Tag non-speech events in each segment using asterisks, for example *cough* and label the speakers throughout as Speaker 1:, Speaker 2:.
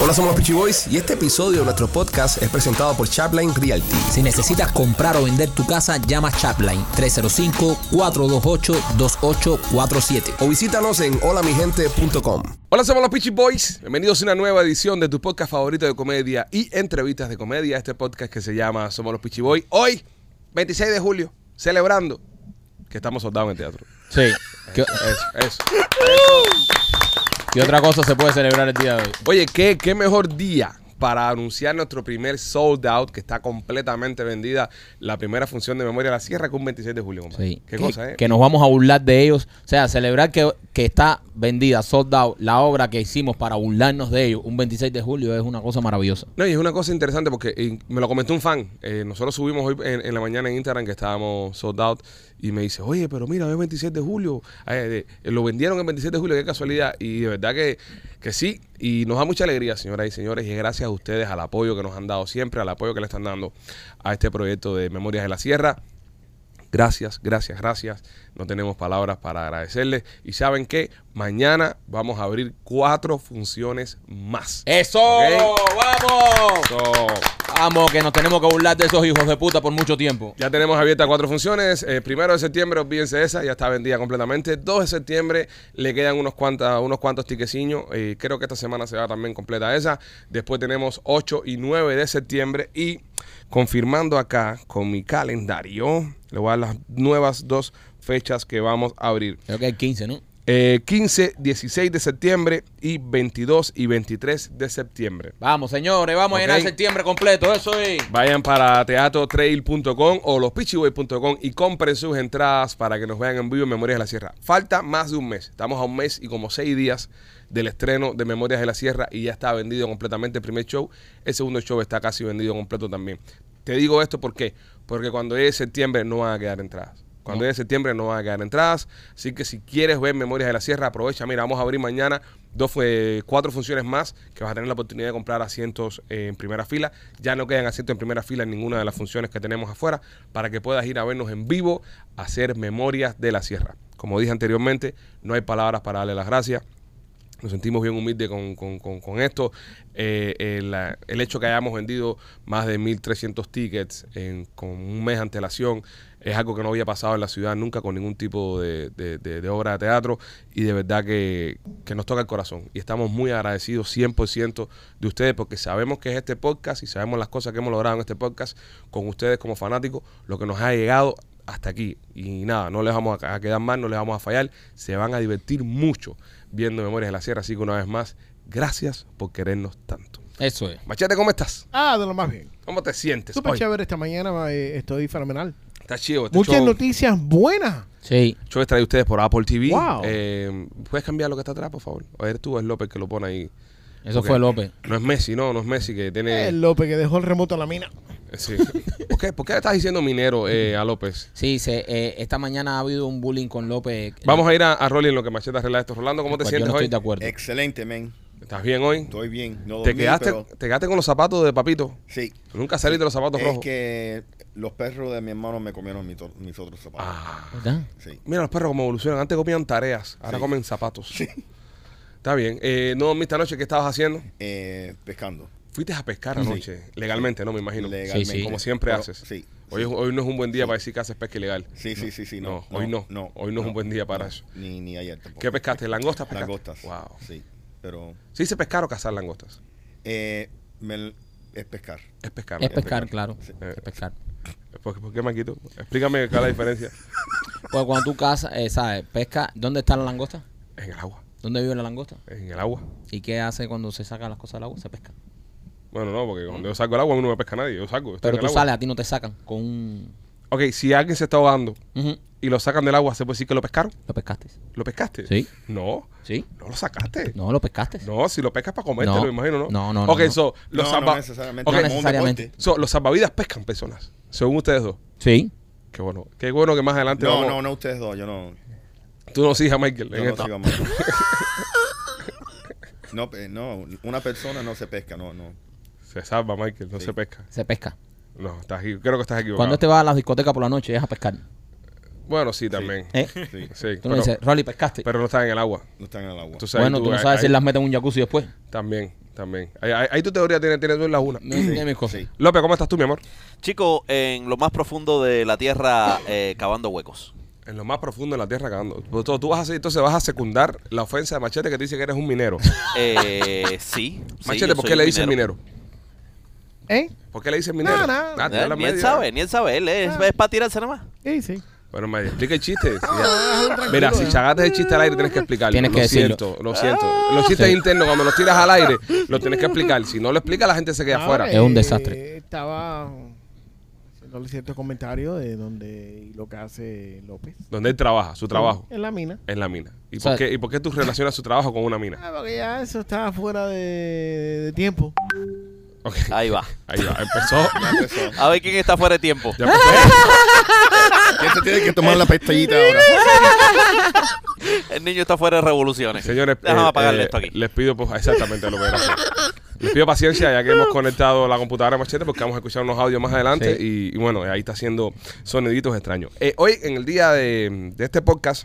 Speaker 1: Hola, somos los Peachy Boys y este episodio de nuestro podcast es presentado por Chapline Realty.
Speaker 2: Si necesitas comprar o vender tu casa, llama Chapline 305-428-2847.
Speaker 1: O visítanos en holamigente.com.
Speaker 3: Hola, somos los Peachy Boys. Bienvenidos a una nueva edición de tu podcast favorito de comedia y entrevistas de comedia. Este podcast que se llama Somos los Peachy Boys. Hoy, 26 de julio, celebrando que estamos soldados en el teatro.
Speaker 4: Sí. ¿Qué,
Speaker 3: Eso, eso.
Speaker 4: qué otra cosa se puede celebrar el día de hoy?
Speaker 3: Oye, ¿qué, qué mejor día para anunciar nuestro primer sold out que está completamente vendida la primera función de Memoria de la Sierra que un 26 de julio, compadre.
Speaker 4: Sí.
Speaker 3: Qué
Speaker 4: que,
Speaker 3: cosa, ¿eh?
Speaker 4: que nos vamos a burlar de ellos. O sea, celebrar que, que está vendida, sold out, la obra que hicimos para burlarnos de ellos un 26 de julio es una cosa maravillosa.
Speaker 3: No, y es una cosa interesante porque eh, me lo comentó un fan. Eh, nosotros subimos hoy en, en la mañana en Instagram que estábamos sold out y me dice, oye, pero mira, hoy es 27 de julio. eh, de- lo vendieron el 27 de julio, qué casualidad. Y de verdad que, que sí. Y nos da mucha alegría, señoras y señores. Y es gracias a ustedes, al apoyo que nos han dado siempre, al apoyo que le están dando a este proyecto de Memorias de la Sierra. Gracias, gracias, gracias. No tenemos palabras para agradecerles. Y saben que mañana vamos a abrir cuatro funciones más.
Speaker 4: ¡Eso!
Speaker 3: Ok.
Speaker 4: ¡Vamos!
Speaker 3: So,
Speaker 4: Vamos, que nos tenemos que burlar de esos hijos de puta por mucho tiempo.
Speaker 3: Ya tenemos abiertas cuatro funciones. Eh, primero de septiembre, olvídense de esa, ya está vendida completamente. 2 de septiembre le quedan unos, cuantas, unos cuantos tiqueciños. eh, creo que esta semana se va también completa esa. Después tenemos 8 y 9 de septiembre. Y confirmando acá con mi calendario, le voy a dar las nuevas dos fechas que vamos a abrir.
Speaker 4: Creo que hay 15, ¿no?
Speaker 3: Eh, 15, 16 de septiembre y 22 y 23 de septiembre.
Speaker 4: Vamos, señores, vamos a llenar
Speaker 3: Ok.
Speaker 4: septiembre completo. Eso es.
Speaker 3: Vayan para teatrotrail.com o lospitchyboy.com y compren sus entradas para que nos vean en vivo en Memorias de la Sierra. Falta más de un mes. Estamos a un mes y como seis días del estreno de Memorias de la Sierra y ya está vendido completamente el primer show. El segundo show está casi vendido completo también. Te digo esto ¿por qué? porque cuando llegue septiembre no van a quedar entradas. Cuando llegue septiembre no van a quedar entradas. Así que si quieres ver Memorias de la Sierra, aprovecha. Mira, vamos a abrir mañana dos, fue- cuatro funciones más que vas a tener la oportunidad de comprar asientos eh, en primera fila. Ya no quedan asientos en primera fila en ninguna de las funciones que tenemos afuera para que puedas ir a vernos en vivo, a hacer Memorias de la Sierra. Como dije anteriormente, no hay palabras para darle las gracias. Nos sentimos bien humildes con, con- con- con esto. Eh, eh, la- el hecho que hayamos vendido más de 1.300 tickets en- con un mes de antelación es algo que no había pasado en la ciudad nunca con ningún tipo de, de- de- de obra de teatro y de verdad que, que nos toca el corazón. Y estamos muy agradecidos 100% de ustedes porque sabemos que es este podcast y sabemos las cosas que hemos logrado en este podcast con ustedes como fanáticos, lo que nos ha llegado hasta aquí. Y nada, no les vamos a, a quedar mal, no les vamos a fallar. Se van a divertir mucho viendo Memorias de la Sierra. Así que una vez más, gracias por querernos tanto.
Speaker 4: Eso es.
Speaker 3: Machete, ¿cómo estás?
Speaker 5: Ah, de lo más bien.
Speaker 3: ¿Cómo te sientes?
Speaker 5: Súper
Speaker 3: hoy?
Speaker 5: chévere esta mañana, eh, estoy fenomenal.
Speaker 3: Está chido. Este
Speaker 5: Muchas
Speaker 3: show,
Speaker 5: noticias buenas.
Speaker 4: Sí.
Speaker 3: show es traído a ustedes por Apple TV.
Speaker 5: Wow.
Speaker 3: Eh, ¿Puedes cambiar lo que está atrás, por favor? O eres tú, es López que lo pone ahí.
Speaker 4: Eso
Speaker 3: Ok.
Speaker 4: fue López.
Speaker 3: No es Messi, no, no es Messi que tiene.
Speaker 5: El Eh, López que dejó el remoto a la mina.
Speaker 3: *laughs* Sí. ¿Por, qué, por qué estás diciendo minero eh, a López?
Speaker 4: Sí, se, eh, esta mañana ha habido un bullying con López.
Speaker 3: Vamos a ir a, a Rolly en lo que Machete arregla esto. Rolando, ¿cómo te
Speaker 4: Cual
Speaker 3: sientes
Speaker 4: yo no
Speaker 3: hoy? Eh,
Speaker 4: estoy de acuerdo.
Speaker 6: Excelente, men.
Speaker 3: ¿Estás bien hoy?
Speaker 6: Estoy bien. No
Speaker 3: ¿Te
Speaker 6: dormí,
Speaker 3: quedaste,
Speaker 6: pero-
Speaker 3: ¿Te quedaste con los zapatos de papito?
Speaker 6: Sí.
Speaker 3: Nunca salí de los zapatos
Speaker 6: Es
Speaker 3: rojos.
Speaker 6: que los perros de mi hermano me comieron mis, to- mis otros zapatos.
Speaker 3: Ah.
Speaker 4: ¿Verdad?
Speaker 6: Sí.
Speaker 3: Mira los perros cómo evolucionan. Antes comían tareas, ahora
Speaker 6: Sí.
Speaker 3: comen zapatos. Está bien. Eh, no dormiste anoche, ¿qué estabas haciendo?
Speaker 6: Eh, pescando.
Speaker 3: Fuiste a pescar anoche, legalmente, ¿no? Me imagino.
Speaker 6: Legalmente.
Speaker 4: Sí, sí.
Speaker 3: Como siempre
Speaker 6: Pero-
Speaker 3: haces.
Speaker 6: Sí.
Speaker 3: Hoy, es- hoy no es un buen día para decir que haces pesca ilegal.
Speaker 6: Sí, sí, sí, sí.
Speaker 3: No,
Speaker 6: No,
Speaker 3: hoy no. Hoy no es un buen día para eso.
Speaker 6: Ni, ni ayer tampoco.
Speaker 3: ¿Qué pescaste? ¿Langostas pescaste?
Speaker 6: Langostas.
Speaker 3: Wow.
Speaker 6: Sí. Pero
Speaker 3: ¿Se dice pescar o cazar langostas?
Speaker 6: eh, me- es pescar.
Speaker 3: Es pescar.
Speaker 4: Es
Speaker 3: ¿no?
Speaker 4: pescar, claro.
Speaker 6: Sí.
Speaker 3: eh.
Speaker 4: Es pescar.
Speaker 3: ¿Por, qué- por qué, Maquito? Explícame cuál es la
Speaker 6: *laughs*
Speaker 3: diferencia.
Speaker 4: Pues cuando tú cazas, eh, ¿sabes? Pesca, ¿dónde está la langosta?
Speaker 3: En el agua.
Speaker 4: ¿Dónde vive la langosta?
Speaker 3: En el agua.
Speaker 4: ¿Y qué hace cuando se sacan las cosas del agua? Se pesca.
Speaker 3: Bueno, no, porque
Speaker 6: Mm.
Speaker 3: cuando yo salgo al agua, uno no me pesca a nadie. Yo salgo. estoy
Speaker 4: Pero
Speaker 3: en
Speaker 4: tú
Speaker 3: el agua.
Speaker 4: sales, a ti no te sacan con un...
Speaker 3: Ok, si alguien se está ahogando
Speaker 4: Ujú,
Speaker 3: y lo sacan del agua, ¿se puede decir que lo pescaron?
Speaker 4: Lo pescaste.
Speaker 3: ¿Lo pescaste?
Speaker 4: Sí.
Speaker 3: No,
Speaker 4: ¿Sí?
Speaker 3: no lo sacaste. No.
Speaker 4: No, lo pescaste.
Speaker 3: si lo pescas para comértelo,
Speaker 4: No.
Speaker 3: me imagino, ¿no?
Speaker 4: No, no, no,
Speaker 3: Ok,
Speaker 4: no.
Speaker 3: so,
Speaker 6: No,
Speaker 3: los
Speaker 6: no
Speaker 3: salva-
Speaker 6: necesariamente.
Speaker 3: Ok,
Speaker 4: No
Speaker 6: como un
Speaker 4: necesariamente.
Speaker 6: deporte.
Speaker 3: so, los salvavidas pescan personas, según ustedes dos.
Speaker 4: Sí.
Speaker 3: Qué bueno. Qué bueno que más adelante
Speaker 6: No,
Speaker 3: vamos-
Speaker 6: no, no ustedes dos. Yo no.
Speaker 3: Tú no sigas a Michael
Speaker 6: yo
Speaker 3: en
Speaker 6: no
Speaker 3: esto.
Speaker 6: sigo más.
Speaker 3: *laughs*
Speaker 6: No, pe- no, una persona no se pesca, no, no.
Speaker 3: Se salva, Michael, no
Speaker 6: Sí.
Speaker 3: se pesca.
Speaker 4: Se pesca.
Speaker 3: No, estás aquí, creo que estás equivocado.
Speaker 4: Cuando este va a las discotecas por la noche, es a pescar.
Speaker 3: Bueno, sí, también.
Speaker 4: ¿Eh?
Speaker 6: Sí,
Speaker 3: Sí,
Speaker 4: Tú
Speaker 3: pero,
Speaker 4: no dices, Rolly, pescaste.
Speaker 3: pero no estás en el agua.
Speaker 6: no están en el agua.
Speaker 3: Tú sabes,
Speaker 4: bueno, tú no
Speaker 3: ahí-
Speaker 4: sabes si
Speaker 3: ahí-
Speaker 4: las meten en un jacuzzi después.
Speaker 3: También. También. Ahí, ahí- ahí tu teoría tiene, tiene tú en la una.
Speaker 4: Me- de mis cosas.
Speaker 6: sí.
Speaker 3: López, ¿cómo estás tú, mi amor?
Speaker 7: Chico, en lo más profundo de la tierra, eh, cavando huecos.
Speaker 3: En lo más profundo de la tierra cagando. Tú, Pues tú- tú vas a hacer- entonces vas a secundar la ofensa de Machete que te dice que eres un
Speaker 4: *laughs*
Speaker 3: minero.
Speaker 7: Eh, *laughs* sí. sí,
Speaker 3: Machete,
Speaker 7: yo
Speaker 3: ¿por
Speaker 7: soy
Speaker 3: qué
Speaker 7: un
Speaker 3: le dicen minero?
Speaker 5: ¿Eh?
Speaker 3: ¿Por qué le dicen minero?
Speaker 5: No, no.
Speaker 3: Ah, te
Speaker 7: Eh,
Speaker 3: hablan
Speaker 7: ni él
Speaker 3: medio,
Speaker 7: sabe,
Speaker 3: eh.
Speaker 7: ni él sabe. Él es,
Speaker 5: Ah.
Speaker 7: para tirarse nada más.
Speaker 5: Sí, sí.
Speaker 3: Bueno, me explica el chiste. Sí, ya.
Speaker 5: Ah,
Speaker 3: Mira, si
Speaker 5: tranquilo, eh.
Speaker 3: chagaste el chiste al aire, tienes que explicarlo.
Speaker 4: Tienes que
Speaker 3: lo
Speaker 4: decirlo.
Speaker 3: siento, lo
Speaker 5: Ah.
Speaker 3: siento. Los chistes internos, cuando los tiras al aire, los tienes que explicar. Si no lo explica, la gente se queda
Speaker 5: Ah,
Speaker 3: afuera.
Speaker 4: Es eh. un desastre.
Speaker 5: Estaba haciéndole cierto comentario de donde lo que hace López.
Speaker 3: Donde él trabaja, su trabajo,
Speaker 5: En la mina.
Speaker 3: en la mina. ¿Y
Speaker 4: O sea,
Speaker 3: por, qué, ¿Y por qué tú relacionas su trabajo con una mina?
Speaker 5: Ah, porque ya eso estaba fuera de, de tiempo.
Speaker 3: Ok,
Speaker 7: Ahí va.
Speaker 3: ahí va, empezó.
Speaker 6: Ya
Speaker 5: *laughs*
Speaker 6: empezó.
Speaker 7: A ver quién está fuera de tiempo.
Speaker 3: Ya empezó.
Speaker 6: ¿Quién se tiene que tomar la pestañita ahora?
Speaker 7: El niño está fuera de revoluciones.
Speaker 3: Señores,
Speaker 7: déjame
Speaker 3: eh,
Speaker 7: apagarle
Speaker 3: eh,
Speaker 7: esto aquí.
Speaker 3: les pido, pues, exactamente lo que era. Les pido paciencia ya que hemos conectado la computadora machete porque vamos a escuchar unos audios más adelante y, y bueno, ahí está haciendo soniditos extraños. Eh, hoy, en el día de, de este podcast,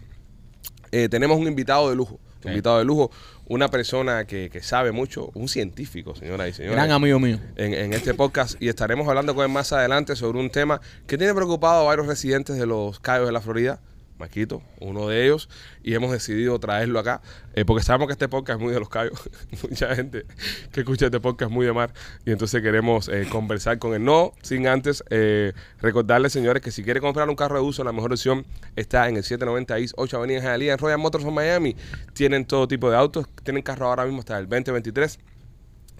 Speaker 3: eh, tenemos un invitado de lujo. Un
Speaker 4: Sí.
Speaker 3: invitado de lujo, una persona que, que sabe mucho, un científico, señora y señores.
Speaker 4: Gran amigo mío.
Speaker 3: en, en este podcast y estaremos hablando con él más adelante sobre un tema que tiene preocupado a varios residentes de los Cayos de la Florida. Maquito, uno de ellos, y hemos decidido traerlo acá, eh, porque sabemos que este podcast es muy de los Cayos. *laughs* Mucha gente que escucha este podcast es muy de mar, y entonces queremos eh, conversar con él. No sin antes eh, recordarles, señores, que si quiere comprar un carro de uso, la mejor opción está en el 790 East 8 Avenida en Hialeah, en Royal Motors of Miami. Tienen todo tipo de autos, tienen carro ahora mismo hasta el 2023.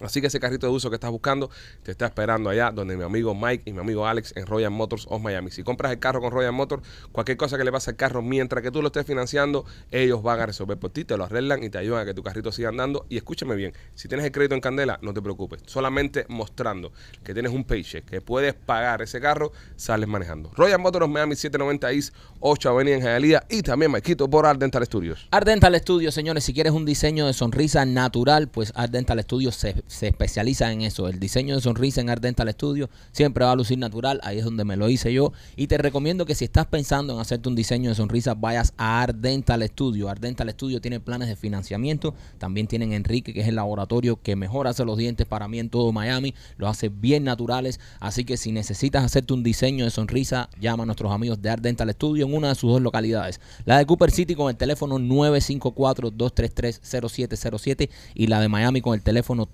Speaker 3: Así que ese carrito de uso que estás buscando te está esperando allá donde mi amigo Mike y mi amigo Alex en Royal Motors of Miami. Si compras el carro con Royal Motors, cualquier cosa que le pase al carro mientras que tú lo estés financiando, ellos van a resolver por ti, te lo arreglan y te ayudan a que tu carrito siga andando. Y escúchame bien, si tienes el crédito en candela, no te preocupes. Solamente mostrando que tienes un paycheck, que puedes pagar ese carro, sales manejando. Royal Motors of Miami 790 East 8 Avenida en Hialeah y también Maikito por Art Dental Studios.
Speaker 4: Ardental Studio, señores, si quieres un diseño de sonrisa natural, pues Ardental Studio se, se especializa en eso. El diseño de sonrisa en Ardental Studio siempre va a lucir natural, ahí es donde me lo hice yo. Y te recomiendo que si estás pensando en hacerte un diseño de sonrisa, vayas a Ardental Studio. Ardental Studio tiene planes de financiamiento, también tienen Enrique, que es el laboratorio que mejor hace los dientes para mí en todo Miami, lo hace bien naturales, así que si necesitas hacerte un diseño de sonrisa, llama a nuestros amigos de Ardental Studio en una de sus dos localidades. La de Cooper City con el teléfono 954-233-0707 y la de Miami con el teléfono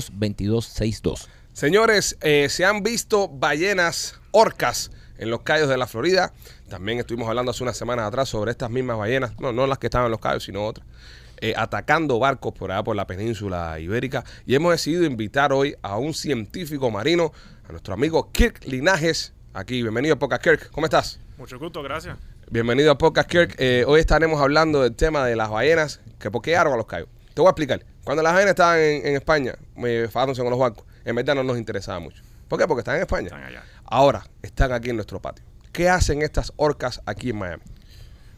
Speaker 4: 305-922-2262.
Speaker 3: Señores, eh, se han visto ballenas orcas en los callos de la Florida. También estuvimos hablando hace unas semanas atrás sobre estas mismas ballenas, no, no las que estaban en los callos, sino otras, eh, atacando barcos por allá por la península ibérica. Y hemos decidido invitar hoy a un científico marino, a nuestro amigo Kirk Linajes. Aquí, bienvenido a Podcast Kirk, ¿cómo estás?
Speaker 8: Mucho gusto, gracias.
Speaker 3: Bienvenido a Podcast Kirk. Eh, hoy estaremos hablando del tema de las ballenas, que por qué arman los callos. Te voy a explicar. Cuando las ballenas estaban en, en España, me fajándose con los barcos, en verdad no nos interesaba mucho. ¿Por qué? Porque están en España.
Speaker 8: Están allá.
Speaker 3: Ahora están aquí en nuestro patio. ¿Qué hacen estas orcas aquí en Miami?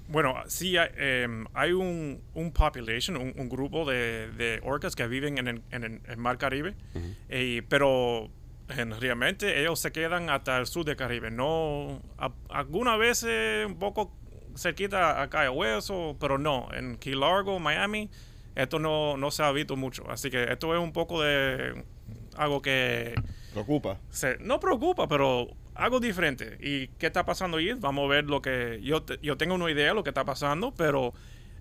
Speaker 8: Bueno, sí, hay, em, hay un, un population, un, un grupo de, de orcas que viven en el, en el- el mar Caribe, Eh, pero en- realmente ellos se quedan hasta el sur del Caribe. No, a- algunas veces un poco cerquita a Cayo Hueso, pero no, en Key Largo, Miami, esto no, no se ha visto mucho. Así que esto es un poco de algo que
Speaker 6: Preocupa.
Speaker 8: se- no preocupa, pero algo diferente. ¿Y qué está pasando ahí? Vamos a ver lo que... Yo, te- yo tengo una idea de lo que está pasando, pero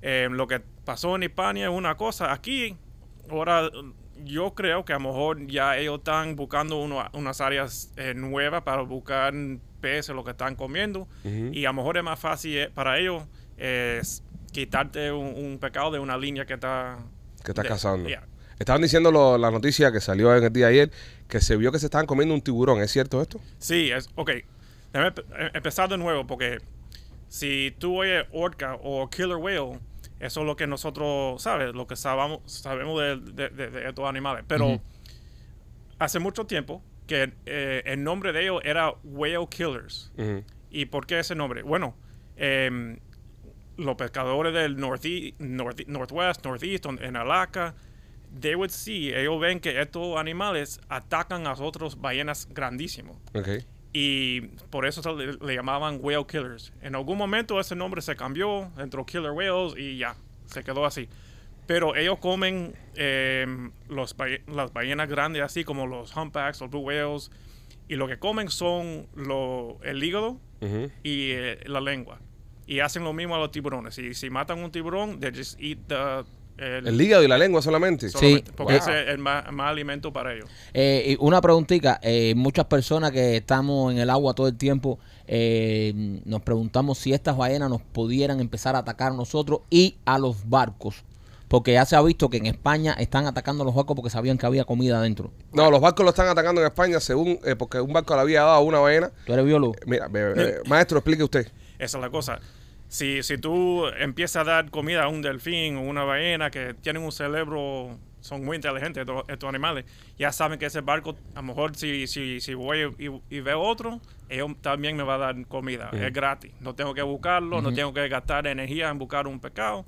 Speaker 8: eh, lo que pasó en España es una cosa. Aquí, ahora, yo creo que a lo mejor ya ellos están buscando uno- unas áreas eh, nuevas para buscar peces, lo que están comiendo. Y a lo mejor es más fácil eh, para ellos eh, s- quitarte un, un pecado de una línea que está...
Speaker 3: ¿Qué estás
Speaker 8: de-
Speaker 3: cazando?
Speaker 8: yeah.
Speaker 3: Estaban diciendo lo- la noticia que salió en el día de ayer, que se vio que se estaban comiendo un tiburón. ¿Es cierto esto?
Speaker 8: Sí, es, ok. Déjame empe- em- empezar de nuevo porque si tú oyes orca o killer whale, eso es lo que nosotros, ¿sabes? Lo que sabamos, sabemos de, de- de- de estos animales. Pero hace mucho tiempo que eh, el nombre de ellos era whale killers.
Speaker 3: Ujú.
Speaker 8: ¿Y por qué ese nombre? Bueno, em, los pescadores del northi, north, northwest, northeast, on- en Alaska, they would see, ellos ven que estos animales atacan a otros ballenas grandísimos.
Speaker 3: Ok.
Speaker 8: Y por eso se le, le llamaban whale killers. En algún momento ese nombre se cambió, entró killer whales y ya, se quedó así. Pero ellos comen eh, los, ba- las ballenas grandes, así como los humpbacks, los blue whales. Y lo que comen son lo, el hígado
Speaker 3: Ujú.
Speaker 8: y eh, la lengua. Y hacen lo mismo a los tiburones. Y si matan un tiburón, they just eat the- el,
Speaker 3: El hígado y la lengua solamente.
Speaker 4: Sí.
Speaker 8: solamente, Porque
Speaker 4: Wow.
Speaker 8: ese es el más, más alimento para ellos.
Speaker 4: Eh, y una preguntita, eh, muchas personas que estamos en el agua todo el tiempo, eh, nos preguntamos si estas ballenas nos pudieran empezar a atacar a nosotros y a los barcos. Porque ya se ha visto que en España están atacando a los barcos porque sabían que había comida adentro.
Speaker 3: No, los barcos lo están atacando en España según eh, porque un barco le había dado a una ballena. Eh,
Speaker 4: ¿Tú eres biólogo?
Speaker 3: Mira, be- be- maestro, explique usted.
Speaker 8: Esa es la cosa. Si, si tú empiezas a dar comida a un delfín o una ballena que tienen un cerebro, son muy inteligentes estos, estos animales, ya saben que ese barco, a lo mejor si, si, si voy y, y veo otro, ellos también me va a dar comida. Es gratis. No tengo que buscarlo, no tengo que gastar energía en buscar un pescado.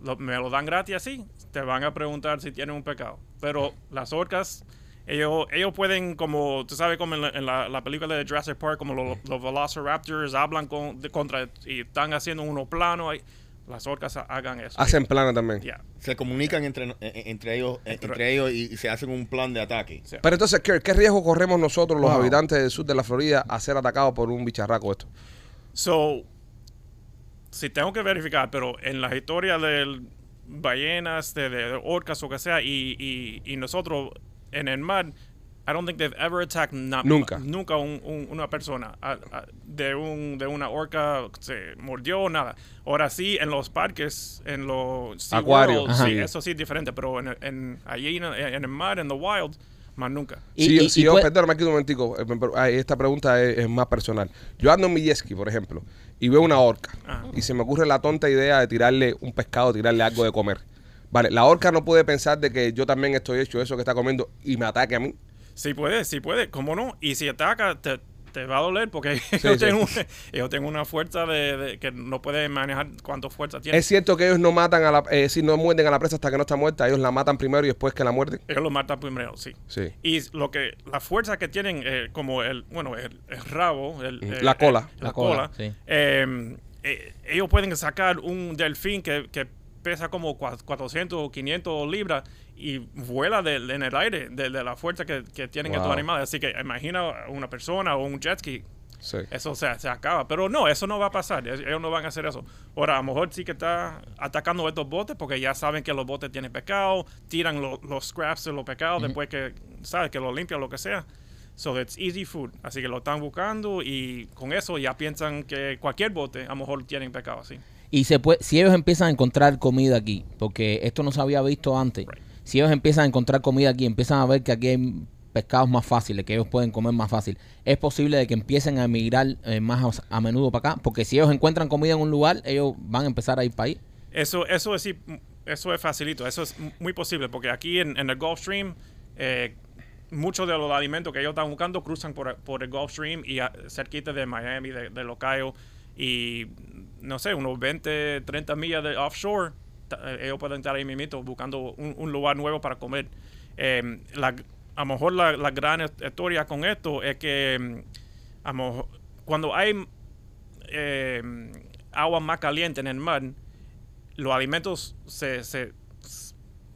Speaker 8: Lo- me lo dan gratis así. Te van a preguntar si tienen un pescado. Pero las orcas, ellos, ellos pueden, como tú sabes, como en la, en la- la película de Jurassic Park, como lo- los velociraptors hablan con, de- contra y están haciendo unos planos. ahí. Las orcas ha- hagan eso.
Speaker 3: Hacen plana también.
Speaker 8: Ya.
Speaker 6: Se comunican entre, eh, eh, entre ellos, eh, entre ellos y, y se hacen un plan de ataque.
Speaker 8: Sí.
Speaker 3: Pero entonces, ¿qué, qué riesgo corremos nosotros, los
Speaker 5: Wow.
Speaker 3: habitantes del sur de la Florida, a ser atacados por un bicharraco esto?
Speaker 8: So, si tengo que verificar, pero en la historia de ballenas, de, de orcas o que sea, y, y, y nosotros en el mar, I don't think they've ever attacked na-
Speaker 3: Nunca.
Speaker 8: nunca un- un- una persona a- a- de, un, de una orca se mordió nada. Ahora sí, en los parques, en los SeaWorld,
Speaker 3: Acuario. Ajá.
Speaker 8: sí, eso sí es diferente, pero en, en- allí en, en el mar, en the wild, más nunca.
Speaker 4: Y-
Speaker 3: si yo-
Speaker 4: y-
Speaker 3: si
Speaker 4: y pues,
Speaker 3: yo,
Speaker 4: puede-
Speaker 3: perdóname aquí un momentico, eh, pero, ay, esta pregunta es, es más personal. Yo ando en mi jet ski, por ejemplo, y veo una orca,
Speaker 8: Ajá.
Speaker 3: y se me ocurre la tonta idea de tirarle un pescado, tirarle algo de comer. Vale, la orca no puede pensar de que yo también estoy hecho eso que está comiendo y me ataque a mí.
Speaker 8: Sí puede, sí puede, cómo no. Y si ataca, te, te va a doler porque *laughs*
Speaker 3: sí.
Speaker 8: yo, tengo, una- yo tengo una fuerza de, de- que no puede manejar cuánto fuerza tiene.
Speaker 3: Es cierto que ellos no matan a la, eh, es decir, no muerden a la presa hasta que no está muerta, ellos la matan primero y después que la muerden.
Speaker 8: Ellos lo matan primero, sí.
Speaker 3: Sí.
Speaker 8: Y lo que la fuerza que tienen, eh, como el, bueno, el, el rabo, el,
Speaker 3: Mm,
Speaker 8: eh,
Speaker 3: la cola.
Speaker 8: eh, la,
Speaker 4: La
Speaker 8: cola,
Speaker 4: cola, sí.
Speaker 8: eh, eh, ellos pueden sacar un delfín que, que pesa como cua- 400 o 500 libras y vuela del- en el aire de, de la fuerza que, que tienen
Speaker 3: Wow.
Speaker 8: estos animales. Así que imagina una persona o un jet ski
Speaker 3: Sí.
Speaker 8: Eso se, se acaba. Pero no, eso no va a pasar. Es- Ellos no van a hacer eso. Ahora, a lo mejor sí que está atacando estos botes porque ya saben que los botes tienen pescado, tiran lo- los scraps de los pescados después que, ¿sabes? Que los limpian, lo que sea. So it's easy food. Así que lo están buscando y con eso ya piensan que cualquier bote a lo mejor tienen pescado así.
Speaker 4: Y se puede, si ellos empiezan a encontrar comida aquí, porque esto no se había visto antes, si ellos empiezan a encontrar comida aquí, empiezan a ver que aquí hay pescados más fáciles, que ellos pueden comer más fácil, es posible de que empiecen a emigrar eh, más a, a menudo para acá, porque si ellos encuentran comida en un lugar, ellos van a empezar a ir para ahí.
Speaker 8: Eso, eso es sí, eso es facilito, eso es muy posible, porque aquí en, en el Gulf Stream, eh, muchos de los alimentos que ellos están buscando cruzan por, por el Gulf Stream y ah, cerquita de Miami, de, de Los Cayos, y no sé, unos 20, 30 millas de offshore, ta- eh, ellos pueden estar ahí mismito buscando un, un lugar nuevo para comer. Eh, la- a lo mejor la, la gran hist- historia con esto es que mm, a lo mejor- cuando hay eh, agua más caliente en el mar, los alimentos se, se,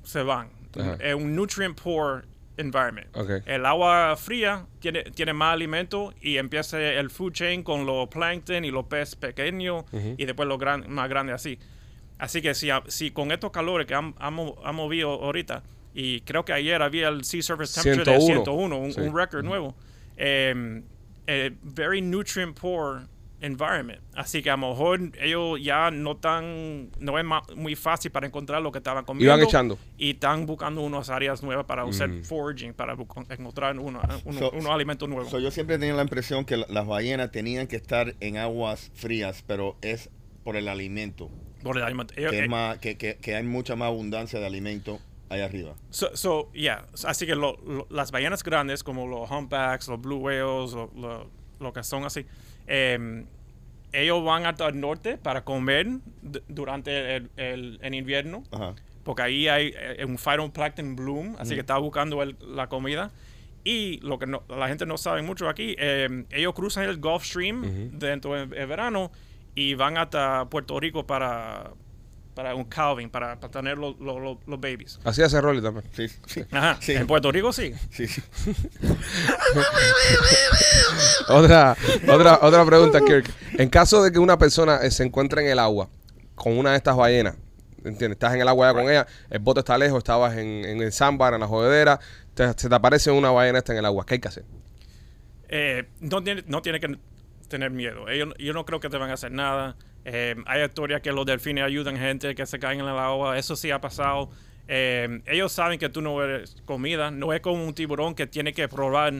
Speaker 8: se van.
Speaker 3: Ajá.
Speaker 8: Es un nutrient poor environment.
Speaker 3: Ok.
Speaker 8: El agua fría tiene, tiene más alimento y empieza el food chain con los plancton y los peces pequeños y después los gran, más grandes así. Así que si, a- si con estos calores que han- hemos hemos movido ahorita, y creo que ayer había el sea surface temperature
Speaker 3: 101.
Speaker 8: de 101, un,
Speaker 3: Sí.
Speaker 8: un récord nuevo, eh, eh, very nutrient poor environment. Así que a lo mejor ellos ya no tan no es ma- muy fácil para encontrar lo que estaban comiendo.
Speaker 3: echando.
Speaker 8: Y están buscando unas áreas nuevas para hacer
Speaker 3: Mm.
Speaker 8: foraging, para bu- encontrar uno- uno-
Speaker 6: So-
Speaker 8: unos alimentos nuevos.
Speaker 6: So, yo siempre tenía la impresión que la- las ballenas tenían que estar en aguas frías, pero es por el alimento.
Speaker 8: Por el alimento. Ellos-
Speaker 6: Que, es
Speaker 8: eh,
Speaker 6: más, que, que- que hay mucha más abundancia de alimento allá arriba.
Speaker 8: So, so, yeah. Así que lo- lo- las ballenas grandes, como los humpbacks, los blue whales, lo, lo- lo que son así, em, ellos van hasta el norte para comer d- durante el, el- en invierno,
Speaker 6: Ajá.
Speaker 8: porque ahí hay eh, un phytoplankton bloom, así que está buscando el- la comida. Y lo que no- la gente no sabe mucho aquí, em, ellos cruzan el Gulf Stream dentro del verano y van hasta Puerto Rico para, para un Calvin, para, para tener los, los- los- los babies.
Speaker 3: Así hace Rolly también.
Speaker 6: Sí, sí.
Speaker 8: Ajá.
Speaker 6: Sí.
Speaker 8: En Puerto Rico sí.
Speaker 6: Sí, sí.
Speaker 3: Otra, otra, otra pregunta, Kirk. En caso de que una persona eh, se encuentre en el agua con una de estas ballenas, ¿entiendes? Estás en el agua ya con ella, el bote está lejos, estabas en, en el sandbar, en la jodedera, te- se te aparece una ballena esta en el agua. ¿Qué hay que hacer?
Speaker 8: Eh, no, tiene, no tiene que tener miedo. Ellos, yo no creo que te van a hacer nada. Eh, hay historias que los delfines ayudan gente que se caen en el agua. Eso sí ha pasado. Eh, ellos saben que tú no eres comida. No es como un tiburón que tiene que probar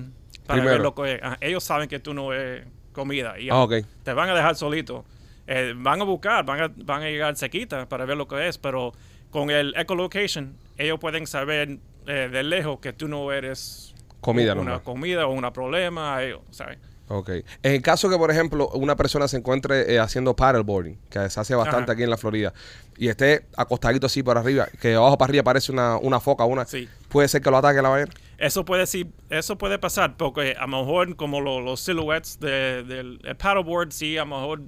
Speaker 8: para
Speaker 3: Primero.
Speaker 8: ver lo que es. Ajá, ellos saben que tú no eres comida. Y
Speaker 3: Ah, ok.
Speaker 8: Te van a dejar solito. Eh, van a buscar, van a, van a llegar cerquita para ver lo que es. Pero con el echolocation, ellos pueden saber eh, de lejos que tú no eres
Speaker 3: Comida,
Speaker 8: una
Speaker 3: nomás.
Speaker 8: comida o un problema, ahí, ¿sabes?
Speaker 3: Ok. En el caso que, por ejemplo, una persona se encuentre eh, haciendo paddleboarding, que se hace bastante
Speaker 8: Ajá.
Speaker 3: aquí en la Florida, y esté acostadito así para arriba, que de abajo para arriba aparece una, una foca, una...
Speaker 8: Sí.
Speaker 3: ¿Puede ser que lo ataque la ballena?
Speaker 8: Eso puede sí, eso puede pasar, porque a lo mejor como lo- los silhouettes de- del el paddleboard, sí, a lo mejor,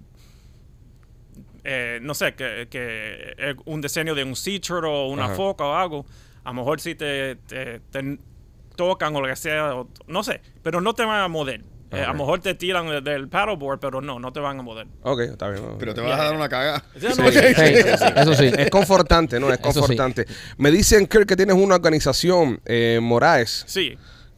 Speaker 8: eh, no sé, que, que es un diseño de un sea turtle o una
Speaker 3: Ajá.
Speaker 8: foca o algo, a lo mejor sí te, te- te tocan o lo que sea, o- no sé, pero no te van a mover. Eh, a
Speaker 3: Ok.
Speaker 8: lo mejor te tiran de- del paddleboard, pero no, no te van a mover.
Speaker 3: Ok, está bien. vamos.
Speaker 6: Pero te vas a dar una cagada. *laughs*
Speaker 8: Sí.
Speaker 4: Sí,
Speaker 3: *laughs*
Speaker 4: eso sí.
Speaker 3: Es confortante, ¿no? Es
Speaker 4: Eso sí.
Speaker 3: confortante. Me dicen, Kirk, que tienes una organización, eh, Moraes.
Speaker 8: Sí.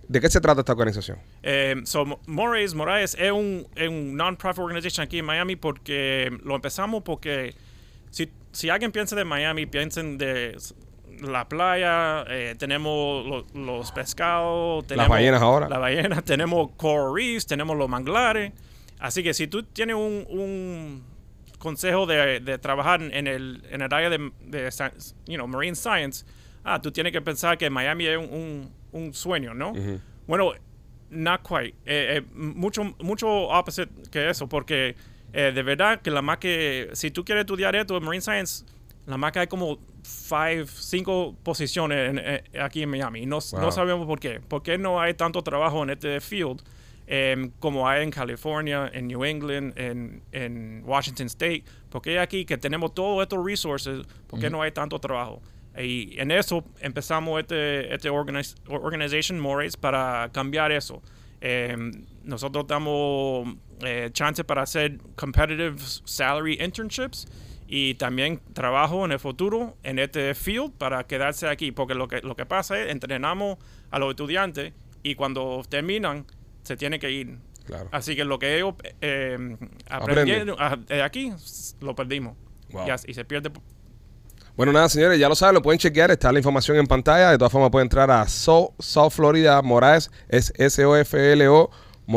Speaker 3: ¿De qué se trata esta organización?
Speaker 8: Eh, so, Mo- Moraes, Moraes es un, es un non-profit organization aquí en Miami porque lo empezamos porque si, si alguien piensa de Miami, piensen de s- la playa, eh, tenemos lo- los pescados, tenemos
Speaker 3: ballenas ahora.
Speaker 8: Las ballenas, tenemos coral reefs, tenemos los manglares. Así que si tú tienes un, un consejo de, de trabajar en el, en el área de, de sa- you know, marine science, ah, tú tienes que pensar que Miami es un, un- un sueño, ¿no? Bueno, not quite. Eh, eh, mucho, mucho opposite que eso, porque eh, de verdad que la más que, si tú quieres estudiar esto en marine science, la más que hay como five, cinco posiciones en- eh, aquí en Miami. Y No, s-
Speaker 3: Wow.
Speaker 8: no sabemos por qué. ¿Por qué no hay tanto trabajo en este field em, como hay en California, en New England, en, en Washington State? ¿Por qué aquí que tenemos todos estos resources, por qué no hay tanto trabajo? Y en eso empezamos este, este organiz- organization Morates para cambiar eso. Em, nosotros damos eh, chance para hacer competitive salary internships y también trabajo en el futuro en este field para quedarse aquí, porque lo que, lo que pasa es entrenamos a los estudiantes y cuando terminan se tienen que ir.
Speaker 3: Claro.
Speaker 8: Así que lo que ellos eh,
Speaker 3: Aprenden.
Speaker 8: aprendieron ah, eh, aquí s- lo perdimos
Speaker 3: Wow.
Speaker 8: y, as- y se pierde. p-
Speaker 3: Bueno, nada, señores, ya lo saben, lo pueden chequear. Está la información en pantalla. De todas formas, pueden entrar a So, South Florida Moraes, es S-O-F-L-O,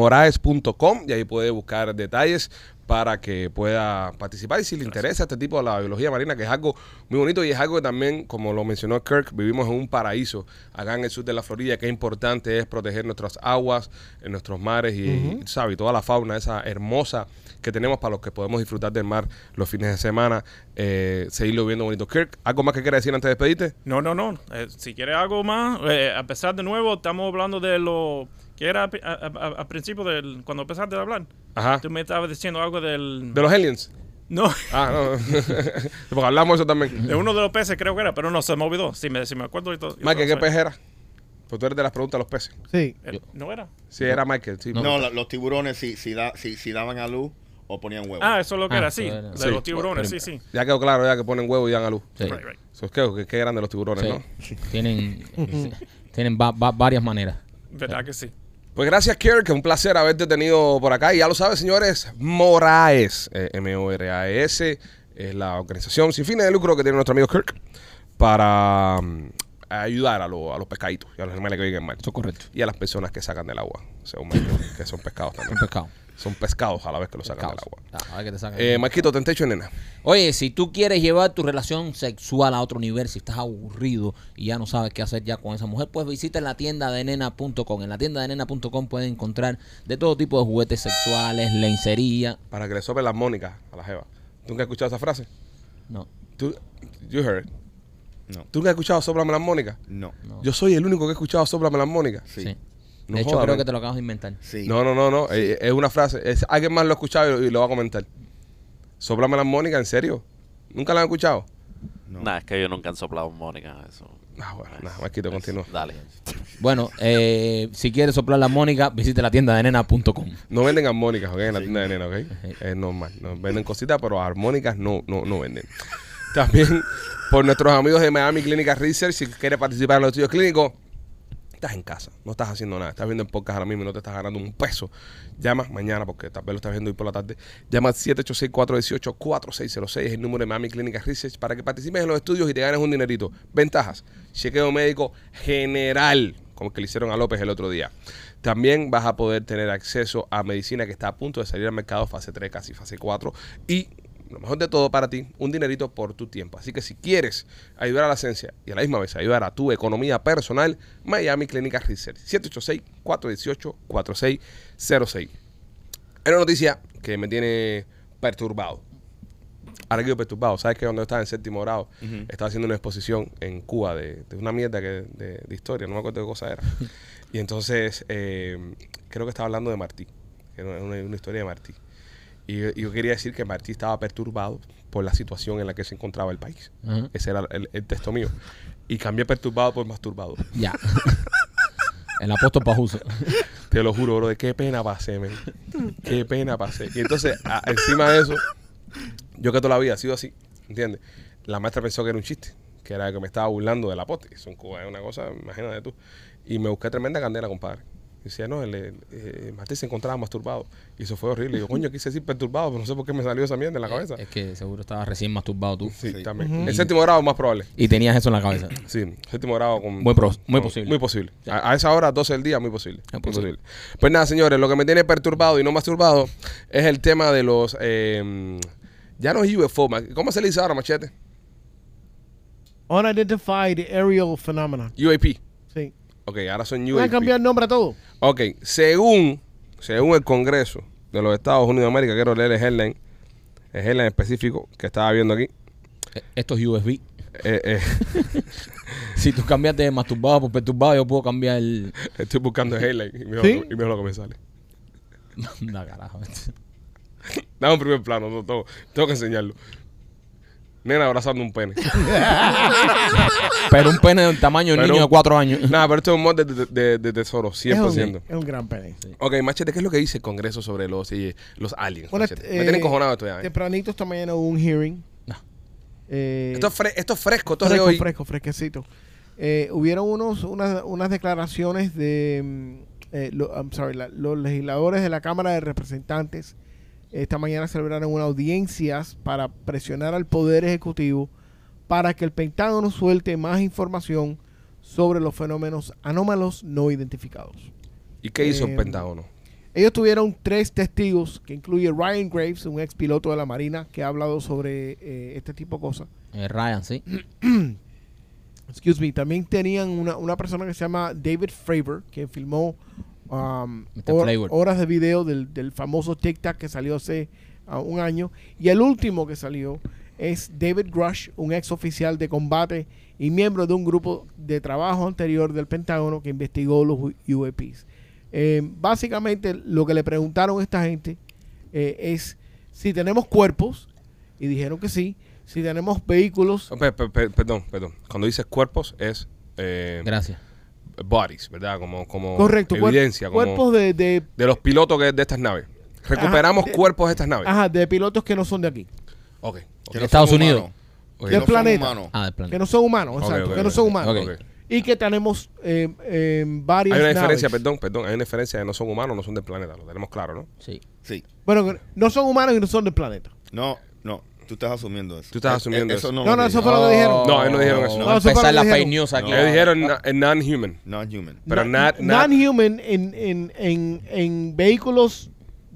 Speaker 3: moraes.com y ahí puede buscar detalles para que pueda participar. Y si le interesa este tipo de la biología marina, que es algo muy bonito y es algo que también, como lo mencionó Kirk, vivimos en un paraíso acá en el sur de la Florida, que importante es proteger nuestras aguas, eh, nuestros mares y, y, ¿sabe? y toda la fauna esa hermosa que tenemos para los que podemos disfrutar del mar los fines de semana, eh, seguirlo viendo bonito. Kirk, ¿algo más que quieras decir antes de despedirte?
Speaker 8: No, no, no. Eh, si quieres algo más, eh, a pesar de nuevo, estamos hablando de lo que era a- a- a- al principio, del, cuando empezaste a hablar.
Speaker 3: Ajá.
Speaker 8: Tú me estabas diciendo algo del...
Speaker 3: ¿De los aliens?
Speaker 8: no. *laughs*
Speaker 3: Ah, no. *laughs* Porque hablamos de eso también.
Speaker 8: De uno de los peces creo que era, pero no, se me olvidó. Si me, si me acuerdo y todo.
Speaker 3: Michael, ¿qué
Speaker 8: yo-
Speaker 3: pez era? Pues tú eres de las preguntas de los peces.
Speaker 5: Sí.
Speaker 8: Eh, No era.
Speaker 3: Sí, era Michael. Sí,
Speaker 6: No, la- los tiburones si, si, da- si, si daban a luz o ponían huevos.
Speaker 8: Ah, eso es lo que
Speaker 4: Ah,
Speaker 8: era, sí.
Speaker 4: eso era.
Speaker 8: De
Speaker 3: Sí.
Speaker 8: los tiburones, sí, sí.
Speaker 3: Ya quedó claro, ya que ponen huevo y dan a luz.
Speaker 4: Sí,
Speaker 8: Right, right.
Speaker 3: Eso es que, que, que eran de los tiburones,
Speaker 4: sí.
Speaker 3: Pues ¿no?
Speaker 4: *laughs* Tienen, *laughs* tienen va- va- varias maneras.
Speaker 8: Verdad que sí.
Speaker 3: Pues gracias, Kirk. Un placer haberte tenido por acá. Y ya lo sabes, señores, Moraes, eh, M-O-R-A-E-S, es la organización sin fines de lucro que tiene nuestro amigo Kirk para mm, ayudar a, lo- a los pescaditos y a los animales que viven en mar.
Speaker 4: Eso es correcto.
Speaker 3: Y a las personas que sacan del agua, según Michael, que son pescados también.
Speaker 4: Un pescado.
Speaker 3: Son pescados a la vez que lo sacan
Speaker 4: Pescados.
Speaker 3: del agua.
Speaker 4: Ah, a ver qué te sacan.
Speaker 3: Eh, Marquito, te entecho, nena.
Speaker 4: Oye, si tú quieres llevar tu relación sexual a otro nivel, si estás aburrido y ya no sabes qué hacer ya con esa mujer, pues visita la tienda de nena.com. En la tienda de nena.com puedes encontrar de todo tipo de juguetes sexuales, lencería.
Speaker 3: Para que le sope las mónicas a la jeva. ¿Tú nunca has escuchado esa frase?
Speaker 4: No.
Speaker 3: ¿Tú, you heard it.
Speaker 6: No.
Speaker 3: ¿Tú nunca has escuchado soplame las mónicas?
Speaker 6: No.
Speaker 4: No.
Speaker 3: Yo soy el único que he escuchado soplame las mónicas.
Speaker 6: Sí.
Speaker 4: Sí.
Speaker 3: No
Speaker 4: de hecho,
Speaker 3: joda,
Speaker 4: creo
Speaker 3: men.
Speaker 4: que te lo acabas de inventar.
Speaker 6: Sí.
Speaker 3: No, no, no, no. Eh, Es una frase. Es, alguien más lo ha escuchado y lo, y lo va a comentar. Soplame las Mónica, ¿en serio? ¿Nunca la han escuchado?
Speaker 6: No.
Speaker 7: Nah, es que yo nunca han soplado Mónica. Eso.
Speaker 3: Ah, bueno, nada, Marquito, continúa.
Speaker 7: Dale.
Speaker 4: Bueno, eh, si quieres soplar la Mónica, visite la tienda de nena.com.
Speaker 3: No venden armónicas, ¿ok? En la tienda de nena, ¿ok? Es normal. No, venden cositas, pero armónicas no, no, no venden. *laughs* También por nuestros amigos de Miami Clinical Research, si quieres participar en los estudios clínicos, estás en casa, no estás haciendo nada, estás viendo en podcast ahora mismo y no te estás ganando un peso. Llama mañana, porque tal vez lo estás viendo hoy por la tarde. Llama al 786-418-4606, es el número de Miami Clinical Research, para que participes en los estudios y te ganes un dinerito. Ventajas, chequeo médico general, como el que le hicieron a López el otro día. También vas a poder tener acceso a medicina que está a punto de salir al mercado fase 3, casi fase 4. Y lo mejor de todo para ti, un dinerito por tu tiempo. Así que si quieres ayudar a la ciencia y a la misma vez ayudar a tu economía personal, Miami Clinical Research, 786-418-4606. Hay una noticia que me tiene perturbado. Ahora quedo perturbado. ¿Sabes que cuando yo estaba en séptimo grado, estaba haciendo una exposición en Cuba de, de una mierda que, de, de historia, no me acuerdo qué cosa era. y entonces, eh, creo que estaba hablando de Martí, que era una, una historia de Martí. Y yo, yo quería decir que Martí estaba perturbado por la situación en la que se encontraba el país.
Speaker 4: Ajá.
Speaker 3: Ese era el, el texto mío. Y cambié perturbado por masturbado.
Speaker 4: Ya. El apóstol Pajuso.
Speaker 3: Te lo juro, bro, de qué pena pasé, men. Qué pena pasé. Y entonces, a- encima de eso, yo que toda la vida ha sido así, ¿entiendes? La maestra pensó que era un chiste, que era que me estaba burlando del apote. Eso en Cuba es una cosa, imagínate tú. Y me busqué tremenda candela, compadre. Y decía, no, el, el, eh, Martí se encontraba masturbado. Y eso fue horrible. Y yo, coño, quise decir perturbado, pero no sé por qué me salió esa mierda en la cabeza.
Speaker 4: Es que seguro estabas recién masturbado tú.
Speaker 3: Sí, también. El séptimo grado más probable.
Speaker 4: Y tenías eso en la cabeza.
Speaker 3: Sí, séptimo grado con...
Speaker 4: Muy pro- muy
Speaker 3: con-
Speaker 4: posible.
Speaker 3: Muy posible. A, a esa hora, 12 del día, muy posible.
Speaker 4: Es
Speaker 3: Muy
Speaker 4: posible.
Speaker 3: posible. Pues nada, señores, lo que me tiene perturbado y no masturbado es el tema de los... eh, ya no es UFO, ma- ¿cómo se le dice ahora, machete?
Speaker 5: Unidentified aerial phenomena.
Speaker 3: UAP.
Speaker 5: Sí.
Speaker 3: Ok, ahora son
Speaker 5: Van a cambiar el
Speaker 3: UAP.
Speaker 5: nombre a todo.
Speaker 3: Ok, según, según el Congreso de los Estados Unidos de América, quiero leer el headline, el headline específico que estaba viendo aquí.
Speaker 4: Eh, Esto es USB.
Speaker 3: Eh, eh, *laughs*
Speaker 4: Si tú cambiaste de masturbado por perturbado, yo puedo cambiar el. *laughs*
Speaker 3: estoy buscando el headline y mira
Speaker 5: ¿Sí?
Speaker 3: lo- y mira lo que me sale.
Speaker 4: Anda, carajo.
Speaker 3: Dame un primer plano, no, tengo, tengo que enseñarlo. Nena abrazando un
Speaker 5: *laughs*
Speaker 3: pene.
Speaker 4: Pero un pene del tamaño de un
Speaker 3: Pero-
Speaker 4: niño de cuatro
Speaker 3: *laughs*
Speaker 4: años.
Speaker 3: Nada, pero esto es un mod de, de- de- de tesoro, 100%.
Speaker 5: Es un, es un gran pene.
Speaker 3: Ok, Machete, ¿qué es lo que dice el Congreso sobre los, eh, los aliens?
Speaker 5: Bueno,
Speaker 3: Machete?
Speaker 5: eh,
Speaker 3: Me tienen cojonado esto ya. ¿eh?
Speaker 5: Tempranito esta mañana hubo un hearing.
Speaker 4: No.
Speaker 5: Eh,
Speaker 3: Esto, es fre- esto es fresco, esto es de
Speaker 5: fresco,
Speaker 3: hoy.
Speaker 5: fresco, fresquecito. Eh, hubieron unos, unas, unas declaraciones de mm, eh, lo- I'm sorry, la- los legisladores de la Cámara de Representantes. eh, Esta mañana celebraron una audiencias para presionar al Poder Ejecutivo para que el Pentágono suelte más información sobre los fenómenos anómalos no identificados.
Speaker 3: ¿Y qué hizo el
Speaker 5: Eh,
Speaker 3: Pentágono?
Speaker 5: Ellos tuvieron tres testigos, que incluye Ryan Graves, un ex piloto de la Marina, que ha hablado sobre eh, este tipo de cosas.
Speaker 4: Eh, Ryan, sí.
Speaker 5: Excuse me. También tenían una, una persona que se llama David Fravor, que filmó um,
Speaker 4: Mr.
Speaker 5: hor-
Speaker 4: Flavor.
Speaker 5: horas de video del, del famoso TikTok que salió hace ah, un año. Y el último que salió es David Grush, un ex oficial de combate y miembro de un grupo de trabajo anterior del Pentágono que investigó los UAPs. Eh, básicamente lo que le preguntaron a esta gente eh, es si tenemos cuerpos, y dijeron que sí, si tenemos vehículos,
Speaker 3: Oh, pe- pe- pe- perdón, perdón. Cuando dices cuerpos es eh,
Speaker 4: Gracias.
Speaker 3: bodies, ¿verdad? Como, como
Speaker 5: Correcto, cuer-
Speaker 3: evidencia. como
Speaker 5: cuerpos de, de-
Speaker 3: de los pilotos que- de estas naves. Recuperamos
Speaker 5: de-
Speaker 3: cuerpos de estas naves.
Speaker 5: ajá, de pilotos que no son de aquí,
Speaker 3: Ok. ok,
Speaker 6: Que no
Speaker 4: Estados
Speaker 6: son
Speaker 4: Unidos.
Speaker 6: humanos.
Speaker 3: ok.
Speaker 5: de del
Speaker 6: No son
Speaker 5: planeta.
Speaker 6: humanos.
Speaker 4: Ah, del plan.
Speaker 5: que no son humanos,
Speaker 3: Ok,
Speaker 5: exacto,
Speaker 3: ok,
Speaker 5: que no
Speaker 3: ok,
Speaker 5: son humanos.
Speaker 3: ok.
Speaker 5: Y que tenemos eh, eh, varias
Speaker 3: Hay una
Speaker 5: naves.
Speaker 3: diferencia, perdón, perdón. Hay una diferencia de no son humanos, no son del planeta. Lo tenemos claro, ¿no?
Speaker 4: Sí.
Speaker 6: Sí.
Speaker 5: Bueno, que no son humanos y no son del planeta.
Speaker 6: No, no. Tú estás asumiendo eso.
Speaker 3: Tú estás
Speaker 6: Eh,
Speaker 3: asumiendo
Speaker 6: eh,
Speaker 3: eso.
Speaker 6: no,
Speaker 5: No,
Speaker 6: lo
Speaker 5: no, eso
Speaker 6: dije.
Speaker 5: fue lo que dijeron.
Speaker 3: No, ellos no dijeron eso.
Speaker 4: No,
Speaker 5: No, eso fue
Speaker 4: empezar
Speaker 5: lo
Speaker 4: la
Speaker 5: que
Speaker 4: fake
Speaker 5: dijeron.
Speaker 4: news aquí.
Speaker 6: No.
Speaker 3: Ellos dijeron na- eh, non-human.
Speaker 6: Not human.
Speaker 3: Pero not- not-
Speaker 5: Non-human en, en, en, en vehículos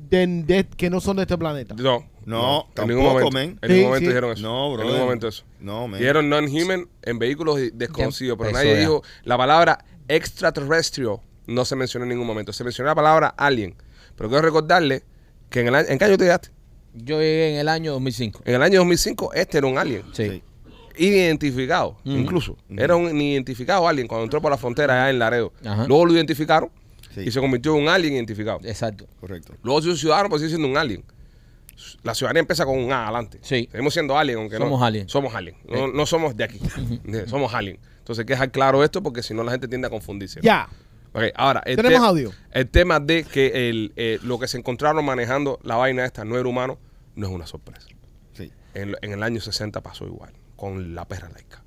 Speaker 5: de, de- que no son de este planeta.
Speaker 3: No.
Speaker 6: No,
Speaker 3: en
Speaker 6: tampoco,
Speaker 3: ningún momento.
Speaker 6: man.
Speaker 3: En ningún
Speaker 5: Sí,
Speaker 3: momento
Speaker 5: sí.
Speaker 3: dijeron eso.
Speaker 6: No, bro.
Speaker 3: En ningún momento eso.
Speaker 6: No, man.
Speaker 3: Dijeron non-human en vehículos de- desconocidos, pero
Speaker 4: Eso
Speaker 3: nadie
Speaker 4: ya.
Speaker 3: dijo la palabra extraterrestre no se mencionó en ningún momento. Se mencionó la palabra alien. Pero quiero recordarle que en el año, ¿en qué año te llegaste?
Speaker 4: Yo llegué en el año 2005.
Speaker 3: En el año 2005 este era un alien.
Speaker 4: Sí.
Speaker 6: Sí.
Speaker 3: Identificado, incluso. Era un identificado alien cuando entró por la frontera allá en Laredo.
Speaker 4: Ajá. Eh.
Speaker 3: Luego lo identificaron
Speaker 6: Sí.
Speaker 3: y se convirtió en un alien identificado.
Speaker 4: Exacto.
Speaker 6: Correcto.
Speaker 3: Luego se hizo ciudadano, pues sigue siendo un alien. la ciudadanía empieza con un A adelante.
Speaker 4: Sí.
Speaker 3: Seguimos siendo alien, aunque no-
Speaker 4: Somos Eh. alien.
Speaker 3: Somos alien. No, no somos *laughs* de aquí. ¿Entiendes? somos alien. Entonces hay que dejar claro esto porque si no la gente tiende a confundirse.
Speaker 5: Ya.
Speaker 3: Ok, ahora. el
Speaker 5: Tenemos
Speaker 3: te-
Speaker 5: audio.
Speaker 3: El tema de que el, eh, lo que se encontraron manejando la vaina esta no era humano, no es una sorpresa.
Speaker 6: Sí.
Speaker 3: En, en el año 60 pasó igual, con la perra laica.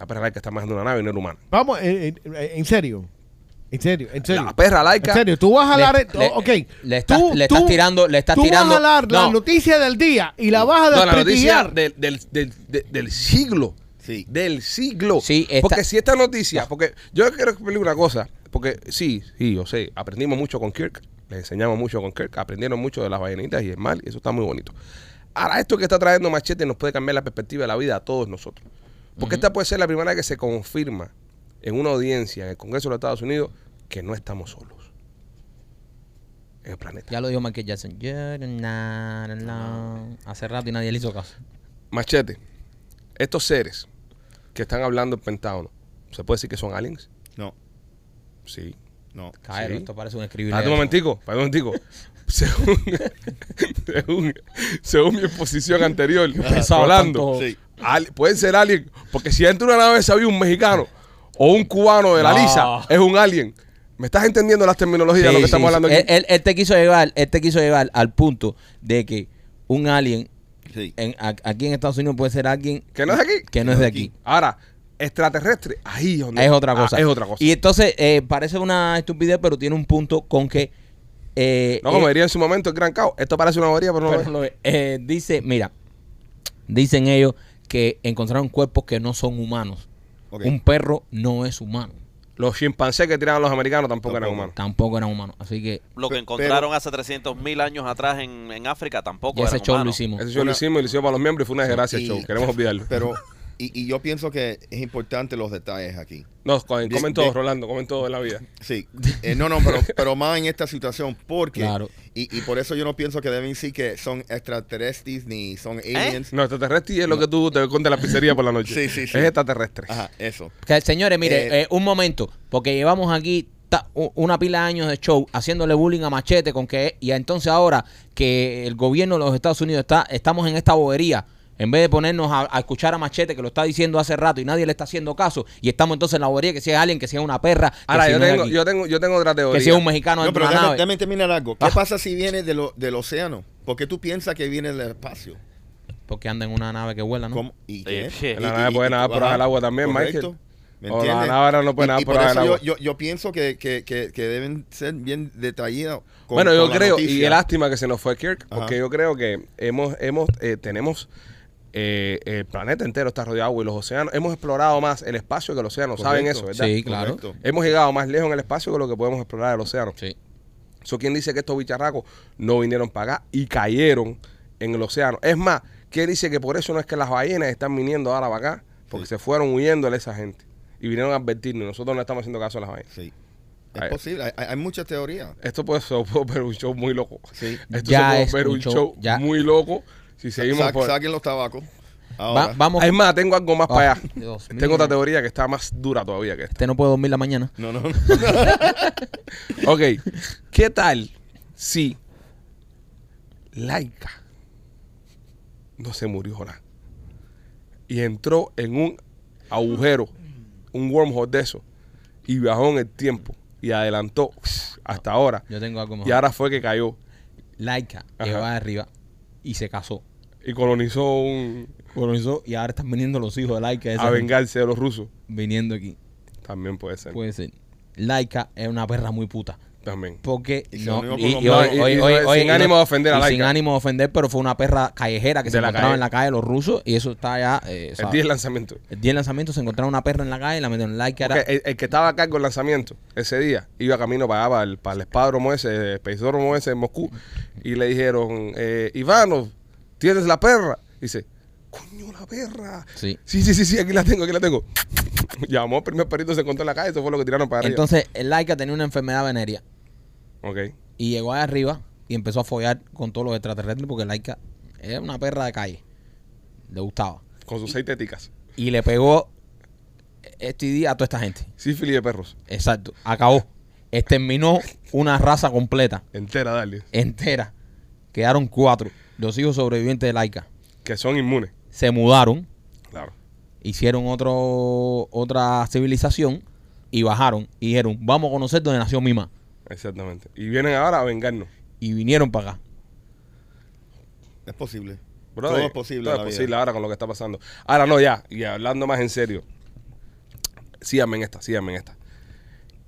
Speaker 3: La perra laica está manejando una nave y no era humana.
Speaker 5: Vamos, eh, eh, eh, en serio. En serio, en serio.
Speaker 3: La perra laica.
Speaker 5: En serio, tú vas a
Speaker 4: Le-
Speaker 5: hablar.
Speaker 4: le-
Speaker 5: ok.
Speaker 4: le estás- le estás tirando- le estás
Speaker 5: tú
Speaker 4: tirando-
Speaker 5: Vas a hablar la
Speaker 4: no.
Speaker 5: noticia del día y la vas a
Speaker 3: No, la noticia
Speaker 5: desprestigiar.
Speaker 3: del, del, del, de- del siglo.
Speaker 6: Sí.
Speaker 3: Del siglo.
Speaker 4: Sí, esta-
Speaker 3: Porque si esta noticia, porque yo quiero explicar una cosa, porque sí, sí, yo sé, aprendimos mucho con Kirk, les enseñamos mucho con Kirk, aprendieron mucho de las vainitas y el mal, y eso está muy bonito. Ahora, esto que está trayendo Machete nos puede cambiar la perspectiva de la vida a todos nosotros. Porque esta puede ser la primera vez que se confirma en una audiencia en el Congreso de los Estados Unidos que no estamos solos en el planeta.
Speaker 4: Ya lo dijo Michael Jackson. You're not alone. Hace rato y nadie le hizo caso.
Speaker 3: Machete, estos seres que están hablando en Pentágono, ¿se puede decir que son aliens?
Speaker 6: No,
Speaker 3: Sí.
Speaker 6: no.
Speaker 4: Caero,
Speaker 3: Sí.
Speaker 4: esto parece un escribir.
Speaker 3: Espérate un momentico, espérate un
Speaker 4: *laughs*
Speaker 3: momentico. Según, según, según mi exposición anterior,
Speaker 4: Ah, pensaba
Speaker 3: hablando,
Speaker 4: tanto.
Speaker 6: Sí.
Speaker 3: ali- pueden ser aliens, porque si entra una nave había un mexicano o un cubano de la
Speaker 4: No.
Speaker 3: lisa, es un alien. ¿Me estás entendiendo las terminologías de lo que estamos hablando aquí?
Speaker 4: Él, él- él te quiso llevar, él te quiso llevar al punto de que un alien
Speaker 6: Sí.
Speaker 4: en- a- aquí en Estados Unidos puede ser alguien
Speaker 3: ¿Que no es aquí?
Speaker 4: que no es de aquí.
Speaker 3: Ahora, extraterrestre, ahí es donde-
Speaker 4: eh. Es otra
Speaker 3: ah,
Speaker 4: cosa.
Speaker 3: es otra cosa.
Speaker 4: Y entonces eh, parece una estupidez, pero tiene un punto con que. eh,
Speaker 3: no, como
Speaker 4: eh,
Speaker 3: diría en su momento el gran caos. Esto parece una bobería, pero no lo
Speaker 4: pero
Speaker 3: es.
Speaker 4: lo es. Eh, dice, mira, dicen ellos que encontraron cuerpos que no son humanos.
Speaker 6: Ok.
Speaker 4: Un perro no es humano.
Speaker 3: Los chimpancés que tiraban los americanos tampoco eran
Speaker 6: Tampoco.
Speaker 3: humanos.
Speaker 4: Tampoco era humano. Así que
Speaker 7: Lo que
Speaker 6: Pe-
Speaker 7: encontraron hace 300.000 años atrás en, en África tampoco
Speaker 4: ya ese
Speaker 7: eran
Speaker 4: show lo
Speaker 7: humanos.
Speaker 4: hicimos.
Speaker 3: Ese show lo hicimos y lo hicimos para los miembros y fue una desgracia el
Speaker 6: Y-
Speaker 3: show. Queremos olvidarlo.
Speaker 6: Pero, y, y yo pienso que es importante los detalles aquí.
Speaker 3: No, comen, comen
Speaker 6: Bien,
Speaker 3: todo,
Speaker 6: bien.
Speaker 3: Rolando, comen todo de la vida.
Speaker 6: Sí, Eh, no, no, pero, pero más en esta situación, porque.
Speaker 4: Claro.
Speaker 6: Y, y por eso yo no pienso que deben decir que son extraterrestres ni son aliens.
Speaker 3: No, extraterrestre es lo que tú te contas en la pizzería por la noche.
Speaker 6: Sí, sí, sí.
Speaker 3: Es extraterrestre.
Speaker 6: Ajá, eso.
Speaker 4: Que, señores, mire,
Speaker 6: Eh,
Speaker 4: eh, un momento, porque llevamos aquí ta- u- una pila de años de show haciéndole bullying a Machete con que y entonces ahora que el gobierno de los Estados Unidos está estamos en esta bobería en vez de ponernos a, a escuchar a Machete que lo está diciendo hace rato y nadie le está haciendo caso y estamos entonces en la bobería que si es alguien que si es una perra que
Speaker 3: Ahora,
Speaker 4: si
Speaker 3: yo,
Speaker 4: no es
Speaker 3: tengo,
Speaker 4: aquí,
Speaker 3: yo, tengo, yo tengo otra teoría.
Speaker 4: que si es un mexicano
Speaker 6: No,
Speaker 4: dentro de
Speaker 6: pero
Speaker 4: una
Speaker 6: déjame,
Speaker 4: nave.
Speaker 6: déjame terminar algo. ¿Qué
Speaker 4: Ah.
Speaker 6: pasa si viene de lo- del océano? Porque tú piensas que viene del espacio.
Speaker 4: porque anda en una nave que vuela, ¿no?
Speaker 6: ¿Cómo? ¿Y qué?
Speaker 7: sí.
Speaker 3: *laughs* La nave puede nadar por
Speaker 6: ajá,
Speaker 3: abajo del agua también,
Speaker 6: correcto.
Speaker 3: Michael.
Speaker 6: ¿Me
Speaker 3: O la
Speaker 6: entiendes?
Speaker 3: nave ahora no puede
Speaker 6: Y-
Speaker 3: nadar
Speaker 6: y
Speaker 3: por
Speaker 6: por
Speaker 3: abajo del
Speaker 6: eso
Speaker 3: agua.
Speaker 6: Yo, yo, yo pienso que, que, que, que deben ser bien detallados. con-
Speaker 3: bueno,
Speaker 6: con
Speaker 3: yo
Speaker 6: la
Speaker 3: creo, y
Speaker 6: noticia.
Speaker 3: es lástima que se nos fue Kirk, porque
Speaker 6: Ajá.
Speaker 3: yo creo que hemos, hemos, eh, tenemos eh, el planeta entero está rodeado de agua y los océanos. Hemos explorado más el espacio que el océano. ¿Saben eso,
Speaker 6: Correcto.
Speaker 3: verdad?
Speaker 4: Sí, claro.
Speaker 6: Correcto.
Speaker 3: Hemos llegado más lejos en el espacio que lo que podemos explorar el océano.
Speaker 4: Sí.
Speaker 3: So, ¿Quién dice que estos bicharracos no vinieron para acá y cayeron en el océano? Es más, ¿quién dice que por eso no es que las ballenas están viniendo ahora para acá? Porque
Speaker 6: Sí.
Speaker 3: se fueron huyendo de esa gente y vinieron a advertirnos. Nosotros no estamos haciendo caso a las ballenas.
Speaker 6: Sí.
Speaker 3: A
Speaker 6: Es
Speaker 3: ver.
Speaker 6: posible. Hay, hay muchas teorías.
Speaker 3: Esto puede ser puede ver un show muy loco.
Speaker 6: Sí.
Speaker 3: Esto
Speaker 4: Ya
Speaker 3: se puede
Speaker 4: es
Speaker 3: ver
Speaker 4: un
Speaker 3: un
Speaker 4: show,
Speaker 3: show
Speaker 4: ya.
Speaker 3: muy loco si seguimos
Speaker 6: Sa-
Speaker 3: por...
Speaker 6: Saquen los tabacos.
Speaker 4: Va-
Speaker 3: Ah.
Speaker 6: Ahora.
Speaker 4: Ah, vamos.
Speaker 3: Es más, tengo algo más
Speaker 4: Ah,
Speaker 3: para allá.
Speaker 4: Dios mío.
Speaker 3: tengo otra teoría que está más dura todavía que esta.
Speaker 4: Este no puede dormir la mañana.
Speaker 3: *laughs*
Speaker 6: No, no, no.
Speaker 3: Ok, ¿qué tal si Laika no se murió nada y entró en un agujero, un wormhole de eso, y viajó en el tiempo y adelantó hasta ahora?
Speaker 4: Yo tengo algo mejor.
Speaker 3: Y ahora fue que cayó
Speaker 4: Laika que
Speaker 3: Ajá.
Speaker 4: va arriba y se casó.
Speaker 3: y colonizó un,
Speaker 4: colonizó y ahora están viniendo los hijos de Laika. esa
Speaker 3: a
Speaker 4: gente, Pues,
Speaker 3: vengarse de los rusos.
Speaker 4: Viniendo aquí.
Speaker 3: También puede ser.
Speaker 4: Puede ser. Laika es una perra muy puta.
Speaker 3: También.
Speaker 4: Porque
Speaker 6: Y se
Speaker 4: no,
Speaker 6: unió con
Speaker 4: y-
Speaker 6: los
Speaker 4: y-
Speaker 6: malos.
Speaker 4: oye,
Speaker 3: No, y-
Speaker 4: oye,
Speaker 3: y
Speaker 4: oye,
Speaker 3: no-
Speaker 4: oye,
Speaker 3: sin
Speaker 4: y no-
Speaker 3: ánimo de ofender a
Speaker 4: y Sin
Speaker 3: Laika.
Speaker 4: ánimo de ofender, pero fue una perra callejera que
Speaker 3: De
Speaker 4: se
Speaker 3: la
Speaker 4: encontraba
Speaker 3: calle.
Speaker 4: en la calle de los rusos y eso está ya. eh,
Speaker 3: El
Speaker 4: ¿sabes?
Speaker 3: 10 lanzamiento.
Speaker 4: El día del lanzamiento se encontraba una perra en la calle y la metieron en Laika.
Speaker 3: Porque el, el que estaba a cargo del lanzamiento ese día iba camino para allá, para el, para el espádromo ese, el espacedromo ese en Moscú, y le dijeron, eh, Ivanov, ¿tienes la perra? Dice, coño, la perra.
Speaker 4: Sí.
Speaker 3: sí, sí, sí, sí, aquí la tengo, aquí la tengo. *laughs* Llamó al primer perrito, se encontró en la calle, eso fue lo que tiraron para arriba.
Speaker 4: Entonces, el Laika tenía una enfermedad venérea
Speaker 3: Ok.
Speaker 4: y llegó allá arriba y empezó a follar con todos los extraterrestres porque Laika era una perra de calle. Le gustaba.
Speaker 3: Con sus seis teticas.
Speaker 4: Y le pegó este día a toda esta gente.
Speaker 3: Sífilis de perros.
Speaker 4: Exacto. Acabó. Exterminó una raza completa,
Speaker 3: Entera, dale.
Speaker 4: entera. Quedaron cuatro. Los hijos sobrevivientes de Laika.
Speaker 3: Que son inmunes.
Speaker 4: Se mudaron,
Speaker 3: Claro.
Speaker 4: hicieron otro, otra civilización y bajaron y dijeron, vamos a conocer donde nació mi mamá.
Speaker 3: Exactamente. Y vienen ahora a vengarnos.
Speaker 4: Y vinieron para acá.
Speaker 6: Es posible.
Speaker 3: Brother,
Speaker 6: todo es posible.
Speaker 3: Todo es
Speaker 6: en la vida.
Speaker 3: posible ahora con lo que está pasando. Ahora no, ya. Y hablando más en serio. Síganme en esta, síganme en esta.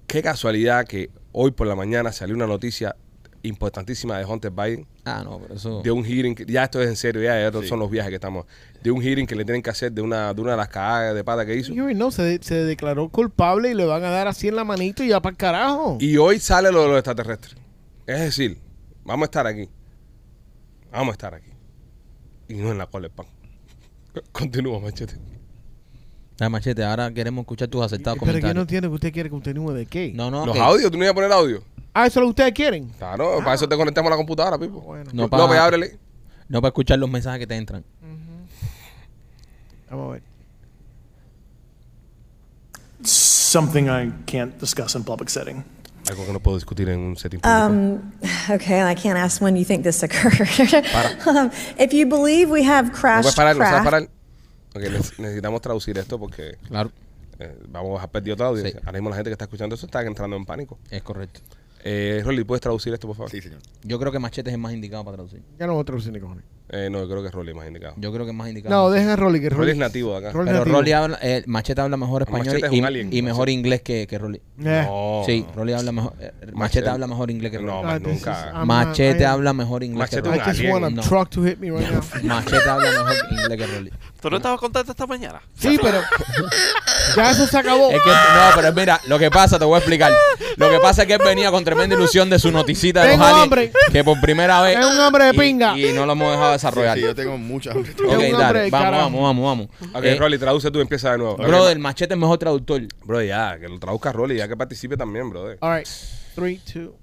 Speaker 3: Qué casualidad que hoy por la mañana salió una noticia importantísima de Hunter Biden.
Speaker 4: Ah, no, pero eso...
Speaker 3: de un hearing, que- ya esto es en serio, ya estos
Speaker 6: Sí.
Speaker 3: son los viajes que estamos, de un hearing que le tienen que hacer de una de una de las cagadas de pata que hizo.
Speaker 5: Yo, no, se, se declaró culpable y le van a dar así en la manito y ya para carajo.
Speaker 3: Y hoy sale lo de los extraterrestres. Es decir, vamos a estar aquí. Vamos a estar aquí. Y no en la cola del pan. *laughs* Continúa, machete.
Speaker 4: Ah, machete, ahora queremos escuchar tus acertados
Speaker 5: Pero yo no
Speaker 4: comentarios.
Speaker 5: entiendo que usted quiere que continúe de qué.
Speaker 4: No, no,
Speaker 3: los
Speaker 4: que-
Speaker 3: audios, tú no ibas a poner audio.
Speaker 5: Ah, eso es lo que ustedes quieren.
Speaker 3: Claro, para eso te conectamos a la computadora, Pipo.
Speaker 5: Bueno,
Speaker 4: No,
Speaker 3: No,
Speaker 4: para-
Speaker 3: pues ábrele.
Speaker 4: no para escuchar los mensajes que te entran.
Speaker 5: vamos a ver.
Speaker 9: something I can't discuss in public setting.
Speaker 3: Algo que no puedo discutir en un setting público.
Speaker 10: Um, *laughs* okay, I can't ask when you think this occurred.
Speaker 4: *laughs*
Speaker 10: *laughs* um, if you believe we have
Speaker 3: no
Speaker 10: crashed
Speaker 3: puedes parar, no sabes
Speaker 10: craft-
Speaker 3: parar. Ok, ne- necesitamos traducir esto porque
Speaker 4: Claro,
Speaker 3: eh, vamos a perder otra audiencia.
Speaker 4: Sí.
Speaker 3: Ahora mismo la gente que está escuchando eso está entrando en pánico.
Speaker 4: es correcto.
Speaker 3: Eh, Rolly, ¿puedes traducir esto, por favor?
Speaker 6: Sí, señor.
Speaker 4: Yo creo que machete es el más indicado para traducir.
Speaker 5: Ya no voy a traducir ni cojones.
Speaker 3: Eh, no, yo creo que es Rolly más indicado.
Speaker 4: Yo creo que es más indicado.
Speaker 5: No, dejen a Rolly, que
Speaker 3: Rolly
Speaker 5: Rolly
Speaker 3: es nativo de acá.
Speaker 5: Rolly
Speaker 4: Pero
Speaker 5: nativo.
Speaker 4: Rolly habla, eh, Machete habla mejor español
Speaker 3: Machete es un
Speaker 4: y,
Speaker 3: alien,
Speaker 4: y mejor inglés que, que Rolly.
Speaker 5: Eh.
Speaker 3: No.
Speaker 4: sí, Rolly habla mejor. eh, Machete, habla mejor inglés que Rolly.
Speaker 3: No,
Speaker 5: Ah,
Speaker 3: más
Speaker 5: this is-
Speaker 3: nunca.
Speaker 5: I'm
Speaker 4: Machete
Speaker 5: not- I-
Speaker 4: habla mejor inglés
Speaker 3: Machete
Speaker 5: I
Speaker 3: un
Speaker 4: que
Speaker 5: just
Speaker 3: alien,
Speaker 5: want a
Speaker 4: no.
Speaker 5: truck to hit me right now.
Speaker 4: Rolly. Machete habla mejor inglés que
Speaker 5: *laughs*
Speaker 4: Rolly.
Speaker 7: ¿Tú no estabas contento esta mañana?
Speaker 5: Sí, pero ya eso se acabó.
Speaker 4: Es que, no, pero mira, lo que pasa, te voy a explicar. Lo que pasa es que él venía con tremenda ilusión de su noticita de los
Speaker 5: Tengo
Speaker 4: aliens.
Speaker 5: hambre.
Speaker 4: Que por primera vez.
Speaker 5: Es un hambre de
Speaker 4: y-
Speaker 5: pinga.
Speaker 4: Y, no lo hemos dejado
Speaker 6: Sí,
Speaker 4: desarrollar.
Speaker 6: sí, yo
Speaker 3: *laughs*
Speaker 6: tengo muchas. *laughs*
Speaker 5: un
Speaker 4: Ok,
Speaker 5: hambre
Speaker 4: dale.
Speaker 5: de
Speaker 4: Vamos,
Speaker 5: carajo.
Speaker 4: vamos, vamos, vamos.
Speaker 3: Ok,
Speaker 4: Eh,
Speaker 3: Rolly, traduce tú, empieza de nuevo.
Speaker 4: brother, Machete es mejor traductor.
Speaker 3: Bro, ya, que lo traduzca Rolly, ya que participe también, brother.
Speaker 5: All right, three, two.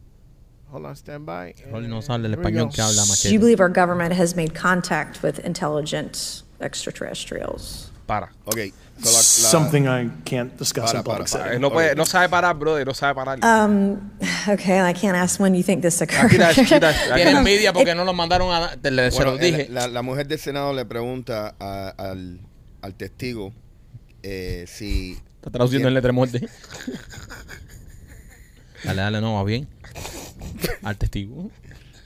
Speaker 5: Hold on, stand by.
Speaker 4: Rolly no sabe el
Speaker 5: Here we
Speaker 4: español
Speaker 5: go.
Speaker 4: que habla
Speaker 10: Do you
Speaker 4: Machete.
Speaker 10: believe our government has made contact with intelligent extraterrestrials?
Speaker 3: Para.
Speaker 6: Ok. so la- la-
Speaker 9: something I can't discuss
Speaker 6: Para,
Speaker 9: in public
Speaker 6: para,
Speaker 9: setting.
Speaker 6: para.
Speaker 3: Eh, no, puede, no sabe parar, brother, no sabe parar. Ah,
Speaker 10: Um, okay, I can't ask when you think this occurred.
Speaker 3: Aquí está, aquí está, aquí está.
Speaker 4: Tiene envidia porque no lo mandaron a. Te, le- se
Speaker 6: bueno,
Speaker 4: los
Speaker 6: el-
Speaker 4: dije.
Speaker 6: La, la mujer del Senado le pregunta a- al, al testigo eh, si.
Speaker 4: Está traduciendo en letra muerte. *laughs* Dale, dale, no, va bien. Al testigo.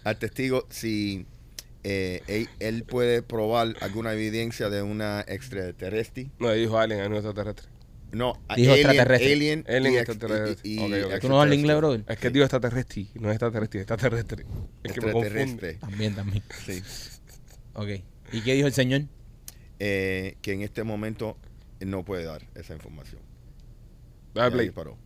Speaker 6: Al testigo si. eh, él, él puede probar alguna evidencia de una extraterrestre.
Speaker 3: No, dijo alien, es un extraterrestre.
Speaker 6: No, a-
Speaker 4: Dijo
Speaker 6: alien,
Speaker 4: extraterrestre.
Speaker 6: alien,
Speaker 3: Alien
Speaker 6: y ex-
Speaker 3: extraterrestre.
Speaker 6: y- y-
Speaker 3: Ok, ok.
Speaker 6: extraterrestre.
Speaker 4: ¿Tú no hablas inglés, brother?
Speaker 3: Es que dijo extraterrestre, no es extraterrestre, es extraterrestre. Es que me confunde.
Speaker 6: Extraterrestre.
Speaker 4: También, también.
Speaker 6: Sí.
Speaker 4: Ok. ¿Y qué dijo el señor?
Speaker 6: Eh, que en este momento no puede dar esa información.
Speaker 3: Dale
Speaker 6: Ya
Speaker 3: Ah, play.
Speaker 6: disparó.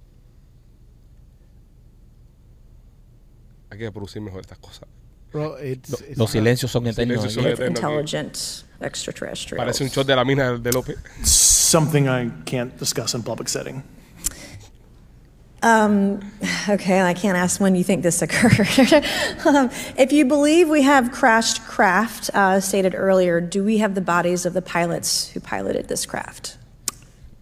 Speaker 3: Hay que producir mejor estas cosas.
Speaker 5: Bro, it's- it's
Speaker 4: Los
Speaker 5: not-
Speaker 4: silencios son eternos.
Speaker 3: silencios
Speaker 4: aquí.
Speaker 3: son eternos.
Speaker 10: intelligent extraterrestrials.
Speaker 3: Parece un shot de la mina de López.
Speaker 9: Something I can't discuss in public setting.
Speaker 10: Um, okay, I can't ask when you think this occurred. *laughs* um, if you believe we have crashed craft, uh, stated earlier, do we have the bodies of the pilots who piloted this craft?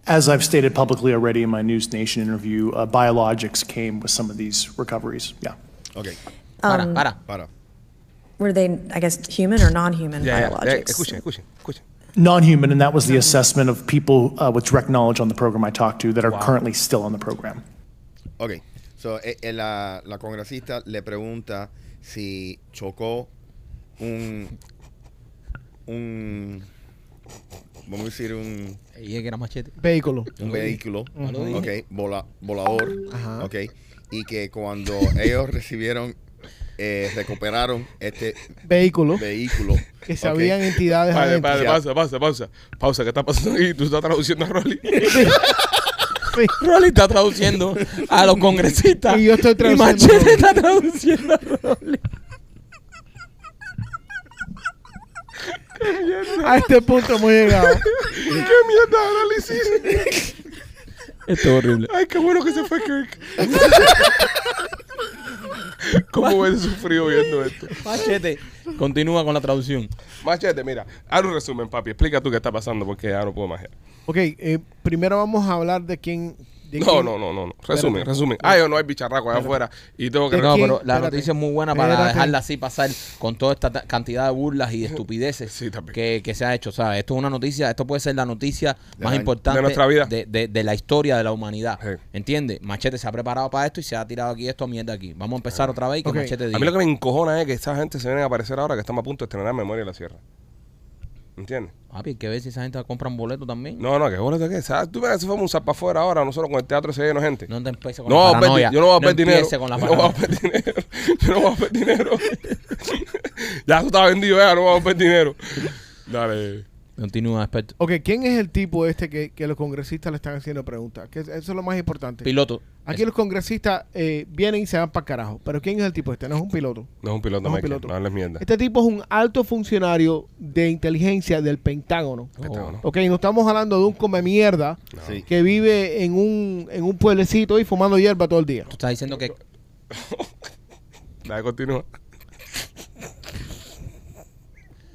Speaker 9: As I've stated publicly already in my News Nation interview, uh, biologics came with some of these recoveries. Yeah.
Speaker 6: Ok,
Speaker 4: Para,
Speaker 10: Um,
Speaker 4: para.
Speaker 6: para.
Speaker 10: Were they, I guess, human or non-human
Speaker 3: Ya, ya, ya,
Speaker 10: biologics?
Speaker 3: Escuchen, escuchen, escuchen.
Speaker 9: Non human, and that was the assessment of people uh, with direct knowledge on the program I talked to that are currently still on the program.
Speaker 6: Ok, so, eh, eh, la, la congresista le pregunta si chocó un. un vamos a decir un,
Speaker 4: Y es que era machete.
Speaker 5: Vehículo.
Speaker 6: un vehículo,
Speaker 4: lo dije.
Speaker 6: ok, vola- volador,
Speaker 5: Ajá.
Speaker 6: ok, y que cuando ellos recibieron, eh, recuperaron este
Speaker 5: Vehículo.
Speaker 6: vehículo,
Speaker 5: Que
Speaker 6: ok,
Speaker 5: sabían entidades
Speaker 3: Vale,
Speaker 5: adentro.
Speaker 3: vale,
Speaker 6: Ya.
Speaker 3: pausa, pausa, pausa. Pausa, ¿qué está pasando aquí? Tú estás traduciendo a Rolly.
Speaker 5: Sí.
Speaker 4: Rolly está traduciendo a los congresistas.
Speaker 5: Y yo estoy traduciendo.
Speaker 4: Machete está traduciendo a Rolly.
Speaker 5: A este punto hemos llegado.
Speaker 3: ¡Qué mierda de análisis!
Speaker 4: Esto es horrible.
Speaker 3: ¡Ay, qué bueno que se fue Kirk! *laughs* ¿Cómo ves sufrido viendo esto?
Speaker 4: Machete. Continúa con la traducción.
Speaker 3: Machete, mira, haz un resumen, papi. Explica tú qué está pasando porque ya no puedo más.
Speaker 5: Ok, eh, primero vamos a hablar de quién, ¿De
Speaker 3: No,
Speaker 5: quién?
Speaker 3: no, no, no. no. Resumen, resumen. Ay, no hay bicharraco allá afuera y tengo que...
Speaker 5: ¿De
Speaker 3: No,
Speaker 5: quién?
Speaker 3: pero...
Speaker 4: Pero la
Speaker 5: Espérate.
Speaker 4: noticia es muy buena para
Speaker 5: Espérate.
Speaker 4: dejarla así pasar con toda esta ta- cantidad de burlas y de estupideces
Speaker 3: Sí, también.
Speaker 4: que, que se ha hecho. ¿sabes? Esto es una noticia, esto puede ser la noticia más
Speaker 6: año.
Speaker 4: importante
Speaker 3: De nuestra vida.
Speaker 4: De, de- de la historia de la humanidad.
Speaker 3: Sí.
Speaker 4: ¿Entiendes? Machete se ha preparado para esto y se ha tirado aquí esto mierda aquí. Vamos a empezar otra vez y que
Speaker 5: Ok.
Speaker 4: Machete diga.
Speaker 3: A mí lo que me encojona es que esta gente se viene a aparecer ahora que estamos a punto de estrenar Memoria de la Sierra. ¿Entiendes?
Speaker 4: Papi, hay que ver si esa gente compra un boleto también.
Speaker 3: No, no, que boleto que es. ¿Sabes? Tú ves que se fue un zapa afuera ahora, nosotros con el teatro se lleno de gente.
Speaker 4: No te empieces con
Speaker 3: No,
Speaker 4: la
Speaker 3: voy a perder-
Speaker 4: paranoia.
Speaker 3: yo no voy a perder dinero.
Speaker 4: empieces con la
Speaker 3: yo no voy a
Speaker 4: paranoia.
Speaker 3: perder dinero. Yo no voy a perder dinero. *laughs* ya tú estás vendido, ya no voy a perder dinero. Dale.
Speaker 4: Continúa, experto.
Speaker 5: Ok, ¿quién es el tipo este que, que los congresistas le están haciendo preguntas? Que eso es lo más importante.
Speaker 4: Piloto.
Speaker 5: Aquí los congresistas eh, vienen y se van para carajo. Pero ¿quién es el tipo este? No es un piloto.
Speaker 3: No es un piloto,
Speaker 5: No
Speaker 3: no,
Speaker 5: es un
Speaker 3: Michael.
Speaker 5: piloto.
Speaker 3: No hables mierda.
Speaker 5: Este tipo es un alto funcionario de inteligencia del Pentágono.
Speaker 3: Oh. Pentágono.
Speaker 5: Ok, no estamos hablando de un come mierda
Speaker 6: Sí.
Speaker 5: que vive en un, en un pueblecito y fumando hierba todo el día.
Speaker 4: Tú estás diciendo que
Speaker 3: Dale, continúa.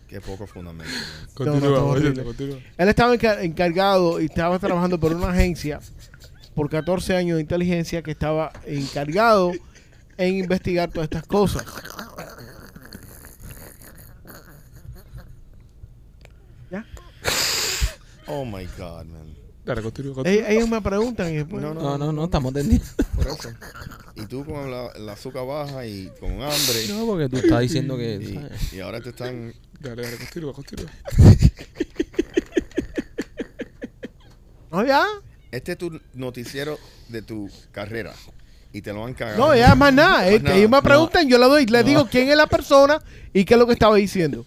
Speaker 6: Qué poco fundamento.
Speaker 5: No, no,
Speaker 3: Continúa,
Speaker 5: no,
Speaker 3: oye,
Speaker 5: horrible.
Speaker 3: continúa.
Speaker 5: Él estaba enca- encargado y estaba trabajando por una agencia por 14 años de inteligencia que estaba encargado en investigar todas estas cosas. ¿Ya?
Speaker 6: Oh my God, man.
Speaker 3: Dale, continúa. continúa.
Speaker 5: Ell- Ellos me preguntan y después-
Speaker 6: No, no,
Speaker 4: No, no, no, estamos entendiendo.
Speaker 6: por eso. Y tú con la, la azúcar baja y con hambre.
Speaker 4: No, porque tú estás diciendo que. ¿sabes?
Speaker 6: Y, y ahora te están.
Speaker 3: Dale, dale, continúa, continúa.
Speaker 5: No, ya.
Speaker 6: Este es tu noticiero de tu carrera. Y te lo han cagado.
Speaker 5: No, ya más nada. Eh,
Speaker 6: nada.
Speaker 5: Ellos me preguntan, yo le doy, le digo quién es la persona y qué es lo que estaba diciendo.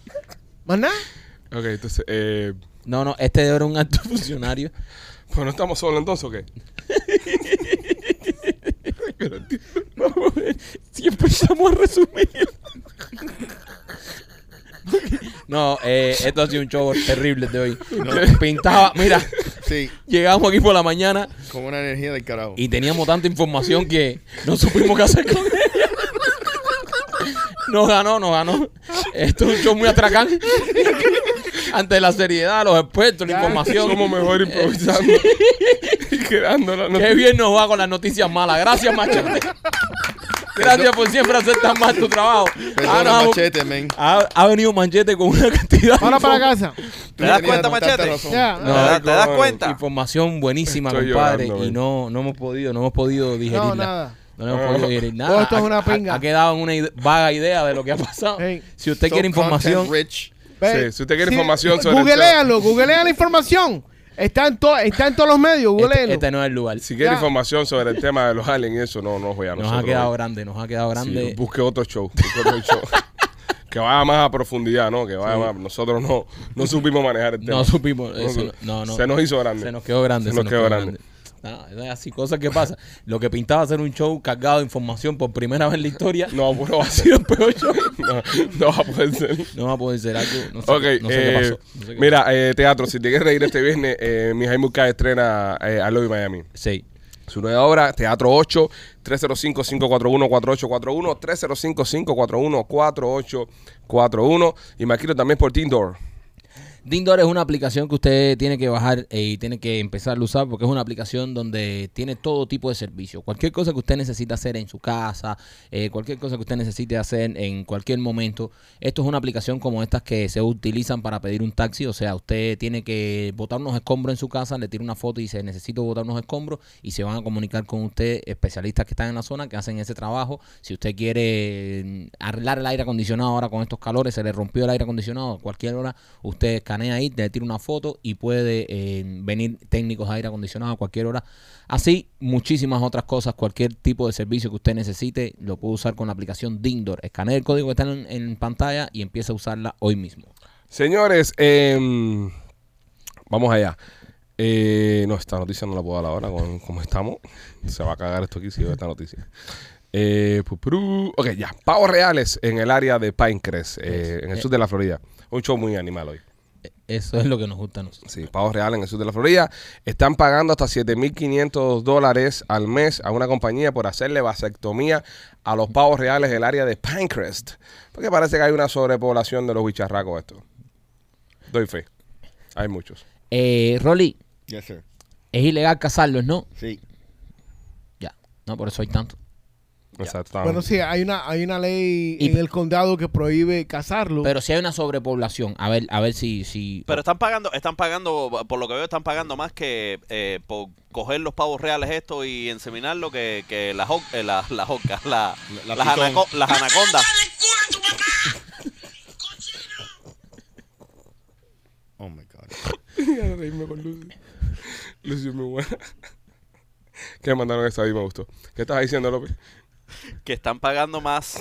Speaker 5: Más nada.
Speaker 3: Ok, entonces, eh,
Speaker 4: No, no, este era un alto *laughs* funcionario.
Speaker 3: pues no estamos solos entonces, ¿o qué?
Speaker 4: Vamos a ver *laughs* si empezamos a resumir. No, eh, esto ha sido un show terrible de hoy. Pintaba, mira,
Speaker 6: Sí,
Speaker 4: llegamos aquí por la mañana
Speaker 6: con una energía del carajo.
Speaker 4: y teníamos tanta información que no supimos qué hacer con ella. Nos ganó, nos ganó. Esto es un show muy atracán. Ante la seriedad, los expertos, la información.
Speaker 3: Somos mejor
Speaker 4: *laughs*
Speaker 3: improvisando y creando la
Speaker 4: Qué
Speaker 3: noticia.
Speaker 4: bien nos va con las noticias malas. Gracias, Machete. Gracias por siempre hacer tan mal tu trabajo.
Speaker 6: Perdona,
Speaker 4: Ah, no,
Speaker 6: machete, men.
Speaker 4: Ha, ha venido Machete con una cantidad
Speaker 5: Ahora para
Speaker 4: de
Speaker 5: casa.
Speaker 6: Tú
Speaker 7: ¿Te das
Speaker 6: tenías
Speaker 7: cuenta,
Speaker 6: tanta
Speaker 7: Machete?
Speaker 6: razón.
Speaker 5: Ya.
Speaker 7: ¿Te, da- te das
Speaker 3: No,
Speaker 7: cuenta?
Speaker 4: información buenísima,
Speaker 3: Estoy
Speaker 4: compadre.
Speaker 3: llorando,
Speaker 4: y
Speaker 3: ven.
Speaker 4: no, no hemos podido, no hemos podido digerirla. No,
Speaker 5: nada.
Speaker 4: hemos
Speaker 3: No.
Speaker 4: podido digerir nada.
Speaker 5: Todo esto es una
Speaker 4: Ha-
Speaker 5: pinga.
Speaker 4: Ha, ha quedado en una ide- vaga idea de lo que ha pasado.
Speaker 5: Hey.
Speaker 4: Si usted
Speaker 6: So
Speaker 4: quiere información, este,
Speaker 6: content Rich.
Speaker 3: Sí,
Speaker 5: Ve,
Speaker 3: si usted quiere información sobre el
Speaker 5: Googlealo, googlea la información. Está en, to- está en todos los medios, googlealo.
Speaker 4: este, este no es el lugar.
Speaker 3: Si quiere
Speaker 5: Ya.
Speaker 3: información sobre el tema de los aliens y eso, no, no voy a
Speaker 4: nos
Speaker 3: nosotros.
Speaker 4: ha quedado grande, nos ha quedado
Speaker 3: Sí,
Speaker 4: grande.
Speaker 3: busque otro show. busque otro
Speaker 4: *laughs*
Speaker 3: show. que vaya más a profundidad, ¿no? Que vaya más. Nosotros no, no supimos manejar el tema.
Speaker 4: No supimos.
Speaker 3: No,
Speaker 4: Eso, no, no.
Speaker 3: Se nos hizo grande.
Speaker 4: Se nos quedó grande.
Speaker 3: Se nos quedó grande.
Speaker 4: Ah, es así cosas que pasan. Lo que pintaba ser un show cargado de información por primera vez en la historia
Speaker 3: No, bueno,
Speaker 4: ha sido el peor show.
Speaker 3: *laughs* no, no va a poder ser.
Speaker 4: No va a poder ser algo. No sé,
Speaker 3: Ok,
Speaker 4: no sé qué
Speaker 3: eh,
Speaker 4: pasó. no sé qué
Speaker 3: mira, eh, teatro, si te quieres reír este viernes, eh, Mijay Murcá estrena eh, I Love You, Miami.
Speaker 4: pasó. Sí.
Speaker 3: Su nueva obra, Teatro 8, 305-541-4841, 305-541-4841. Y me quiero también por Tindor.
Speaker 4: Dindor es una aplicación que usted tiene que bajar eh, y tiene que empezar a usar porque es una aplicación donde tiene todo tipo de servicios. Cualquier cosa que usted necesita hacer en su casa, eh, cualquier cosa que usted necesite hacer en cualquier momento. Esto es una aplicación como estas que se utilizan para pedir un taxi. O sea, usted tiene que botar unos escombros en su casa, le tira una foto y dice necesito botar unos escombros y se van a comunicar con usted especialistas que están en la zona que hacen ese trabajo. Si usted quiere mm, arreglar el aire acondicionado ahora con estos calores, se le rompió el aire acondicionado, a cualquier hora usted escanea ahí, le tira una foto y puede eh, venir técnicos de aire acondicionado a cualquier hora. Así, muchísimas otras cosas, cualquier tipo de servicio que usted necesite, lo puede usar con la aplicación Dindor. Escanea el código que está en, en pantalla y empieza a usarla hoy mismo.
Speaker 3: Señores, em, vamos allá. Eh, no, esta noticia no la puedo dar ahora, con como estamos. Se va a cagar esto aquí si veo esta noticia. Eh, pu- purú. ok, ya. Pavos reales en el área de Pinecrest, eh, en el sur de la Florida. Un show muy animal hoy.
Speaker 4: Eh, Eso es lo que nos gusta a nosotros.
Speaker 3: Sí, pavos reales en el sur de la Florida. Están pagando hasta 7.500 dólares al mes a una compañía por hacerle vasectomía a los pavos reales del área de Pancrest. Porque parece que hay una sobrepoblación de los bicharracos estos. Doy fe. Hay muchos.
Speaker 4: Eh, Rolly,
Speaker 6: Yes, sir.
Speaker 4: es ilegal casarlos, ¿no?
Speaker 6: Sí.
Speaker 4: No, por eso hay tanto.
Speaker 3: Exacto.
Speaker 5: Bueno, sí, hay una, hay una ley
Speaker 4: Y-
Speaker 5: en el condado que prohíbe cazarlo.
Speaker 4: Pero si hay una sobrepoblación, a ver, a ver si, si
Speaker 7: Pero están pagando, están pagando, por lo que veo, están pagando más que eh, por coger los pavos reales esto y enseminarlo que, que las ho- eh, las- las orcas, la-
Speaker 6: La- la
Speaker 7: las,
Speaker 6: pitón.
Speaker 7: anaco- las anacondas.
Speaker 6: Oh my God.
Speaker 3: Quiero reírme con Lucy. Lucy es muy buena. *laughs* Que mandaron esta y me gustó. ¿Qué estabas diciendo, López?
Speaker 7: que están pagando más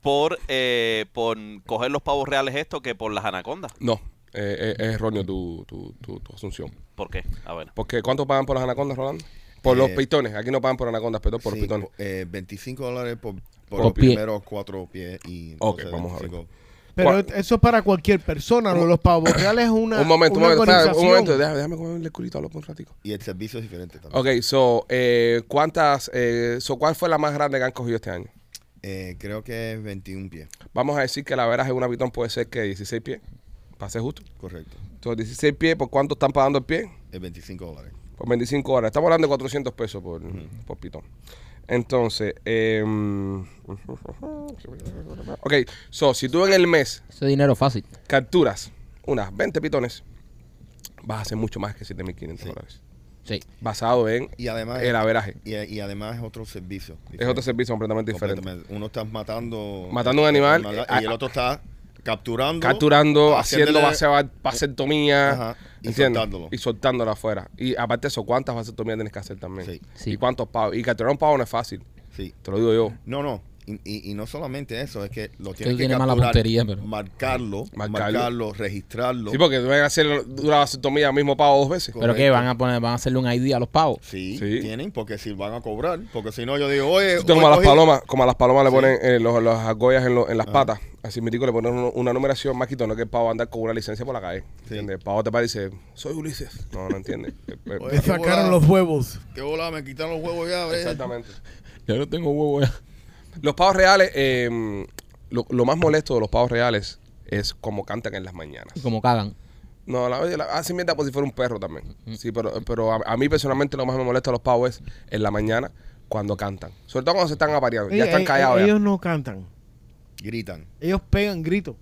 Speaker 7: por, eh, por coger los pavos reales esto que por las anacondas.
Speaker 3: No, eh, eh, es erróneo tu, tu, tu, tu asunción.
Speaker 7: ¿Por qué? Ah, A ver.
Speaker 3: Porque ¿cuánto pagan por las anacondas, Rolando? Por los
Speaker 6: Eh,
Speaker 3: pitones. Aquí no pagan por anacondas, perdón, por
Speaker 6: Sí,
Speaker 3: los pitones.
Speaker 6: po- eh, 25 dólares por, por,
Speaker 4: Por
Speaker 6: los
Speaker 4: pie.
Speaker 6: primeros cuatro pies. Y
Speaker 3: Ok,
Speaker 6: entonces
Speaker 3: vamos a ver.
Speaker 6: 25.
Speaker 5: Pero
Speaker 3: Cuál-
Speaker 5: eso es para cualquier persona, ¿no?
Speaker 3: *coughs*
Speaker 5: los pavos reales es una.
Speaker 3: un momento, un momento, espera,
Speaker 5: una
Speaker 3: un
Speaker 5: organización.
Speaker 3: momento. Déjame, déjame comerle el culito a López un ratico.
Speaker 6: Y el servicio es diferente también.
Speaker 3: Ok, so, eh, ¿cuántas, eh, so, ¿cuál fue la más grande que han cogido este año?
Speaker 6: Eh, creo que es 21 pies,
Speaker 3: Vamos a decir que la veraje de una pitón puede ser que 16 pies, para ser justo.
Speaker 6: correcto.
Speaker 3: Entonces, 16 pies, ¿por cuánto están pagando el pie?
Speaker 6: Es 25 dólares.
Speaker 3: Por 25 horas. Estamos hablando de 400 pesos por, por pitón. Entonces, eh, *laughs* ok, so, si tú en el mes
Speaker 4: ese dinero fácil.
Speaker 3: capturas unas 20 pitones, vas a hacer mucho más que 7.500 dólares.
Speaker 4: Sí.
Speaker 3: Basado en
Speaker 6: Y además.
Speaker 3: el averaje.
Speaker 6: Y, y además es otro servicio.
Speaker 3: Es otro servicio completamente diferente.
Speaker 6: Completamente. Uno está matando.
Speaker 3: Matando un animal, eh,
Speaker 6: Y el
Speaker 3: a-
Speaker 6: otro está capturando.
Speaker 3: capturando, haciendo
Speaker 6: haciéndole-
Speaker 3: vaseba- vasectomía
Speaker 6: Ajá, y
Speaker 3: ¿entiendes?
Speaker 6: soltándolo.
Speaker 3: y soltándolo afuera. Y aparte de eso, ¿cuántas vasectomías tienes que hacer también?
Speaker 6: Sí.
Speaker 4: Sí.
Speaker 3: ¿Y cuántos pavos? Y capturar un pavo no es fácil,
Speaker 6: Sí.
Speaker 3: te lo digo yo.
Speaker 6: No, no. Y, y- y no solamente eso, es que lo
Speaker 4: Tú
Speaker 6: tienes que
Speaker 4: tienes mala
Speaker 6: capturar,
Speaker 4: puntería, pero-
Speaker 6: marcarlo,
Speaker 3: Marcarlo.
Speaker 6: marcarlo, registrarlo.
Speaker 3: Sí, porque deben hacer una vasectomía al mismo pavo dos veces.
Speaker 4: Pero que van a poner, van a hacerle un ID a los pavos.
Speaker 6: Sí,
Speaker 3: Sí.
Speaker 6: tienen, porque si van a cobrar, porque si no yo digo, oye,
Speaker 3: Esto es
Speaker 6: hoy
Speaker 3: como a las
Speaker 6: cogí-
Speaker 3: palomas, como a las palomas le ponen eh, los, las argollas en, lo- en las patas. Así me digo, le ponen uno- una numeración más quitona que el pavo va a andar con una licencia por la calle. ¿Entiendes? El pavo te parece, soy Ulises. No, no entiende. Eh, eh,
Speaker 6: Oye,
Speaker 5: Me sacaron los huevos.
Speaker 6: Qué bola, me quitaron los huevos ya, ¿ves?
Speaker 3: Exactamente.
Speaker 4: Yo no tengo huevo ya.
Speaker 3: Los pavos reales, eh, lo, lo más molesto de los pavos reales es cómo cantan en las mañanas.
Speaker 4: Y como cagan.
Speaker 3: No, la, la, hacen mierda por si fuera un perro también. Sí, pero, pero a, a mí personalmente lo más me molesta de los pavos es en la mañana cuando cantan. Sobre todo cuando se están apareando. ya
Speaker 5: Eh,
Speaker 3: están
Speaker 5: eh,
Speaker 3: callados. ya.
Speaker 5: Ellos no cantan.
Speaker 6: Gritan.
Speaker 5: Ellos pegan gritos.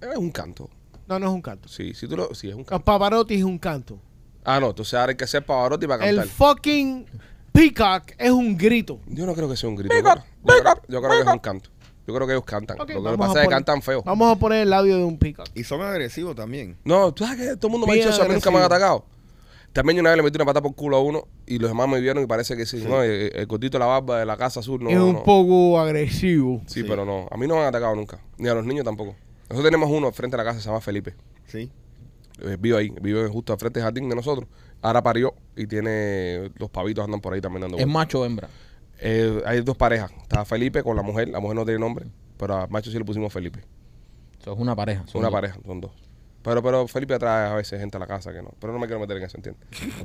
Speaker 3: Es un canto.
Speaker 5: No, no es un canto.
Speaker 3: Sí, sí, tú lo, sí, es un canto.
Speaker 5: El Pavarotti es un canto.
Speaker 3: Ah, no, entonces ahora hay que hacer Pavarotti para
Speaker 5: El
Speaker 3: cantar.
Speaker 5: fucking peacock es un grito.
Speaker 3: Yo no creo que sea un grito. yo creo- yo creo, yo creo que es un canto. Yo creo que ellos cantan.
Speaker 5: Ok,
Speaker 3: lo que
Speaker 5: vamos
Speaker 3: pasa
Speaker 5: a
Speaker 3: es que
Speaker 5: poner-
Speaker 3: cantan feo.
Speaker 5: Vamos a poner el labio de un peacock.
Speaker 6: Y son agresivos también.
Speaker 3: No, tú sabes que todo el mundo me ha
Speaker 5: Bien
Speaker 3: dicho eso, a mí nunca me han
Speaker 5: agresivo.
Speaker 3: atacado. También yo una vez le metí una pata por culo a uno y los demás me vieron y parece que sí. No, el, el cortito de la barba de la casa azul no.
Speaker 5: es un
Speaker 3: no.
Speaker 5: poco agresivo.
Speaker 3: Sí,
Speaker 6: Sí.
Speaker 3: pero no. A mí no me han atacado nunca. Ni a los niños tampoco. Nosotros tenemos uno al frente de la casa, se llama Felipe.
Speaker 6: Sí.
Speaker 3: Eh, Vive ahí, vive justo al frente del jardín de nosotros. Ahora parió y tiene. Los pavitos andan por ahí también dando
Speaker 4: ¿Es
Speaker 3: vueltas.
Speaker 4: macho o hembra?
Speaker 3: Eh, hay dos parejas. Está Felipe con la mujer. La mujer no tiene nombre, pero a macho sí le pusimos Felipe.
Speaker 4: Eso es una pareja.
Speaker 3: Son una pareja, son dos. Pero, pero Felipe atrae a veces gente a la casa que no. Pero no me quiero meter en eso, ¿entiendes?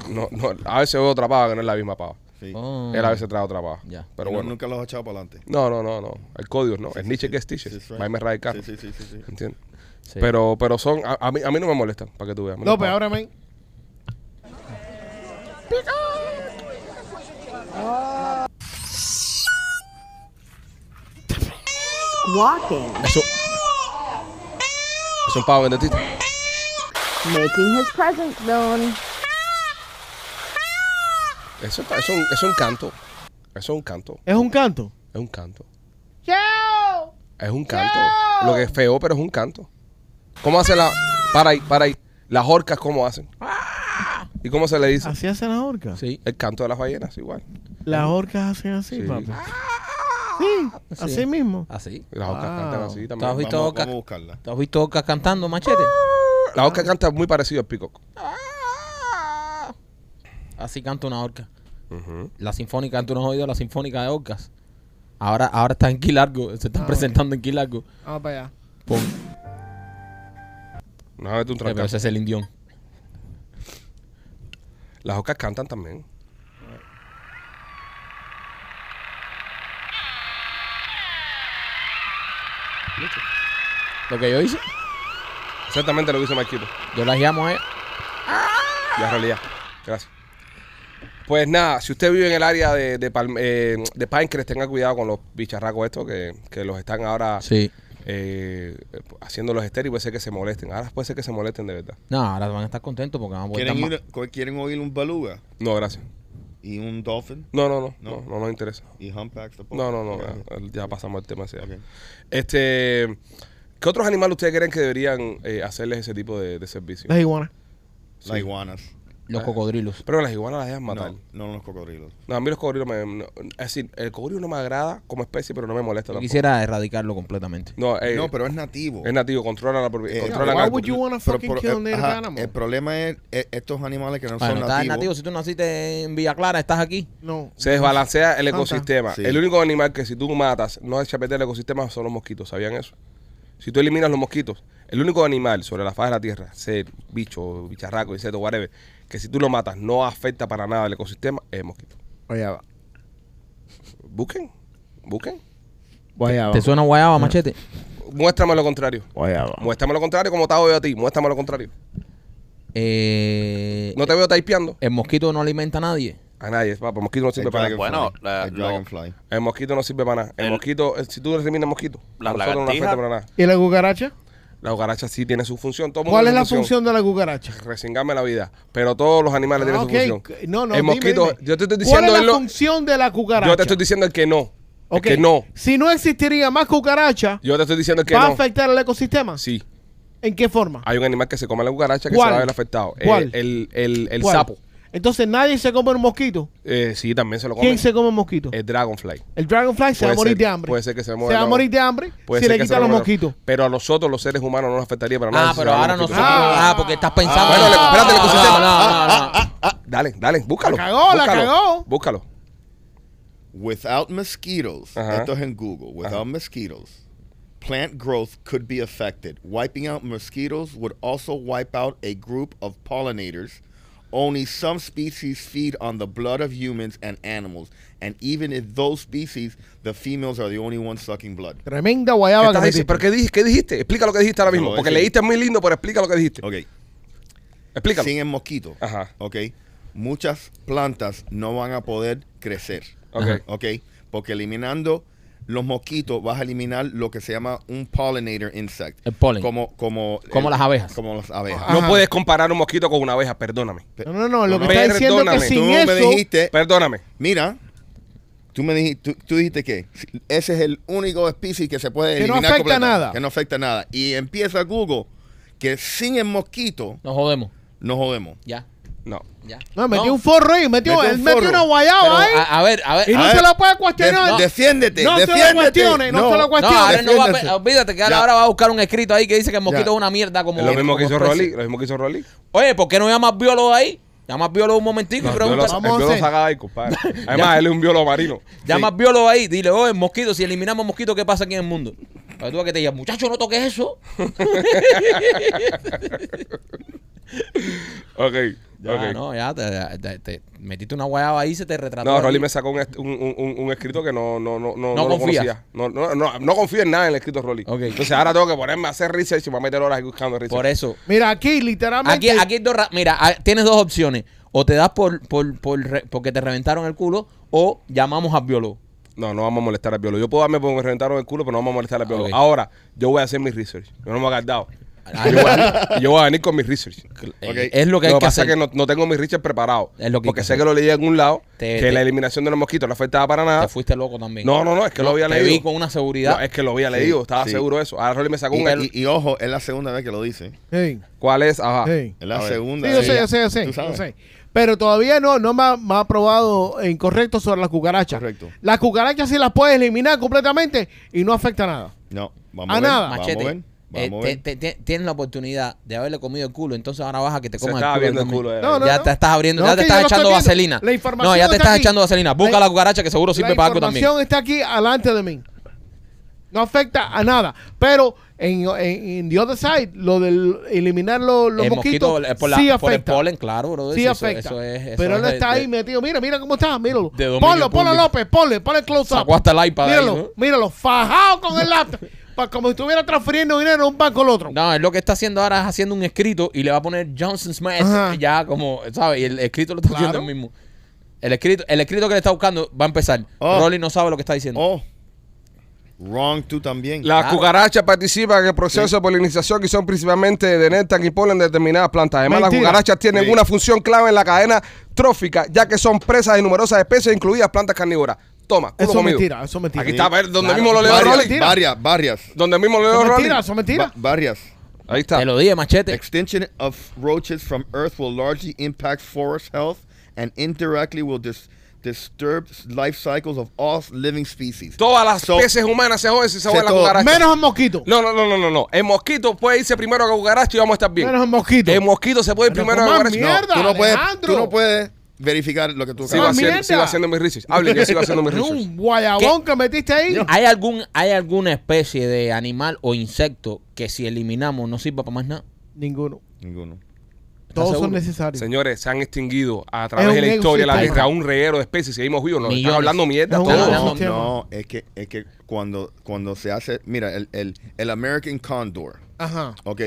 Speaker 3: No, no, a veces veo otra pava que no es la misma pava.
Speaker 6: sí.
Speaker 4: Oh.
Speaker 3: Él a veces trae otra pava.
Speaker 4: Ya.
Speaker 3: Pero
Speaker 6: Y no-
Speaker 3: bueno.
Speaker 6: Nunca los ha echado para adelante.
Speaker 3: No, no, no, no. El código no. es Nietzsche que es Tiche.
Speaker 6: Sí, sí,
Speaker 3: Va a erradicar.
Speaker 6: Sí, sí, sí, sí, sí.
Speaker 3: ¿Entiendes?
Speaker 4: Sí.
Speaker 3: Pero, pero son. A, a mí, a mí no me molestan, para que tú veas. Me los
Speaker 5: López,
Speaker 3: pago.
Speaker 5: ahora ven.
Speaker 11: walking,
Speaker 3: Es un, es un pavo vendetista.
Speaker 11: making his presence known.
Speaker 3: Eso está- es, un, es un canto. Eso es un canto.
Speaker 5: Es un canto.
Speaker 3: Es un canto. Es un canto. Lo que es feo, pero es un canto. ¿Cómo hace la. Para ahí, para ahí. Las orcas, ¿cómo hacen? ¿Y cómo se le dice?
Speaker 5: Así hacen las orcas.
Speaker 4: Sí.
Speaker 3: El canto de las ballenas, igual.
Speaker 5: Las orcas hacen así,
Speaker 3: Sí. Ah,
Speaker 5: papi. Sí,
Speaker 4: Así
Speaker 5: así
Speaker 4: es.
Speaker 5: mismo.
Speaker 4: Así.
Speaker 3: Las orcas
Speaker 5: Wow.
Speaker 3: cantan así
Speaker 4: ¿Ah, ¿Tú has
Speaker 3: también.
Speaker 4: visto
Speaker 6: Vamos,
Speaker 4: orcas-
Speaker 6: vamos a buscarla.
Speaker 4: ¿Tú has visto orcas cantando machete?
Speaker 3: Las orcas cantan muy parecido al peacock.
Speaker 4: Así canta una orca. La sinfónica, tú no has oído la sinfónica de orcas. Ahora, ahora está en Quilargo, se están
Speaker 5: Ah,
Speaker 4: presentando en Quilargo.
Speaker 5: Vamos para allá.
Speaker 4: Pum.
Speaker 3: No, vete un
Speaker 4: Eh, pero
Speaker 3: trancazo.
Speaker 4: ese es el indión.
Speaker 3: Las orcas cantan también.
Speaker 4: Lo que yo hice,
Speaker 3: Exactamente lo que hizo Marquito.
Speaker 4: yo las llamo a ella.
Speaker 3: Ya en realidad. Gracias. Pues nada, si usted vive en el área de, de, Palm- eh, de Pinecrest, tenga cuidado con los bicharracos estos que, que los están ahora
Speaker 4: Sí.
Speaker 3: eh, haciendo los estéreos. Puede ser que se molesten. Ahora puede ser que se molesten de verdad.
Speaker 4: No, ahora van a estar contentos porque van a poder
Speaker 6: ¿Quieren,
Speaker 4: estar
Speaker 6: ir- co- quieren oír un beluga
Speaker 3: No, gracias.
Speaker 6: y un dolphin
Speaker 3: No, no, no. No,
Speaker 6: No.
Speaker 3: no, no nos interesa.
Speaker 6: y humpbacks tampoco?
Speaker 3: No, no, no.
Speaker 6: Ok.
Speaker 3: Ya, ya pasamos el tema ese. ya.
Speaker 6: Ok.
Speaker 3: Este, ¿Qué otros animales ustedes creen que deberían eh, hacerles ese tipo de, de servicio?
Speaker 5: Las iguanas.
Speaker 6: Las iguanas.
Speaker 4: los cocodrilos.
Speaker 3: Pero las iguanas las dejan
Speaker 6: No,
Speaker 3: matar. No.
Speaker 6: no los cocodrilos.
Speaker 3: a mí los cocodrilos me... no, es decir, el cocodrilo no me agrada como especie, pero no me molesta
Speaker 4: Yo
Speaker 3: tampoco.
Speaker 4: quisiera erradicarlo completamente.
Speaker 3: No, eh,
Speaker 6: No, pero es nativo.
Speaker 3: es nativo. Controla la propiedad.
Speaker 6: Eh,
Speaker 3: controlan
Speaker 5: why
Speaker 3: al-
Speaker 5: would you wanna
Speaker 6: Pero-
Speaker 5: fucking
Speaker 6: pero-
Speaker 5: kill a
Speaker 6: eh,
Speaker 5: native
Speaker 6: ajá,
Speaker 5: animal?
Speaker 6: El problema es eh, estos animales que no
Speaker 4: Bueno,
Speaker 6: son
Speaker 4: estás
Speaker 6: nativos.
Speaker 4: nativo. Si tú naciste en Villa Clara, estás aquí.
Speaker 5: No.
Speaker 3: Se desbalancea el
Speaker 5: Tanta.
Speaker 3: ecosistema.
Speaker 6: ah, Sí.
Speaker 3: El único animal que si tú matas no echa a perder el ecosistema son los mosquitos. ¿Sabían eso? Si tú eliminas los mosquitos, el único animal sobre la faz de la tierra, ser bicho, bicharraco, insecto, whatever, que si tú lo matas no afecta para nada el ecosistema, es el mosquito.
Speaker 6: ah,
Speaker 12: Guayaba.
Speaker 3: Busquen, busquen.
Speaker 12: Guayaba.
Speaker 4: ¿Te suena guayaba, Ah, machete?
Speaker 3: Muéstrame lo contrario.
Speaker 12: Guayaba.
Speaker 3: Muéstrame lo contrario como te hago yo a ti. Muéstrame lo contrario.
Speaker 4: Eh,
Speaker 3: No te veo taipeando
Speaker 4: El mosquito no alimenta a nadie.
Speaker 3: a nadie. papá. El mosquito no
Speaker 6: El
Speaker 3: sirve para nada.
Speaker 6: dragonfly,
Speaker 7: Bueno, la-
Speaker 6: el
Speaker 7: lo-
Speaker 6: dragonfly.
Speaker 3: El mosquito no sirve para nada. El,
Speaker 7: El-
Speaker 3: mosquito, eh, si tú eliminas el mosquito,
Speaker 7: Las
Speaker 3: a nosotros no nos afecta
Speaker 7: lagartijas.
Speaker 3: para nada.
Speaker 5: ¿Y la cucaracha?
Speaker 3: La cucaracha sí tiene su función. Ah, Todo mundo
Speaker 5: ¿Cuál es
Speaker 3: tiene
Speaker 5: la
Speaker 3: su
Speaker 5: función de la cucaracha?
Speaker 3: resingarme la vida. Pero todos los animales
Speaker 5: Ah,
Speaker 3: tienen
Speaker 5: ok.
Speaker 3: su función.
Speaker 5: No, no,
Speaker 3: el
Speaker 5: dime,
Speaker 3: mosquito,
Speaker 5: dime.
Speaker 3: yo te estoy diciendo
Speaker 5: ¿Cuál es
Speaker 3: el
Speaker 5: la
Speaker 3: no-
Speaker 5: función de la cucaracha?
Speaker 3: yo te estoy diciendo el que no. El
Speaker 5: Ok.
Speaker 3: que no.
Speaker 5: Si no existiría más cucaracha,
Speaker 3: Yo te estoy diciendo el que
Speaker 5: ¿va a
Speaker 3: no.
Speaker 5: afectar al ecosistema?
Speaker 3: Sí.
Speaker 5: ¿En qué forma?
Speaker 3: Hay un animal que se come la cucaracha que
Speaker 5: ¿Cuál?
Speaker 3: se va a ver afectado. Eh,
Speaker 5: ¿Cuál?
Speaker 3: El, el- el
Speaker 5: ¿Cuál?
Speaker 3: sapo.
Speaker 5: Entonces nadie se come un mosquito.
Speaker 3: Eh, sí, también se lo come.
Speaker 5: ¿Quién se come un mosquito?
Speaker 3: El dragonfly.
Speaker 5: El dragonfly se va a
Speaker 3: Puede
Speaker 5: morir
Speaker 3: ser-
Speaker 5: de hambre.
Speaker 3: puede ser que se
Speaker 5: Se
Speaker 3: muera,
Speaker 5: va a
Speaker 3: no.
Speaker 5: morir de hambre
Speaker 3: Puede
Speaker 5: si
Speaker 3: ser
Speaker 5: le
Speaker 3: que se
Speaker 5: quitan
Speaker 3: lo
Speaker 5: los
Speaker 3: coman.
Speaker 5: mosquitos.
Speaker 3: Pero a nosotros, los seres humanos, no nos afectaría para nada.
Speaker 4: Ah,
Speaker 3: si se
Speaker 4: pero
Speaker 3: va el
Speaker 4: ahora
Speaker 3: mosquito.
Speaker 4: nosotros. Ah, porque estás pensando.
Speaker 3: Bueno, le- espérate, le pusiste-
Speaker 4: No, no, no, no.
Speaker 3: Dale, dale, búscalo.
Speaker 5: La cagó, la
Speaker 3: búscalo,
Speaker 5: cagó.
Speaker 3: Búscalo.
Speaker 6: Without mosquitoes,
Speaker 3: Ajá.
Speaker 6: esto es en Google. Without
Speaker 3: Uh-huh.
Speaker 6: mosquitoes, plant growth could be affected. Wiping out mosquitoes would also wipe out a group of pollinators. Only some species feed on the blood of humans and animals, and even if those species, the females are the only ones sucking blood.
Speaker 5: Tremenda
Speaker 3: ¿Qué
Speaker 5: guayaba que
Speaker 3: estás
Speaker 5: me
Speaker 3: diciendo? ¿Pero qué, dij- qué dijiste? Explica lo que dijiste ahora
Speaker 6: Te lo
Speaker 3: mismo.
Speaker 6: voy a
Speaker 3: Porque
Speaker 6: decir.
Speaker 3: leíste muy lindo, pero explica lo que dijiste.
Speaker 6: Okay.
Speaker 3: Explícalo.
Speaker 6: Sin el mosquito.
Speaker 3: Ajá.
Speaker 6: Ok. Muchas plantas no van a poder crecer.
Speaker 3: Ok. Ajá.
Speaker 6: Ok. Porque eliminando los mosquitos vas a eliminar lo que se llama un pollinator insect.
Speaker 4: El polen.
Speaker 6: Como, como,
Speaker 4: Como
Speaker 6: el-
Speaker 4: las abejas.
Speaker 6: Como las abejas.
Speaker 3: No puedes comparar un mosquito con una abeja, perdóname.
Speaker 5: No, no, no. Lo que
Speaker 3: no,
Speaker 5: está diciendo es
Speaker 3: perdóname,
Speaker 5: que
Speaker 6: tú
Speaker 5: sin
Speaker 6: me
Speaker 5: eso.
Speaker 6: dijiste,
Speaker 3: Perdóname.
Speaker 6: mira, tú me dijiste, tú, tú dijiste que ese es el único especie que se puede
Speaker 5: Que no
Speaker 6: eliminar.
Speaker 5: afecta
Speaker 6: completa,
Speaker 5: nada.
Speaker 6: Que no afecta nada. Y empieza Google que sin el mosquito
Speaker 4: Nos jodemos.
Speaker 6: nos jodemos.
Speaker 4: Ya,
Speaker 3: No.
Speaker 4: ya.
Speaker 5: No, metió
Speaker 4: No,
Speaker 5: un forro ahí. Metió,
Speaker 6: Metió un
Speaker 5: él metió
Speaker 6: forro.
Speaker 5: una
Speaker 4: pero
Speaker 5: guayaba ahí.
Speaker 4: a, a ver, a ver.
Speaker 5: y no
Speaker 6: a
Speaker 5: se
Speaker 6: ver,
Speaker 5: la puede
Speaker 6: Ah, De-
Speaker 5: cuestionar.
Speaker 6: defiéndete,
Speaker 5: No se lo
Speaker 6: defiéndete.
Speaker 5: cuestiones, no se lo
Speaker 4: No, ahora no va a,
Speaker 6: defiéndase.
Speaker 4: pe- olvídate que ahora,
Speaker 6: Ya.
Speaker 4: ahora va a buscar un escrito ahí que dice que el mosquito
Speaker 6: Ya.
Speaker 4: es una mierda como.
Speaker 3: Es lo mismo que
Speaker 4: como
Speaker 3: hizo
Speaker 4: especie.
Speaker 3: Rolly. Lo mismo que hizo Rolly.
Speaker 4: Oye, ¿por qué no llamas biólogo ahí? Llamas biólogo un momentico y
Speaker 3: El biólogo-
Speaker 4: preguntas.
Speaker 3: el
Speaker 5: Vamos a
Speaker 3: biólogo
Speaker 5: hacer.
Speaker 3: saca ahí,
Speaker 4: *laughs*
Speaker 3: compadre. Además, él es un biólogo marino.
Speaker 4: Llamas biólogo ahí, dile, oye, mosquito, si eliminamos mosquito, ¿qué pasa aquí en el mundo? Para tú a que te digas, muchacho, no toques
Speaker 3: *laughs*
Speaker 4: eso.
Speaker 3: Ok.
Speaker 4: Ya,
Speaker 3: ok.
Speaker 4: Ah, no, ya, te, te- te metiste una guayaba ahí y se te retrató.
Speaker 3: No,
Speaker 4: a ti.
Speaker 3: Rolly me sacó un, est- un, un- un- un escrito que no, no, no, no,
Speaker 4: No
Speaker 3: no lo
Speaker 4: confías.
Speaker 3: conocía. No, no, no, no confío en nada en el escrito de Rolly.
Speaker 4: Ok.
Speaker 3: Entonces ahora tengo que ponerme a hacer research y me voy a meter horas aquí buscando research.
Speaker 4: Por eso.
Speaker 5: Mira, aquí literalmente.
Speaker 4: Aquí, aquí hay dos ra- mira, ah, tienes dos opciones. O te das por, por, por re- porque te reventaron el culo, o llamamos al biólogo.
Speaker 3: No, no vamos a molestar al biólogo. Yo puedo darme porque me reventaron el culo, pero no vamos a molestar al biólogo.
Speaker 4: ok.
Speaker 3: Ahora, yo voy a hacer mi research. Yo no me he guardado.
Speaker 4: Ah,
Speaker 3: Yo voy, a, yo voy a venir con mi research.
Speaker 4: Eh, Es lo que hay que
Speaker 3: pasa
Speaker 4: hacer.
Speaker 3: es que no, no tengo mi research preparado.
Speaker 4: Es lo que hay
Speaker 3: porque
Speaker 4: que
Speaker 3: sé
Speaker 4: hacer.
Speaker 3: que lo leí en algún lado,
Speaker 4: Te-
Speaker 3: que
Speaker 4: te-
Speaker 3: la eliminación de los mosquitos no afectaba para nada.
Speaker 4: Te fuiste loco también.
Speaker 3: No, no, no, es que lo había
Speaker 4: te
Speaker 3: leído.
Speaker 4: vi con una seguridad.
Speaker 3: No, es que lo había leído, estaba
Speaker 6: sí.
Speaker 3: seguro de eso. Ahora Rolly me sacó un...
Speaker 4: eh,
Speaker 6: Y, y- y ojo, es la segunda vez que lo dice.
Speaker 5: Hey,
Speaker 3: ¿Cuál es? Ajá.
Speaker 5: hey.
Speaker 6: Es la
Speaker 3: ver.
Speaker 6: segunda
Speaker 5: Sí, yo
Speaker 6: vez.
Speaker 5: sé, yo sé, yo sé,
Speaker 6: Tú sabes.
Speaker 5: yo sé. Pero todavía no, no me ha, me ha probado incorrecto sobre las cucarachas.
Speaker 6: Correcto.
Speaker 5: Las cucarachas sí las puedes eliminar completamente y no afecta nada.
Speaker 6: No,
Speaker 5: A
Speaker 6: vamos a, ver,
Speaker 3: Ah,
Speaker 5: nada.
Speaker 6: vamos
Speaker 4: Machete,
Speaker 6: a ver,
Speaker 4: eh,
Speaker 6: vamos a
Speaker 4: te-
Speaker 6: ver.
Speaker 4: te- te- tienes la oportunidad de haberle comido el culo, entonces ahora baja que te
Speaker 3: Se
Speaker 4: coman
Speaker 3: estaba
Speaker 4: el
Speaker 3: viendo
Speaker 4: culo.
Speaker 3: el
Speaker 4: también.
Speaker 3: culo. eh.
Speaker 5: No, no.
Speaker 4: ya te estás abriendo,
Speaker 5: No,
Speaker 4: ya
Speaker 5: que
Speaker 4: te
Speaker 5: yo
Speaker 4: estás
Speaker 5: lo estoy
Speaker 4: echando
Speaker 5: viendo.
Speaker 4: vaselina.
Speaker 5: La información
Speaker 4: No, ya te
Speaker 5: está
Speaker 4: estás
Speaker 5: aquí.
Speaker 4: echando vaselina. Busca
Speaker 5: La-
Speaker 4: la, cucaracha que seguro sirve
Speaker 5: la
Speaker 4: para algo también.
Speaker 5: información está aquí alante de mí. No afecta a nada. Pero en, en, en the other side, lo del eliminar los, los
Speaker 4: el mosquito,
Speaker 5: mosquitos
Speaker 4: eh, por, la-
Speaker 5: sí
Speaker 4: por el
Speaker 5: afecta.
Speaker 4: polen, claro, bro.
Speaker 5: sí
Speaker 4: eso,
Speaker 5: afecta.
Speaker 4: Eso es, eso
Speaker 5: pero
Speaker 4: es
Speaker 5: él
Speaker 4: de-
Speaker 5: está
Speaker 4: de-
Speaker 5: ahí metido. Mira, mira cómo está. Míralo.
Speaker 4: de dominio
Speaker 5: Ponlo, ponlo
Speaker 4: público.
Speaker 5: López. Ponle, ponle close up.
Speaker 4: Sacó hasta el iPad ahí,
Speaker 5: Míralo,
Speaker 4: ¿no?
Speaker 5: míralo. Fajado con
Speaker 4: *laughs*
Speaker 5: el laptop. pa- como si estuviera transfiriendo dinero de un banco al otro.
Speaker 4: No, es lo que está haciendo ahora es haciendo un escrito y le va a poner Johnson Smith
Speaker 5: Ajá.
Speaker 4: ya como, ¿sabes? Y el escrito lo está
Speaker 5: Claro.
Speaker 4: haciendo él mismo. El escrito, el escrito que le está buscando va a empezar.
Speaker 6: Oh.
Speaker 4: Rolly no sabe lo que está diciendo.
Speaker 6: Oh. Wrong tú también.
Speaker 3: Las
Speaker 4: Claro.
Speaker 3: cucarachas participan en el proceso de polinización y son principalmente de néctar y polen de determinadas plantas. Además, las
Speaker 5: Mentira.
Speaker 3: cucarachas tienen
Speaker 6: Sí.
Speaker 3: una función clave en la cadena trófica, ya que son presas de numerosas especies, incluidas plantas carnívoras. Toma, culo
Speaker 5: Eso es
Speaker 3: comido.
Speaker 5: mentira, eso es mentira.
Speaker 3: Aquí está, a ver, donde
Speaker 4: Claro.
Speaker 3: mismo lo leo
Speaker 6: varias,
Speaker 3: Rolly.
Speaker 5: mentira.
Speaker 6: varias, varias,
Speaker 3: Donde mismo lo
Speaker 5: Eso
Speaker 3: leo
Speaker 5: es
Speaker 3: Rolly.
Speaker 5: mentira, eso es mentira.
Speaker 6: va- varias.
Speaker 3: Ahí está.
Speaker 4: Te lo dije, machete.
Speaker 6: Extinction of roaches from Earth will largely impact forest health and indirectly will dis- disturb life cycles of all living species.
Speaker 3: Todas las
Speaker 6: So-
Speaker 3: especies humanas se joden si se joden las
Speaker 6: todo.
Speaker 3: cucarachas.
Speaker 5: Menos el mosquito.
Speaker 3: No, no, no, no, no, no. El mosquito puede irse primero a la cucaracha y vamos a estar bien.
Speaker 5: Menos el mosquito.
Speaker 3: El mosquito se puede ir
Speaker 5: Pero
Speaker 3: primero a la
Speaker 5: coman
Speaker 3: cucaracha. No.
Speaker 5: mierda,
Speaker 6: tú no puedes,
Speaker 5: Alejandro.
Speaker 6: tú no puedes verificar lo que tú
Speaker 3: Sigo
Speaker 5: Ah,
Speaker 6: acabas de
Speaker 3: haciendo,
Speaker 5: mierda.
Speaker 3: sigo haciendo mi research. Hable, yo sigo haciendo mi
Speaker 5: *laughs* Ni
Speaker 3: research.
Speaker 5: Un guayabón que metiste ahí. Ah,
Speaker 4: ¿Hay, algún, ¿Hay alguna especie de animal o insecto que si eliminamos no sirva para más nada?
Speaker 5: Ninguno.
Speaker 6: Ninguno.
Speaker 5: Todos
Speaker 4: seguro?
Speaker 5: son necesarios.
Speaker 3: Señores, se han extinguido a través
Speaker 5: Es
Speaker 3: de
Speaker 5: un
Speaker 3: la historia de la
Speaker 5: ecosistema.
Speaker 3: Tierra un reguero de especies. Seguimos vivos, nos están
Speaker 4: Millones.
Speaker 3: hablando mierda.
Speaker 5: Es un
Speaker 3: todos.
Speaker 4: Están
Speaker 6: No,
Speaker 4: hablando
Speaker 5: mierda.
Speaker 6: no, es que, es que cuando, cuando se hace, mira, el, el, el American Condor,
Speaker 5: Ajá.
Speaker 6: ¿ok?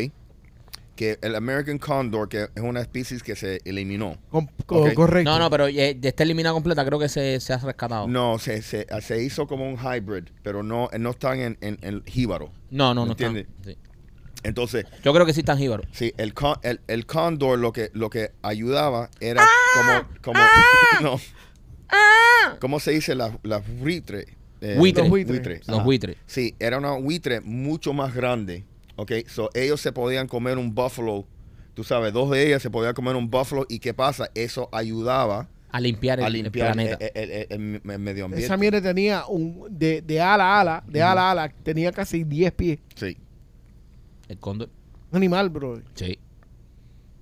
Speaker 6: Que el American Condor, que es una especie que se eliminó.
Speaker 5: Con- co-
Speaker 6: Ok.
Speaker 5: Correcto.
Speaker 4: No, no, pero eh, está eliminada completa, creo que se, se ha rescatado. No,
Speaker 6: No, se, se, se hizo como un hybrid, pero no, no están en, en, en el jíbaro.
Speaker 4: no, no, está.
Speaker 6: Entiende.
Speaker 4: Sí.
Speaker 6: Entonces,
Speaker 4: Yo creo que sí están jíbaros.
Speaker 6: sí, el, con- el, el cóndor lo que, lo que ayudaba era
Speaker 5: Ah,
Speaker 6: como, como, *laughs* no, ¿cómo se dice? Las la buitres.
Speaker 4: Buitre.
Speaker 5: Los buitres.
Speaker 4: Los
Speaker 6: ajá.
Speaker 4: buitres.
Speaker 6: Sí, era una buitre mucho más grande, ¿ok? So, ellos se podían comer un buffalo, tú sabes, dos de ellas se podían comer un buffalo, ¿y qué pasa? Eso ayudaba
Speaker 4: A limpiar el,
Speaker 6: a
Speaker 4: el
Speaker 6: limpiar eh, el,
Speaker 4: planeta.
Speaker 6: el- el- el- el medio ambiente.
Speaker 5: Esa mierda tenía un. De, de ala a ala, de ala a ala, tenía casi 10 pies.
Speaker 6: Sí.
Speaker 4: el cóndor.
Speaker 5: Un animal, bro.
Speaker 4: Sí.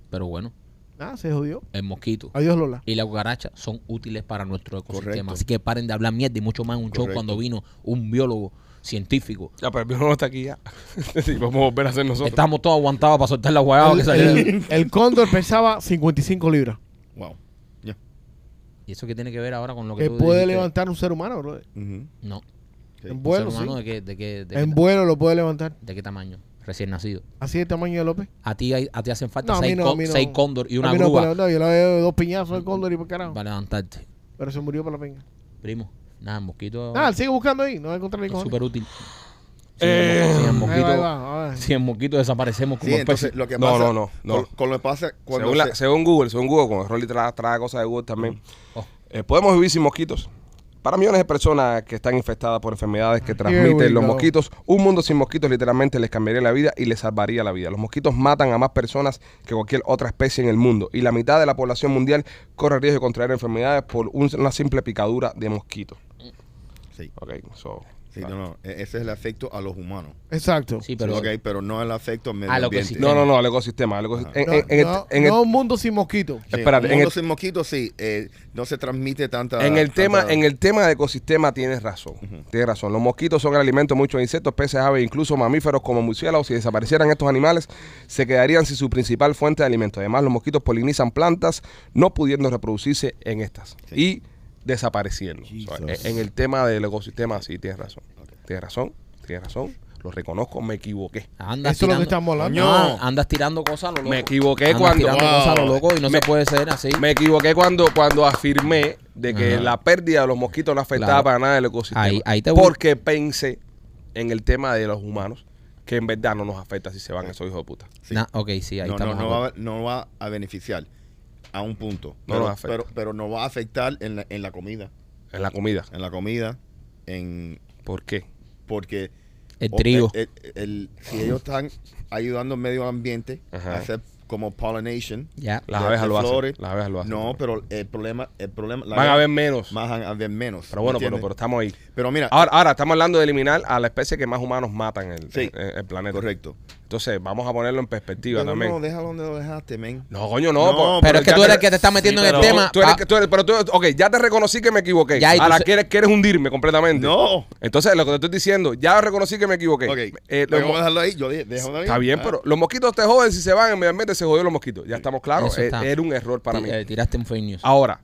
Speaker 4: Pero bueno,
Speaker 5: Nada, se jodió.
Speaker 4: el mosquito.
Speaker 5: Adiós, Lola.
Speaker 4: y la cucaracha son útiles para nuestro ecosistema.
Speaker 6: Correcto.
Speaker 4: Así que paren de hablar mierda y mucho más en un show
Speaker 6: Correcto.
Speaker 4: cuando vino un biólogo científico.
Speaker 3: Ya, pero el biólogo no está aquí ya. *laughs* y vamos a volver a hacer nosotros.
Speaker 4: Estamos todos aguantados para soltar la guayaba que
Speaker 5: El,
Speaker 4: salieron.
Speaker 5: el- el cóndor pesaba 55 libras.
Speaker 6: Wow. Ya.
Speaker 4: ¿Y eso qué tiene que ver ahora con lo que
Speaker 5: Que
Speaker 4: tú
Speaker 5: puede
Speaker 4: dijiste?
Speaker 5: levantar un ser humano, bro.
Speaker 6: Ujú.
Speaker 4: No.
Speaker 6: Sí.
Speaker 4: ¿Un
Speaker 5: En
Speaker 4: ser
Speaker 5: vuelo, sí.
Speaker 4: humano de qué, de qué- de qué
Speaker 5: En
Speaker 4: ta-
Speaker 5: vuelo lo puede levantar.
Speaker 4: de qué tamaño? Recién nacido.
Speaker 5: Así de tamaño de López.
Speaker 4: A ti, hay- a ti hacen falta
Speaker 5: No, a mí
Speaker 4: seis,
Speaker 5: no,
Speaker 4: có-
Speaker 5: a mí no.
Speaker 4: seis cóndor y
Speaker 5: A
Speaker 4: una
Speaker 5: mí no puede
Speaker 4: grúa
Speaker 5: levantar. yo le veo dos piñazos al cóndor y por carajo.
Speaker 4: para levantarte.
Speaker 5: Pero se murió por la pinga.
Speaker 4: Primo, nada, el mosquito
Speaker 5: Nada, sigue buscando ahí. No va a encontrar ni
Speaker 4: es
Speaker 5: cojones.
Speaker 4: súper útil. Si el mo- si el
Speaker 5: Ahí va, ahí
Speaker 4: mosquito,
Speaker 5: va, ahí va.
Speaker 4: si el mosquito desaparecemos como
Speaker 6: Sí,
Speaker 4: especie.
Speaker 6: entonces lo que
Speaker 3: No,
Speaker 6: pasa.
Speaker 3: no, no, no.
Speaker 6: Con, con lo que pasa cuando.
Speaker 3: Según, la-
Speaker 6: se-
Speaker 3: según Google, según Google, como Rolly trae, trae cosas de Google también,
Speaker 4: Oh.
Speaker 3: eh, podemos vivir sin mosquitos. Para millones de personas que están infectadas por enfermedades que
Speaker 5: we
Speaker 3: transmiten los
Speaker 5: go.
Speaker 3: mosquitos, un mundo sin mosquitos literalmente les cambiaría la vida y les salvaría la vida. Los mosquitos matan a más personas que cualquier otra especie en el mundo y la mitad de la población mundial corre riesgo de contraer enfermedades por un- una simple picadura de mosquito.
Speaker 6: sí,
Speaker 3: Ok, so, ah.
Speaker 6: sí, no, no. E- Ese es el afecto a los humanos.
Speaker 5: Exacto.
Speaker 4: Sí, pero
Speaker 6: Pero, pero no el afecto al medio
Speaker 4: A lo que
Speaker 6: ambiente.
Speaker 4: sí.
Speaker 3: Pues no, no, no, al ecosistema. al ecosistema. En-
Speaker 5: No,
Speaker 3: en- en el-
Speaker 5: no,
Speaker 3: en este el-
Speaker 5: no un mundo sin mosquito.
Speaker 6: Sí,
Speaker 3: Espérate,
Speaker 6: un
Speaker 3: en
Speaker 6: mundo
Speaker 3: el-
Speaker 6: sin mosquitos, sí. eh, no se transmite tanta.
Speaker 3: En el tema,
Speaker 6: tanta-
Speaker 3: en el tema de ecosistema tienes razón. Tienes razón. Los mosquitos son el alimento de muchos insectos, peces, aves, incluso mamíferos como murciélagos. Si desaparecieran estos animales, se quedarían sin su principal fuente de alimento. Además, los mosquitos polinizan plantas, no pudiendo reproducirse en estas y desapareciendo.
Speaker 6: Jesus.
Speaker 3: O sea, en- en el tema del ecosistema, sí tienes razón. Tienes razón. Tienes razón. Lo reconozco. Me equivoqué.
Speaker 4: Andas
Speaker 5: Eso es lo que
Speaker 4: tirando,
Speaker 5: estamos hablando.
Speaker 4: Ah, andas tirando cosas a lo loco. Eh,
Speaker 3: Me equivoqué
Speaker 4: Andas
Speaker 3: cuando-
Speaker 4: tirando
Speaker 6: Wow.
Speaker 4: cosas a lo loco y no
Speaker 3: Me-
Speaker 4: se puede ser así.
Speaker 3: Me equivoqué cuando, cuando afirmé de que
Speaker 4: Ajá.
Speaker 3: la pérdida de los mosquitos no afectaba
Speaker 4: Claro.
Speaker 3: para nada el ecosistema.
Speaker 4: Ahí- ahí te voy.
Speaker 3: porque pensé en el tema de los humanos, que en verdad no nos afecta si se van esos hijos de puta.
Speaker 6: Sí.
Speaker 4: Nah, ok, sí, ahí
Speaker 6: no, no,
Speaker 4: estamos.
Speaker 6: no,
Speaker 4: de
Speaker 6: va,
Speaker 4: acuerdo.
Speaker 6: a- no va a beneficiar a un punto.
Speaker 3: No
Speaker 6: pero,
Speaker 3: nos afecta.
Speaker 6: Pero, pero no va a afectar en la, en la comida.
Speaker 3: En la comida.
Speaker 6: En la comida, en
Speaker 3: ¿Por qué?
Speaker 6: porque
Speaker 4: El
Speaker 6: o-
Speaker 4: trigo.
Speaker 6: el- el- el- si ellos están ayudando al medio ambiente
Speaker 3: Ajá.
Speaker 6: a hacer como pollination,
Speaker 4: Ya.
Speaker 3: Las
Speaker 6: de-
Speaker 3: abejas
Speaker 6: de
Speaker 3: lo hacen,
Speaker 6: flores.
Speaker 3: las abejas lo hacen.
Speaker 6: No, pero el problema, el problema la
Speaker 3: Van a
Speaker 6: abeja-
Speaker 3: haber menos.
Speaker 6: Van a haber menos.
Speaker 3: Pero bueno,
Speaker 6: ¿me
Speaker 3: pero,
Speaker 6: entiendes?
Speaker 3: pero Ah, estamos ahí.
Speaker 6: Pero mira,
Speaker 3: Ahora, ahora estamos hablando de eliminar a la especie que más humanos matan el,
Speaker 6: Sí.
Speaker 3: el- el planeta.
Speaker 6: correcto.
Speaker 3: Entonces, vamos a ponerlo en perspectiva
Speaker 6: Pero
Speaker 3: también.
Speaker 6: no,
Speaker 3: No,
Speaker 6: déjalo donde lo dejaste, men.
Speaker 3: coño, no.
Speaker 6: No,
Speaker 3: po-
Speaker 6: pero
Speaker 4: Pero es que
Speaker 3: ya
Speaker 4: tú eres el que te estás metiendo en el
Speaker 7: pero-
Speaker 4: tema. ah,
Speaker 3: Tú eres,
Speaker 4: pa-
Speaker 3: que- tú eres- pero tú, ok, ya te reconocí que me equivoqué.
Speaker 4: Ya, y tú
Speaker 3: Ahora
Speaker 4: se-
Speaker 3: quieres, quieres hundirme completamente.
Speaker 6: No.
Speaker 3: Entonces, lo que te estoy diciendo, ya reconocí que me equivoqué.
Speaker 6: Ok.
Speaker 3: Eh,
Speaker 6: Pero
Speaker 3: los
Speaker 6: vamos
Speaker 3: mo-
Speaker 6: a dejarlo ahí. Yo dije, déjalo ahí.
Speaker 3: está bien,
Speaker 6: Ah,
Speaker 3: pero los mosquitos te joden si se van en medio ambiente, se jodió los mosquitos. Ya estamos claros,
Speaker 4: Eso
Speaker 3: eh,
Speaker 4: está. eh,
Speaker 3: era un error para
Speaker 4: ti-
Speaker 3: mí. Ah,
Speaker 4: eh, tiraste un fake news.
Speaker 3: Ahora,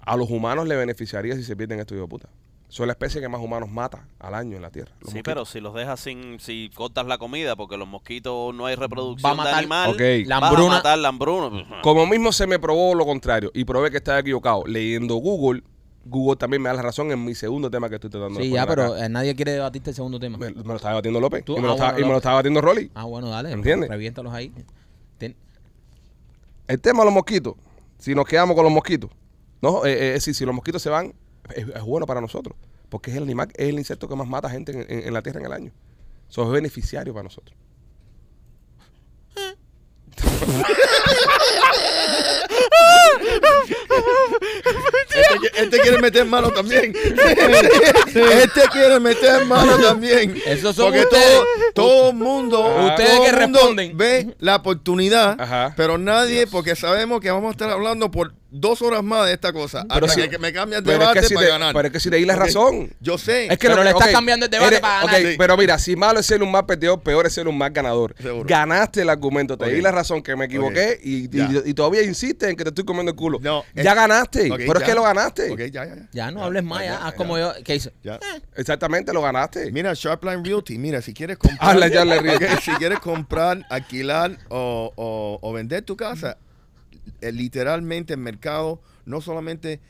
Speaker 3: a los humanos le beneficiaría si se pierden estos hijos de puta. Son la especie que más humanos mata al año en la Tierra. los
Speaker 7: Sí,
Speaker 3: mosquitos.
Speaker 7: pero si los dejas sin, si cortas la comida, porque los mosquitos no hay reproducción
Speaker 4: Va a matar-
Speaker 7: de animal,
Speaker 3: Ok.
Speaker 4: La
Speaker 7: vas
Speaker 4: hambruna-
Speaker 7: a matar la hambruna.
Speaker 3: Como mismo se me probó lo contrario y probé que estaba equivocado leyendo Google, Google también me da la razón en mi segundo tema que estoy tratando de
Speaker 4: Sí, ya,
Speaker 3: poner
Speaker 4: pero
Speaker 3: acá.
Speaker 4: eh, nadie quiere debatirte el segundo tema.
Speaker 3: Me, me lo estaba batiendo López
Speaker 4: Tú-
Speaker 3: y me,
Speaker 4: ah,
Speaker 3: lo estaba, y
Speaker 4: bueno,
Speaker 3: me lo
Speaker 4: López.
Speaker 3: estaba batiendo Rolly.
Speaker 4: Ah, bueno, dale.
Speaker 3: ¿Entiendes?
Speaker 4: Reviéntalos ahí. Ten-
Speaker 3: El tema de los mosquitos, si nos quedamos con los mosquitos, no, eh, eh, es decir, si los mosquitos se van, es, es bueno para nosotros, porque es el animal, es el insecto que más mata gente en, en- en la Tierra en el año. Eso es beneficiario para nosotros.
Speaker 6: Este, qui- este quiere meter mano también. Este quiere meter mano también.
Speaker 4: Esos son
Speaker 6: Porque
Speaker 4: ustedes.
Speaker 6: todo, todo el mundo,
Speaker 3: Ajá.
Speaker 4: Ustedes
Speaker 6: todo
Speaker 4: que
Speaker 6: mundo
Speaker 4: responden.
Speaker 6: ve la oportunidad,
Speaker 3: Ajá.
Speaker 6: pero nadie, porque sabemos que vamos a estar hablando por dos horas más de esta cosa.
Speaker 3: Pero
Speaker 6: hasta
Speaker 3: si-
Speaker 6: que me cambie el
Speaker 3: pero es
Speaker 6: debate
Speaker 3: que si
Speaker 6: para
Speaker 3: te-
Speaker 6: ganar.
Speaker 3: pero es que si leí la
Speaker 6: Ok,
Speaker 3: razón.
Speaker 6: Yo sé.
Speaker 3: Es que
Speaker 4: Pero
Speaker 3: lo-
Speaker 4: le estás
Speaker 3: ok,
Speaker 4: cambiando el debate para
Speaker 3: ok,
Speaker 4: ganar.
Speaker 3: Pero mira, si malo es ser un mal perdedor, peor es ser un mal ganador.
Speaker 6: Seguro.
Speaker 3: Ganaste el argumento, te
Speaker 6: Ok.
Speaker 3: di la razón que me equivoqué
Speaker 6: Ok.
Speaker 3: y, y-
Speaker 6: Ya.
Speaker 3: y todavía insistes en que te estoy comiendo el culo.
Speaker 6: No, es-
Speaker 3: ya ganaste,
Speaker 6: Ok,
Speaker 3: pero es
Speaker 6: ya.
Speaker 3: que lo ganaste.
Speaker 6: Ok, ya, ya, ya.
Speaker 4: Ya no hables más, ya. Eh. Haz como yo. ¿Qué hice?
Speaker 6: Ya.
Speaker 3: Exactamente, lo ganaste.
Speaker 6: Mira, Sharpline Realty, mira, si quieres comprar,
Speaker 3: Habla ya, le río.
Speaker 6: Ok, *laughs* si quieres comprar, alquilar o, o- o vender tu casa, eh, literalmente el mercado, no solamente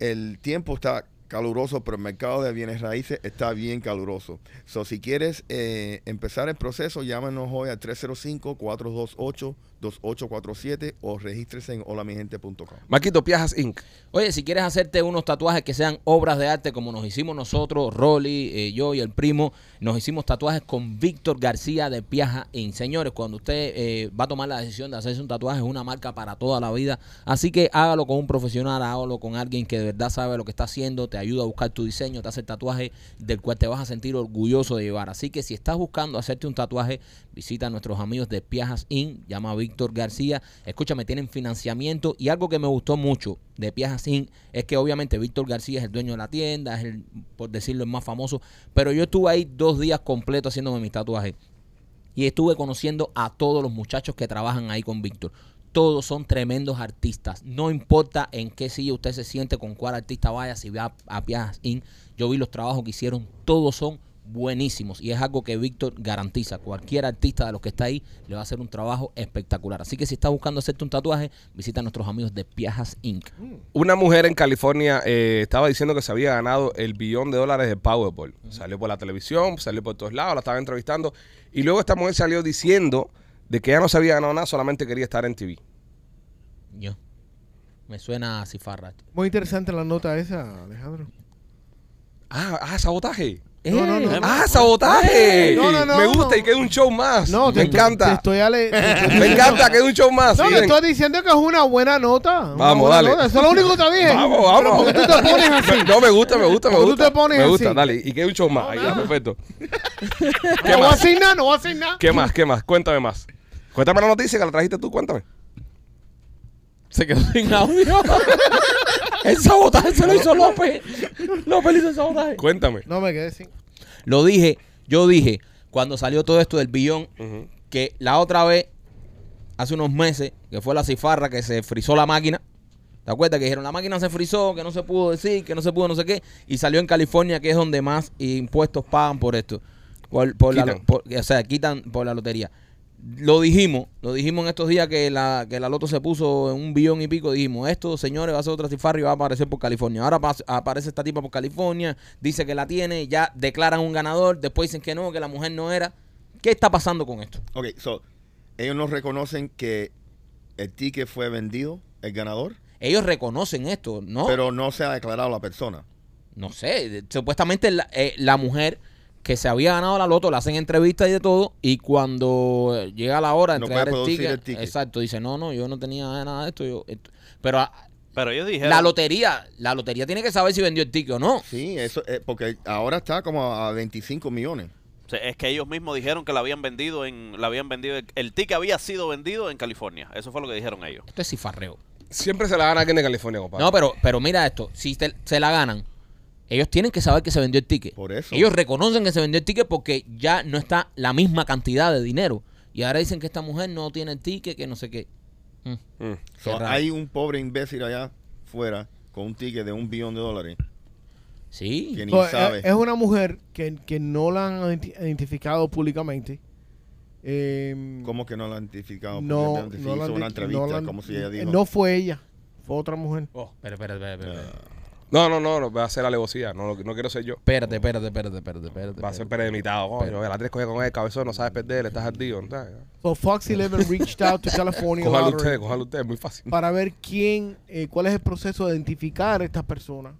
Speaker 6: el tiempo está caluroso, pero el mercado de bienes raíces está bien caluroso. So, si quieres eh, empezar el proceso, llámanos hoy al 305-428-2847 o regístrese en holamigente.com.
Speaker 3: Maquito Piajas Inc.
Speaker 4: Oye, si quieres hacerte unos tatuajes que sean obras de arte como nos hicimos nosotros, Rolly, eh, yo y el primo, nos hicimos tatuajes con Víctor García de Piaja Inc. Señores, cuando usted eh, va a tomar la decisión de hacerse un tatuaje, es una marca para toda la vida. Así que hágalo con un profesional, hágalo con alguien que de verdad sabe lo que está haciendo, te ayuda a buscar tu diseño, te hace el tatuaje del cual te vas a sentir orgulloso de llevar. Así que si estás buscando hacerte un tatuaje, visita a nuestros amigos de Piajas Inc. Llama a Víctor García. Escúchame, tienen financiamiento y algo que me gustó mucho de Piajas Inc. es que obviamente Víctor García es el dueño de la tienda, es el, por decirlo, el más famoso. Pero yo estuve ahí dos días completos haciéndome mis tatuajes y estuve conociendo a todos los muchachos que trabajan ahí con Víctor. Todos son tremendos artistas. No importa en qué silla usted se siente, con cuál artista vaya, si va a Piajas Inc. Yo vi los trabajos que hicieron, todos son buenísimos y es algo que Víctor garantiza. Cualquier artista de los que está ahí le va a hacer un trabajo espectacular. Así que si está buscando hacerte un tatuaje, visita a nuestros amigos de Piajas Inc.
Speaker 3: Una mujer en California eh, estaba diciendo que se había ganado el billón de dólares de Powerball. Salió por la televisión, salió por todos lados, la estaba entrevistando. Y luego esta mujer salió diciendo de que ya no se había ganado nada, solamente quería estar en TV.
Speaker 4: Yo. Me suena a cifarra.
Speaker 5: Muy interesante la nota esa, Alejandro.
Speaker 3: Ah, ah sabotaje.
Speaker 5: No, no, no.
Speaker 4: Eh,
Speaker 3: Ah, sabotaje.
Speaker 5: No, no, no,
Speaker 3: Me gusta
Speaker 5: no.
Speaker 3: y queda un show más.
Speaker 5: No,
Speaker 3: me
Speaker 5: te- Te
Speaker 3: encanta.
Speaker 5: estoy
Speaker 3: *laughs*
Speaker 5: ale- te estoy-
Speaker 3: Me encanta, queda un show más.
Speaker 5: No,
Speaker 3: Sí,
Speaker 5: te
Speaker 3: ven.
Speaker 5: estoy diciendo que es una buena nota. una
Speaker 3: Vamos,
Speaker 5: buena
Speaker 3: dale.
Speaker 5: nota. Eso es lo único que te dije.
Speaker 3: Vamos,
Speaker 5: *laughs* Pero
Speaker 3: vamos.
Speaker 5: ¿por qué tú te pones así?
Speaker 3: *laughs* No, me gusta, me gusta, me
Speaker 5: ¿Por qué
Speaker 3: gusta.
Speaker 5: tú te pones
Speaker 3: me
Speaker 5: así?
Speaker 3: gusta, dale. Y queda un show más. Ahí, ya, perfecto.
Speaker 5: No voy a hacer nada, no voy a hacer nada.
Speaker 3: ¿Qué más? ¿Qué más? Cuéntame más. Cuéntame la noticia que la trajiste tú, cuéntame.
Speaker 4: Se quedó sin audio. *laughs* el sabotaje se lo hizo López. López le hizo el sabotaje.
Speaker 3: Cuéntame.
Speaker 5: No me quedé sin.
Speaker 4: Lo dije, yo dije, cuando salió todo esto del billón,
Speaker 3: Ujú.
Speaker 4: que la otra vez, hace unos meses, que fue la cifarra que se frizó la máquina. ¿Te acuerdas que dijeron la máquina se frizó, que no se pudo decir, que no se pudo no sé qué? Y salió en California, que es donde más impuestos pagan por esto. Por, por la,
Speaker 3: Quitan.
Speaker 4: por- o sea, quitan por la lotería. Lo dijimos, lo dijimos en estos días que la, que la loto se puso en un billón y pico. Dijimos, esto, señores, va a ser otra cifarra y va a aparecer por California. Ahora pas- aparece esta tipa por California, dice que la tiene, ya declaran un ganador, después dicen que no, que la mujer no era. ¿Qué está pasando con esto?
Speaker 6: Ok, so, ellos no reconocen que el ticket fue vendido, el ganador.
Speaker 4: Ellos reconocen esto, ¿no?
Speaker 6: pero no se ha declarado la persona.
Speaker 4: no sé, de- supuestamente la, eh, la mujer que se había ganado la loto, la hacen entrevista y de todo, y cuando eh, llega la hora de
Speaker 6: No
Speaker 4: entregar
Speaker 6: puede
Speaker 4: el
Speaker 6: producir
Speaker 4: ticket,
Speaker 6: el ticket.
Speaker 4: exacto, dice, no, no, yo no tenía nada de esto, yo, esto- pero ah,
Speaker 7: Pero ellos dijeron.
Speaker 4: la lotería, la lotería tiene que saber si vendió el ticket o no.
Speaker 6: Sí, eso eh, porque ahora está como a 25 millones.
Speaker 7: O sea, es que ellos mismos dijeron que la habían vendido en, la habían vendido, el ticket había sido vendido en California. Eso fue lo que dijeron ellos.
Speaker 4: Esto es cifarreo.
Speaker 3: Siempre se la gana alguien de California, compadre.
Speaker 4: No, pero, pero mira esto, si te- se la ganan, ellos tienen que saber que se vendió el ticket.
Speaker 6: Por eso.
Speaker 4: Ellos reconocen que se vendió el ticket porque ya no está la misma cantidad de dinero. Y ahora dicen que esta mujer no tiene el ticket, que no sé qué. Mm.
Speaker 3: Mm.
Speaker 4: Qué
Speaker 6: So,
Speaker 4: raro.
Speaker 6: hay un pobre imbécil allá fuera con un ticket de un billón de dólares
Speaker 4: Sí.
Speaker 6: Que ni
Speaker 5: Pues,
Speaker 6: sabe.
Speaker 5: Es una mujer que, que no la han identi- identificado públicamente. Eh,
Speaker 6: ¿Cómo que no la han identificado?
Speaker 5: no,
Speaker 6: Porque se
Speaker 5: no la
Speaker 6: hizo
Speaker 5: han
Speaker 6: una
Speaker 5: di- no
Speaker 6: entrevista,
Speaker 5: la han-
Speaker 6: como si ella
Speaker 5: eh,
Speaker 6: dijo.
Speaker 5: no fue ella, fue otra mujer.
Speaker 4: Oh, espera, espera, espera, espera, espera.
Speaker 3: No, no, no, no, va a ser alevosía. No, no, no quiero ser yo.
Speaker 4: Espérate, espérate, espérate, espérate, espérate.
Speaker 3: Va a ser premeditado. Coño, la tres coge con el cabezón, no sabes perder, estás ardido. ¿no? sabes?
Speaker 5: So Fox 11 reached
Speaker 3: *laughs*
Speaker 5: out to California
Speaker 3: Cójalo
Speaker 5: Lottery
Speaker 3: usted, cójalo usted, es muy fácil.
Speaker 5: para ver quién, eh, cuál es el proceso de identificar a estas personas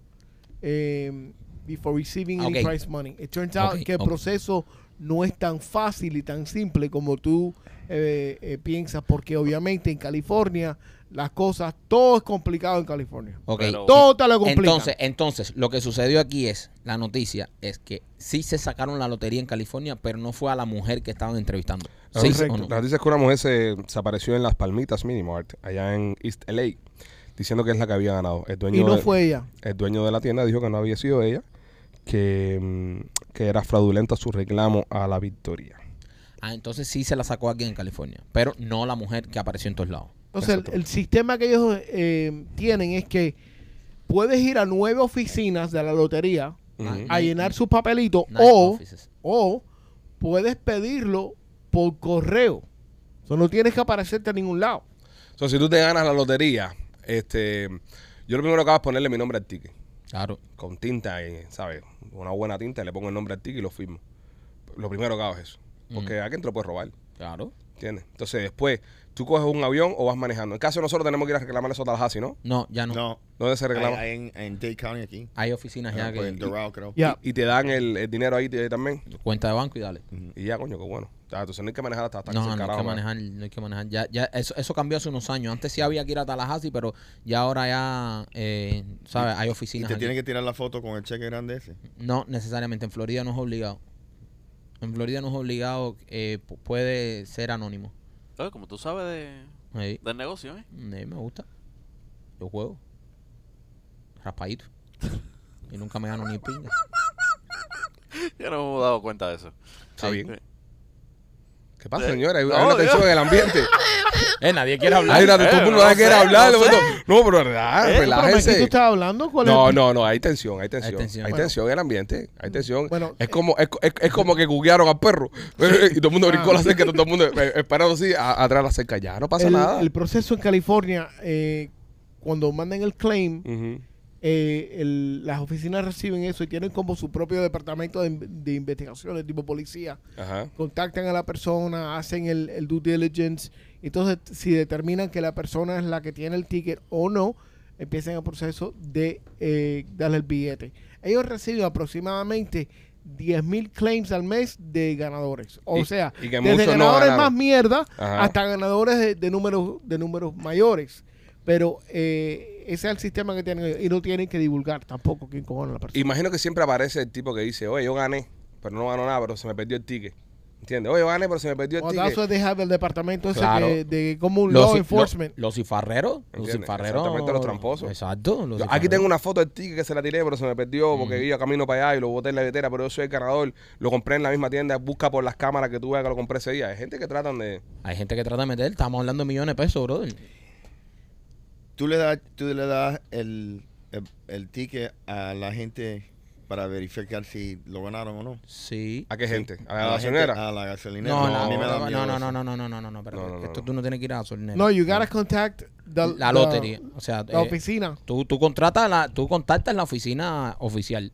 Speaker 5: eh, before receiving any
Speaker 4: Ok.
Speaker 5: prize money. It turns out
Speaker 4: Ok,
Speaker 5: que el
Speaker 4: ok.
Speaker 5: proceso no es tan fácil y tan simple como tú eh, eh, piensas, porque obviamente en California las cosas, todo es complicado en California.
Speaker 4: Ok.
Speaker 7: Pero-
Speaker 5: Todo te lo complica.
Speaker 4: Entonces, entonces, lo que sucedió aquí es, la noticia es que sí se sacaron la lotería en California, pero no fue a la mujer que estaban entrevistando.
Speaker 3: La
Speaker 4: ¿Sí
Speaker 3: noticia-
Speaker 4: o no?
Speaker 3: La noticia es que una mujer se desapareció en Las Palmitas Mínimo Art, allá en East LA, diciendo que es la que había ganado. El dueño
Speaker 5: y no
Speaker 3: de-
Speaker 5: fue ella.
Speaker 3: El dueño de la tienda dijo que no había sido ella, que, mm, que era fraudulenta su reclamo a la victoria.
Speaker 4: Ah, entonces sí se la sacó alguien en California, pero no la mujer que apareció en todos lados.
Speaker 5: Entonces, el, el sistema que ellos eh, tienen es que puedes ir a nueve oficinas de la lotería
Speaker 3: Ujú.
Speaker 5: a llenar su papelito
Speaker 4: Nine
Speaker 5: o,
Speaker 4: offices.
Speaker 5: o puedes pedirlo por correo. O sea, no tienes que aparecerte a ningún lado.
Speaker 3: So, si tú te ganas la lotería, este, yo lo primero que hago es ponerle mi nombre al ticket.
Speaker 4: Claro.
Speaker 3: Con tinta, eh, ¿sabes? Una buena tinta, le pongo el nombre al ticket y lo firmo. Lo primero que hago es eso. Porque a alguien te lo puede robar,
Speaker 4: Claro.
Speaker 3: ¿entiendes? Entonces, después, tú coges un avión o vas manejando. En caso de nosotros tenemos que ir a reclamar eso a Tallahassee, ¿no?
Speaker 4: No, ya no.
Speaker 6: No.
Speaker 3: ¿Dónde se reclama?
Speaker 6: Hay- hay en, en Dade County aquí.
Speaker 4: Hay oficinas ya
Speaker 6: Ah, pues,
Speaker 4: que
Speaker 6: en Doral, creo.
Speaker 5: Ya.
Speaker 3: Y te dan el, el dinero ahí te- también.
Speaker 4: cuenta de banco y dale.
Speaker 3: Y ya, coño, qué bueno. Ah, Entonces no hay que manejar hasta, hasta que se eh.
Speaker 4: No, no hay
Speaker 3: encaraba,
Speaker 4: que
Speaker 3: ¿verdad?
Speaker 4: manejar, no hay que manejar. Ya, ya eso, eso cambió hace unos años. Antes sí había que ir a Tallahassee, pero ya ahora ya, eh, ¿sabes? Hay
Speaker 6: Y
Speaker 4: oficinas.
Speaker 6: te
Speaker 4: aquí.
Speaker 6: tienen que tirar la foto con el cheque grande ese.
Speaker 4: No necesariamente. En Florida no es obligado. En Florida no es obligado. eh, pu- puede ser anónimo.
Speaker 7: Oye, como tú sabes de,
Speaker 4: Ahí.
Speaker 7: del negocio, ¿eh?
Speaker 4: Ahí me gusta. Yo juego. Raspadito. Y nunca me gano ni pinga.
Speaker 7: *laughs* Yo no me he dado cuenta de eso.
Speaker 3: Está bien.
Speaker 7: Eh,
Speaker 3: ¿Qué pasa, señora? Hay, hay
Speaker 7: No,
Speaker 3: una tensión
Speaker 7: Dios.
Speaker 3: en el ambiente.
Speaker 4: Eh, nadie quiere hablar.
Speaker 3: Hay una
Speaker 7: Eh,
Speaker 3: tensión, todo el
Speaker 7: no
Speaker 3: mundo nadie quiere
Speaker 7: sé,
Speaker 3: hablar.
Speaker 7: no
Speaker 3: todo el
Speaker 7: sé.
Speaker 3: mundo- No, pero ah,
Speaker 7: Eh,
Speaker 5: Pero, Mike, ¿qué tú
Speaker 3: relájese.
Speaker 5: estás hablando? ¿Cuál es
Speaker 3: No,
Speaker 5: el-
Speaker 3: no, no, hay tensión, hay tensión. Hay
Speaker 4: Hay
Speaker 3: tensión,
Speaker 4: tensión.
Speaker 3: en el ambiente, hay tensión.
Speaker 5: Bueno,
Speaker 3: es,
Speaker 5: eh,
Speaker 3: como, es, co- es- es como que guguearon al perro *laughs* y todo el mundo brincó
Speaker 5: Ah.
Speaker 3: la cerca, todo el mundo eh, esperando así, a- atrás la cerca. Ya no pasa
Speaker 5: el,
Speaker 3: nada.
Speaker 5: el proceso en California, eh, cuando mandan el claim,
Speaker 3: Ujú.
Speaker 5: eh, el- las oficinas reciben eso y tienen como su propio departamento de, in- de investigaciones, tipo policía,
Speaker 3: Ajá.
Speaker 5: contactan a la persona, hacen el, el due diligence. Entonces, si determinan que la persona es la que tiene el ticket o no, empiezan el proceso de eh, darle el billete. Ellos reciben aproximadamente 10.000 claims al mes de ganadores. O
Speaker 3: Y-
Speaker 5: sea,
Speaker 3: y que
Speaker 5: desde
Speaker 3: muchos no
Speaker 5: ganadores
Speaker 3: ganaron.
Speaker 5: más mierda
Speaker 3: Ajá.
Speaker 5: hasta ganadores de, de números, de números mayores. Pero eh, ese es el sistema que tienen ellos. Y no tienen que divulgar tampoco quién cojones es la persona.
Speaker 3: Imagino que siempre aparece el tipo que dice, oye, yo gané, pero no ganó nada, pero se me perdió el ticket. ¿Entiendes? Oye, yo gané, pero se me perdió el
Speaker 5: O
Speaker 3: ticket.
Speaker 5: acaso es dejar del departamento ese
Speaker 4: Claro.
Speaker 5: que- de como un
Speaker 4: Los,
Speaker 5: law
Speaker 4: ci-
Speaker 5: enforcement.
Speaker 4: lo- los cifarreros. Los
Speaker 3: ¿Entiendes?
Speaker 4: cifarreros.
Speaker 3: Exactamente, los tramposos.
Speaker 4: Exacto. los
Speaker 3: Yo- aquí
Speaker 4: cifarreros.
Speaker 3: tengo una foto del ticket que se la tiré, pero se me perdió porque iba camino para allá y lo boté en la billetera, pero yo soy el ganador. Lo compré en la misma tienda, busca por las cámaras que tú veas que lo compré ese día. Hay gente que tratan de...
Speaker 4: Hay gente que trata de meter. Estamos hablando de millones de pesos, brother.
Speaker 6: Tú le das, tú le das el, el, el ticket a la gente para verificar si lo ganaron o no.
Speaker 4: Sí.
Speaker 3: ¿A qué gente? ¿A la
Speaker 6: A gente-
Speaker 3: gasolinera?
Speaker 6: A la gasolinera.
Speaker 4: No,
Speaker 6: a
Speaker 4: no,
Speaker 6: mí me da
Speaker 4: no, no,
Speaker 6: miedo
Speaker 4: no,
Speaker 6: eso.
Speaker 4: no, no, no, no, no, no, no, espérate.
Speaker 3: No, no, no,
Speaker 4: Esto
Speaker 3: no.
Speaker 4: tú no tienes que ir a gasolinera.
Speaker 5: No, you gotta contact the,
Speaker 4: la
Speaker 5: the-
Speaker 4: lotería. O sea,
Speaker 5: La
Speaker 4: eh,
Speaker 5: oficina.
Speaker 4: tú, tú contratas la, tú contactas la oficina oficial.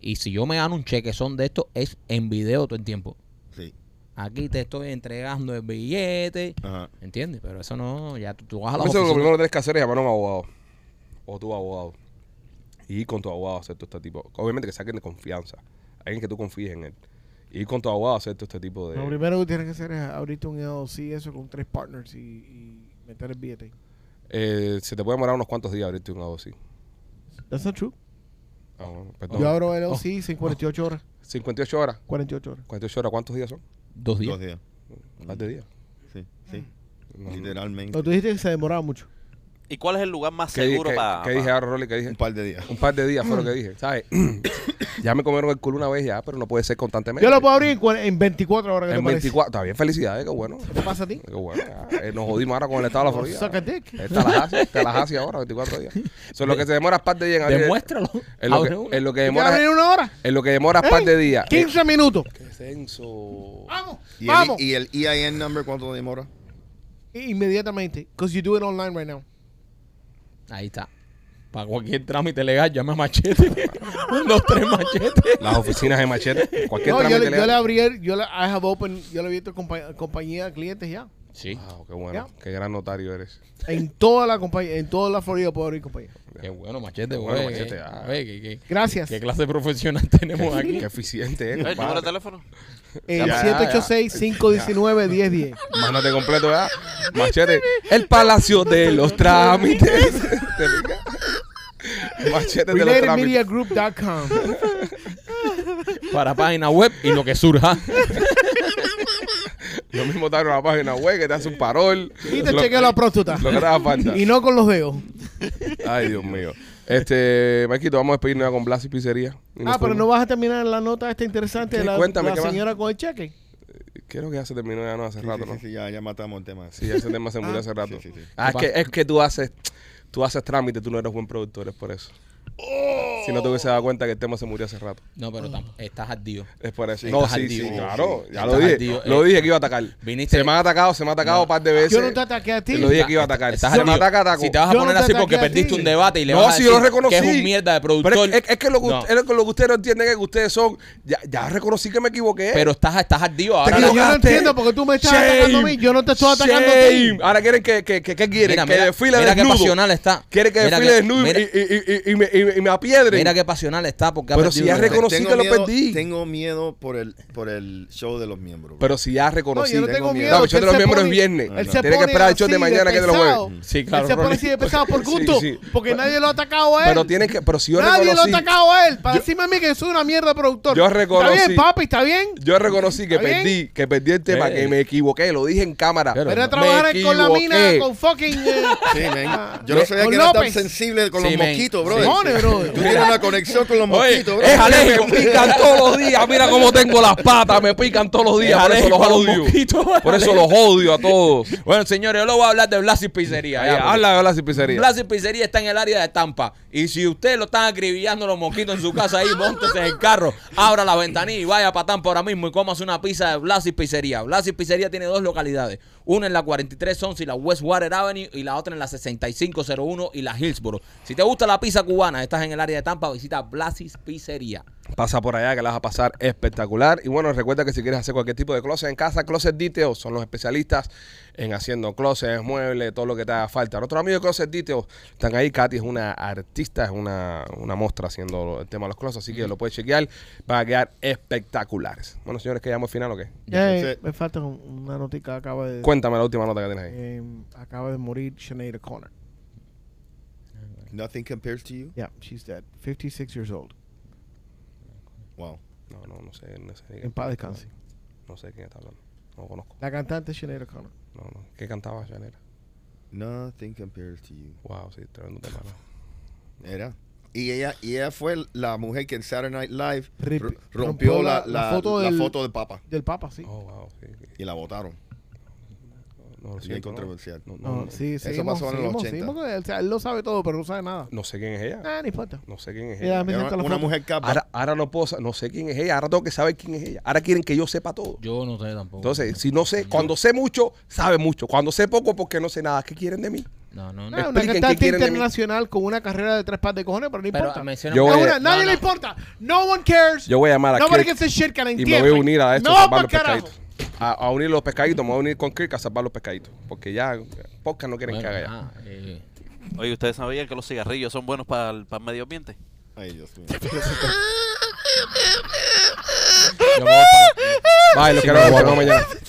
Speaker 4: Y si yo me gano un cheque son de estos, es en video todo el tiempo.
Speaker 6: Sí.
Speaker 4: Aquí te estoy entregando el billete.
Speaker 6: Ajá.
Speaker 4: ¿Entiendes? Pero eso no, ya tú, tú vas a
Speaker 3: Yo
Speaker 4: la
Speaker 3: pienso que lo
Speaker 4: oficina.
Speaker 3: primero que tienes que hacer Pues es llamar a un abogado. O tu abogado. Y ir con tu abogado a hacer todo este tipo. Obviamente que saquen de confianza. Alguien que tú confíes en él. Y ir con tu abogado a hacer todo este tipo de...
Speaker 5: Lo primero que tienes que hacer es ahorita un LLC, eso con tres partners y, y meter el billete.
Speaker 3: Eh, se te puede demorar unos cuantos días abrirte un abogado así.
Speaker 5: That's not true.
Speaker 3: Ah, bueno, perdón.
Speaker 5: Yo abro LLC en 48 horas.
Speaker 3: 58 horas.
Speaker 5: 48 horas.
Speaker 3: 48 horas, ¿cuántos días son?
Speaker 4: Dos días.
Speaker 6: Dos días.
Speaker 3: Más de días.
Speaker 6: Sí, sí.
Speaker 3: No, no.
Speaker 6: Literalmente.
Speaker 5: No, tú dijiste que se demoraba mucho.
Speaker 7: ¿Y cuál es el lugar más
Speaker 3: ¿Qué, di-
Speaker 7: seguro
Speaker 3: qué-
Speaker 7: para.?
Speaker 3: qué dije ahora, Rolly? ¿Qué dije?
Speaker 6: Un par de días.
Speaker 3: Un par de días fue lo que dije,
Speaker 6: *coughs*
Speaker 3: ¿sabes? ya me comieron el culo una vez ya, pero no puede ser constantemente.
Speaker 5: Yo lo puedo abrir en, cua- en 24 horas. ¿qué te
Speaker 3: En
Speaker 5: parece?
Speaker 3: 24, está bien, felicidades, qué bueno.
Speaker 5: ¿Qué pasa a ti?
Speaker 3: Qué bueno. ya, eh, nos jodimos ahora con el estado de la Florida.
Speaker 5: Suck a dick.
Speaker 3: Esta las hace, te las hace ahora, 24 días. Eso es lo que te demoras par de días.
Speaker 4: Ah,
Speaker 3: en abrir-
Speaker 4: Demuéstralo.
Speaker 3: Es lo
Speaker 4: Abre
Speaker 3: que,
Speaker 4: una.
Speaker 3: es lo que
Speaker 5: ¿Te quieres
Speaker 3: demoras,
Speaker 5: Ah, abrir una hora?
Speaker 3: es lo que demoras
Speaker 5: ¿Eh?
Speaker 3: par de días.
Speaker 5: 15 minutos.
Speaker 3: Qué tenso.
Speaker 5: Vamos,
Speaker 6: ¿Y
Speaker 5: vamos.
Speaker 6: el, ¿Y el EIN number cuánto demora?
Speaker 5: Inmediatamente. Because you do it online right now.
Speaker 4: Ahí está. Para cualquier trámite legal, llama a Machete. *laughs* Un, dos, tres Machete.
Speaker 3: Las oficinas de machete, cualquier
Speaker 5: No, yo,
Speaker 3: trámite
Speaker 5: le, yo
Speaker 3: legal.
Speaker 5: le abrí, el- yo le, I have open, yo le he abierto compa- compañía a clientes ya.
Speaker 4: Sí.
Speaker 3: Wow, qué Ah, bueno, qué gran notario
Speaker 5: *laughs*
Speaker 3: eres.
Speaker 5: En toda la compañía, en toda la Florida puedo abrir compañía.
Speaker 4: Qué bueno, Machete,
Speaker 3: Qué bueno,
Speaker 4: güey,
Speaker 3: Machete,
Speaker 4: eh.
Speaker 3: ah.
Speaker 4: Güey, qué- qué-
Speaker 5: Gracias.
Speaker 4: ¿Qué clase de profesional *laughs* tenemos aquí?
Speaker 3: Qué eficiente
Speaker 7: Eh, ¿El
Speaker 3: eres.
Speaker 5: *laughs*
Speaker 3: compadre.
Speaker 7: número de teléfono?
Speaker 5: El
Speaker 3: Ya, *laughs*
Speaker 5: 786-519-1010.
Speaker 3: Mándate completo ya. Machete, el palacio
Speaker 5: *laughs*
Speaker 3: de los *laughs* trámites. ¿Te fijas? Machete de los trámites.
Speaker 5: RelatedMediaGroup.com.
Speaker 4: Para página web y lo que surja.
Speaker 3: Yo mismo te abro la página web que te hace un parol.
Speaker 5: Y te chequeo la próstata.
Speaker 3: Lo que te haga falta.
Speaker 5: Y no con los dedos.
Speaker 3: Ay, Dios mío. Este, Maquito, vamos a despedirnos ya con Blas y Pizzería. Y nos
Speaker 5: Ah, pero
Speaker 3: fuimos.
Speaker 5: no vas a terminar la nota esta interesante de
Speaker 3: ¿Qué?
Speaker 5: la,
Speaker 3: Cuéntame,
Speaker 5: la
Speaker 3: ¿qué más?
Speaker 5: señora con el cheque.
Speaker 3: Creo que ya se terminó ya no hace
Speaker 6: Sí,
Speaker 3: rato,
Speaker 6: sí,
Speaker 3: ¿no?
Speaker 6: sí, sí, ya, ya matamos el tema.
Speaker 3: Sí, ya ese tema se murió hace rato.
Speaker 6: sí, sí.
Speaker 3: Ah, es que, es que tú haces tú haces trámite, tú no eres buen productor, es por eso. Si no te hubiese dado cuenta que el tema se murió hace rato.
Speaker 4: No, pero tam- estás ardido.
Speaker 3: Es por eso.
Speaker 4: Sí,
Speaker 3: no,
Speaker 4: estás
Speaker 3: sí,
Speaker 4: ardido.
Speaker 3: sí,
Speaker 4: Sí,
Speaker 3: claro.
Speaker 4: sí.
Speaker 3: Ya
Speaker 4: Estás
Speaker 3: lo dije.
Speaker 4: ardido,
Speaker 3: Lo
Speaker 4: eh.
Speaker 3: dije que iba a atacar.
Speaker 4: Viniste-
Speaker 3: Se me ha atacado, se me ha atacado un par de veces.
Speaker 5: Yo no te ataqué a ti.
Speaker 3: Lo dije que iba a atacar.
Speaker 4: Estás
Speaker 3: Si me
Speaker 4: ardido.
Speaker 3: ataca, ataco.
Speaker 4: Si te vas a
Speaker 5: Yo no
Speaker 4: poner
Speaker 5: te
Speaker 4: así porque
Speaker 5: ataqué a ti.
Speaker 4: perdiste un debate y le
Speaker 3: no,
Speaker 4: vas a
Speaker 3: si
Speaker 4: decir
Speaker 3: yo lo reconocí.
Speaker 4: que es un mierda de
Speaker 3: Pero
Speaker 4: productor.
Speaker 3: es, es que eh, lo que,
Speaker 4: No.
Speaker 3: es lo que lo que ustedes no entienden es que ustedes son. Ya, ya reconocí que me equivoqué.
Speaker 4: Pero estás, estás ardido ahora.
Speaker 5: Pero
Speaker 4: no-
Speaker 5: yo no
Speaker 3: equivocaste.
Speaker 5: entiendo porque tú me estás atacando a mí, yo no te estoy atacando a ti.
Speaker 3: Shame. Ahora quieren que, que, que, que quieren
Speaker 4: Mira,
Speaker 3: que
Speaker 4: mira,
Speaker 3: desfile
Speaker 4: mira qué
Speaker 3: desnudo.
Speaker 4: pasional está.
Speaker 3: Quieren que
Speaker 4: Mira
Speaker 3: desfile
Speaker 4: que-
Speaker 3: desnudo y-
Speaker 4: mira-
Speaker 3: y, y, y, y me, y, y me apiedren.
Speaker 4: Mira qué pasional está porque ha
Speaker 3: Pero
Speaker 4: perdido
Speaker 3: si ya
Speaker 4: un-
Speaker 3: recono- Reconocí que lo
Speaker 6: miedo-
Speaker 3: perdí.
Speaker 6: Tengo miedo por el, por el show de los miembros. bro.
Speaker 3: pero si ya reconocí.
Speaker 5: No, yo no tengo
Speaker 6: miedo.
Speaker 5: miedo.
Speaker 3: No, el
Speaker 5: que
Speaker 3: show de
Speaker 5: él
Speaker 3: los
Speaker 5: se
Speaker 3: miembros es
Speaker 5: pone-
Speaker 3: viernes.
Speaker 5: Él se
Speaker 3: Tienes que
Speaker 5: pone
Speaker 3: esperar el show
Speaker 5: así
Speaker 3: de mañana que es de los
Speaker 5: pesado.
Speaker 3: jueves.
Speaker 4: Sí, claro,
Speaker 5: Él se pone
Speaker 4: Rolly.
Speaker 5: así de pesado
Speaker 3: *laughs*
Speaker 5: por
Speaker 3: Sí,
Speaker 5: gusto.
Speaker 3: sí.
Speaker 5: Porque nadie lo ha atacado a él.
Speaker 3: Pero tienen que. Pero si yo
Speaker 5: nadie
Speaker 3: reconocí.
Speaker 5: lo ha atacado a él. Para decirme a mí que soy una mierda de productor.
Speaker 3: Yo reconocí-
Speaker 5: Está bien, papi, está bien.
Speaker 3: Yo reconocí que
Speaker 5: ¿Está bien?
Speaker 3: perdí, que perdí el tema,
Speaker 4: Eh.
Speaker 3: que me equivoqué, lo dije en cámara.
Speaker 4: Pero
Speaker 5: Pero a
Speaker 4: no.
Speaker 5: trabajar
Speaker 3: Me
Speaker 5: con la mina,
Speaker 3: equivoqué.
Speaker 5: con fucking. eh,
Speaker 6: *laughs* Sí, men. Yo no sabía
Speaker 5: Con
Speaker 6: que era tan
Speaker 5: López.
Speaker 6: sensible con
Speaker 4: Sí,
Speaker 6: los
Speaker 4: men.
Speaker 6: mosquitos, bro.
Speaker 5: Simone, bro.
Speaker 6: Tú tienes una conexión con los
Speaker 4: Oye,
Speaker 6: mosquitos, bro.
Speaker 3: Es alérgico, *laughs* me pican todos los días. Mira cómo tengo las patas, me pican todos los días.
Speaker 4: Es
Speaker 3: Por eso los
Speaker 4: alérgico a los
Speaker 3: odio.
Speaker 4: mosquitos, es
Speaker 3: Por eso los
Speaker 4: alérgico.
Speaker 3: odio a todos.
Speaker 4: Bueno, señores, yo le voy a hablar de Blas y Pizzería. ya, porque-
Speaker 3: Habla de la pizzería.
Speaker 4: Blas y Pizzería está en el área de Tampa. Y si usted lo están acribillando los mosquitos en su casa ahí, montese en el carro, abra la ventanilla y vaya para Tampa ahora mismo y cómase una pizza de Blas y Pizzería. Blas y Pizzería tiene dos localidades. Una en la 4311 y la Westwater Avenue y la otra en la 6501 y la Hillsboro. Si te gusta la pizza cubana, estás en el área de Tampa, visita Blas y Pizzería.
Speaker 3: Pasa por allá que la vas a pasar espectacular. Y bueno, recuerda que si quieres hacer cualquier tipo de closet en casa, Closet Details son los especialistas en haciendo closets, muebles, todo lo que te haga falta. Nuestros amigos de Closet Details están ahí. Katy es una artista, es una, una mostra haciendo el tema de los closets, así que lo puedes chequear. Van a quedar espectaculares. Bueno, señores, que llegamos al final o qué?
Speaker 5: ya, eh,
Speaker 6: Entonces-
Speaker 5: me falta un- una notica. Acaba de.
Speaker 3: Cuéntame la última nota que tienes ahí.
Speaker 5: eh, acaba de morir Sinead O'Connor.
Speaker 6: Nothing compares to you.
Speaker 5: Yeah, she's dead. 56 years old.
Speaker 6: Wow.
Speaker 3: No, no, no sé. No sé,
Speaker 5: En paz descanse.
Speaker 3: no sé quién está hablando. No conozco.
Speaker 5: La cantante Sinead O'Connor.
Speaker 3: No, no. ¿Qué cantaba Janera?
Speaker 6: Nothing compares to you.
Speaker 3: Wow, sí, tremendo tema. ¿no?
Speaker 6: Era. Y ella, y ella fue la mujer que en Saturday Night Live
Speaker 5: Rip-
Speaker 6: r- rompió la, la, foto,
Speaker 5: del-
Speaker 6: foto de Papa
Speaker 5: Del Papa, sí.
Speaker 3: Oh, wow, sí. sí.
Speaker 6: y la votaron.
Speaker 3: No, lo
Speaker 6: Bien
Speaker 3: siento, no.
Speaker 6: controversial.
Speaker 3: No, no,
Speaker 5: No,
Speaker 3: no.
Speaker 5: sí,
Speaker 6: Eso
Speaker 5: seguimos,
Speaker 6: pasó en
Speaker 5: seguimos,
Speaker 6: los 80.
Speaker 5: seguimos con él. O sea, él lo sabe todo, pero no sabe
Speaker 6: *laughs*
Speaker 5: nada.
Speaker 3: No sé quién es ella.
Speaker 5: Ah, no importa.
Speaker 3: No sé quién es
Speaker 5: Mira,
Speaker 3: ella.
Speaker 5: me
Speaker 6: Era
Speaker 5: saca
Speaker 6: una,
Speaker 5: la
Speaker 6: una
Speaker 5: foto.
Speaker 6: mujer capa.
Speaker 3: Ahora, ahora no puedo, sa- no sé quién es ella. Ahora tengo que saber quién es ella. Ahora quieren que yo sepa todo.
Speaker 4: Yo no sé tampoco.
Speaker 3: Entonces, si no sé, cuando sé mucho, sabe mucho. Cuando sé poco, porque no sé nada. ¿Qué quieren de mí?
Speaker 4: No, no, no.
Speaker 5: Ah, una
Speaker 3: expliquen qué
Speaker 5: cantante
Speaker 3: quieren de mí.
Speaker 5: internacional con una carrera de tres par de cojones, pero no importa.
Speaker 4: Pero menciona
Speaker 3: Yo
Speaker 5: Es
Speaker 3: voy a-
Speaker 5: una- nadie
Speaker 4: no,
Speaker 5: le
Speaker 4: no.
Speaker 5: importa. No one cares.
Speaker 3: Yo voy a llamar a
Speaker 5: Nobody
Speaker 3: Kirk
Speaker 5: gives a shit que la
Speaker 3: Y me voy a
Speaker 5: entierren.
Speaker 3: unir a esto,
Speaker 5: No,
Speaker 3: a salvar
Speaker 5: por
Speaker 3: los
Speaker 5: carajo.
Speaker 3: pescaditos. A, a unir los pescaditos, me voy a unir con Kirk a salvar los pescaditos. Porque ya, podcast no quieren
Speaker 4: Bueno,
Speaker 3: que haga ya.
Speaker 4: ah, eh.
Speaker 7: Oye, ¿ustedes sabían que los cigarrillos son buenos para el, para el medio ambiente?
Speaker 6: Ay, Dios mío.
Speaker 4: Yo me voy para-
Speaker 3: Bye, los quiero, nos vemos mañana.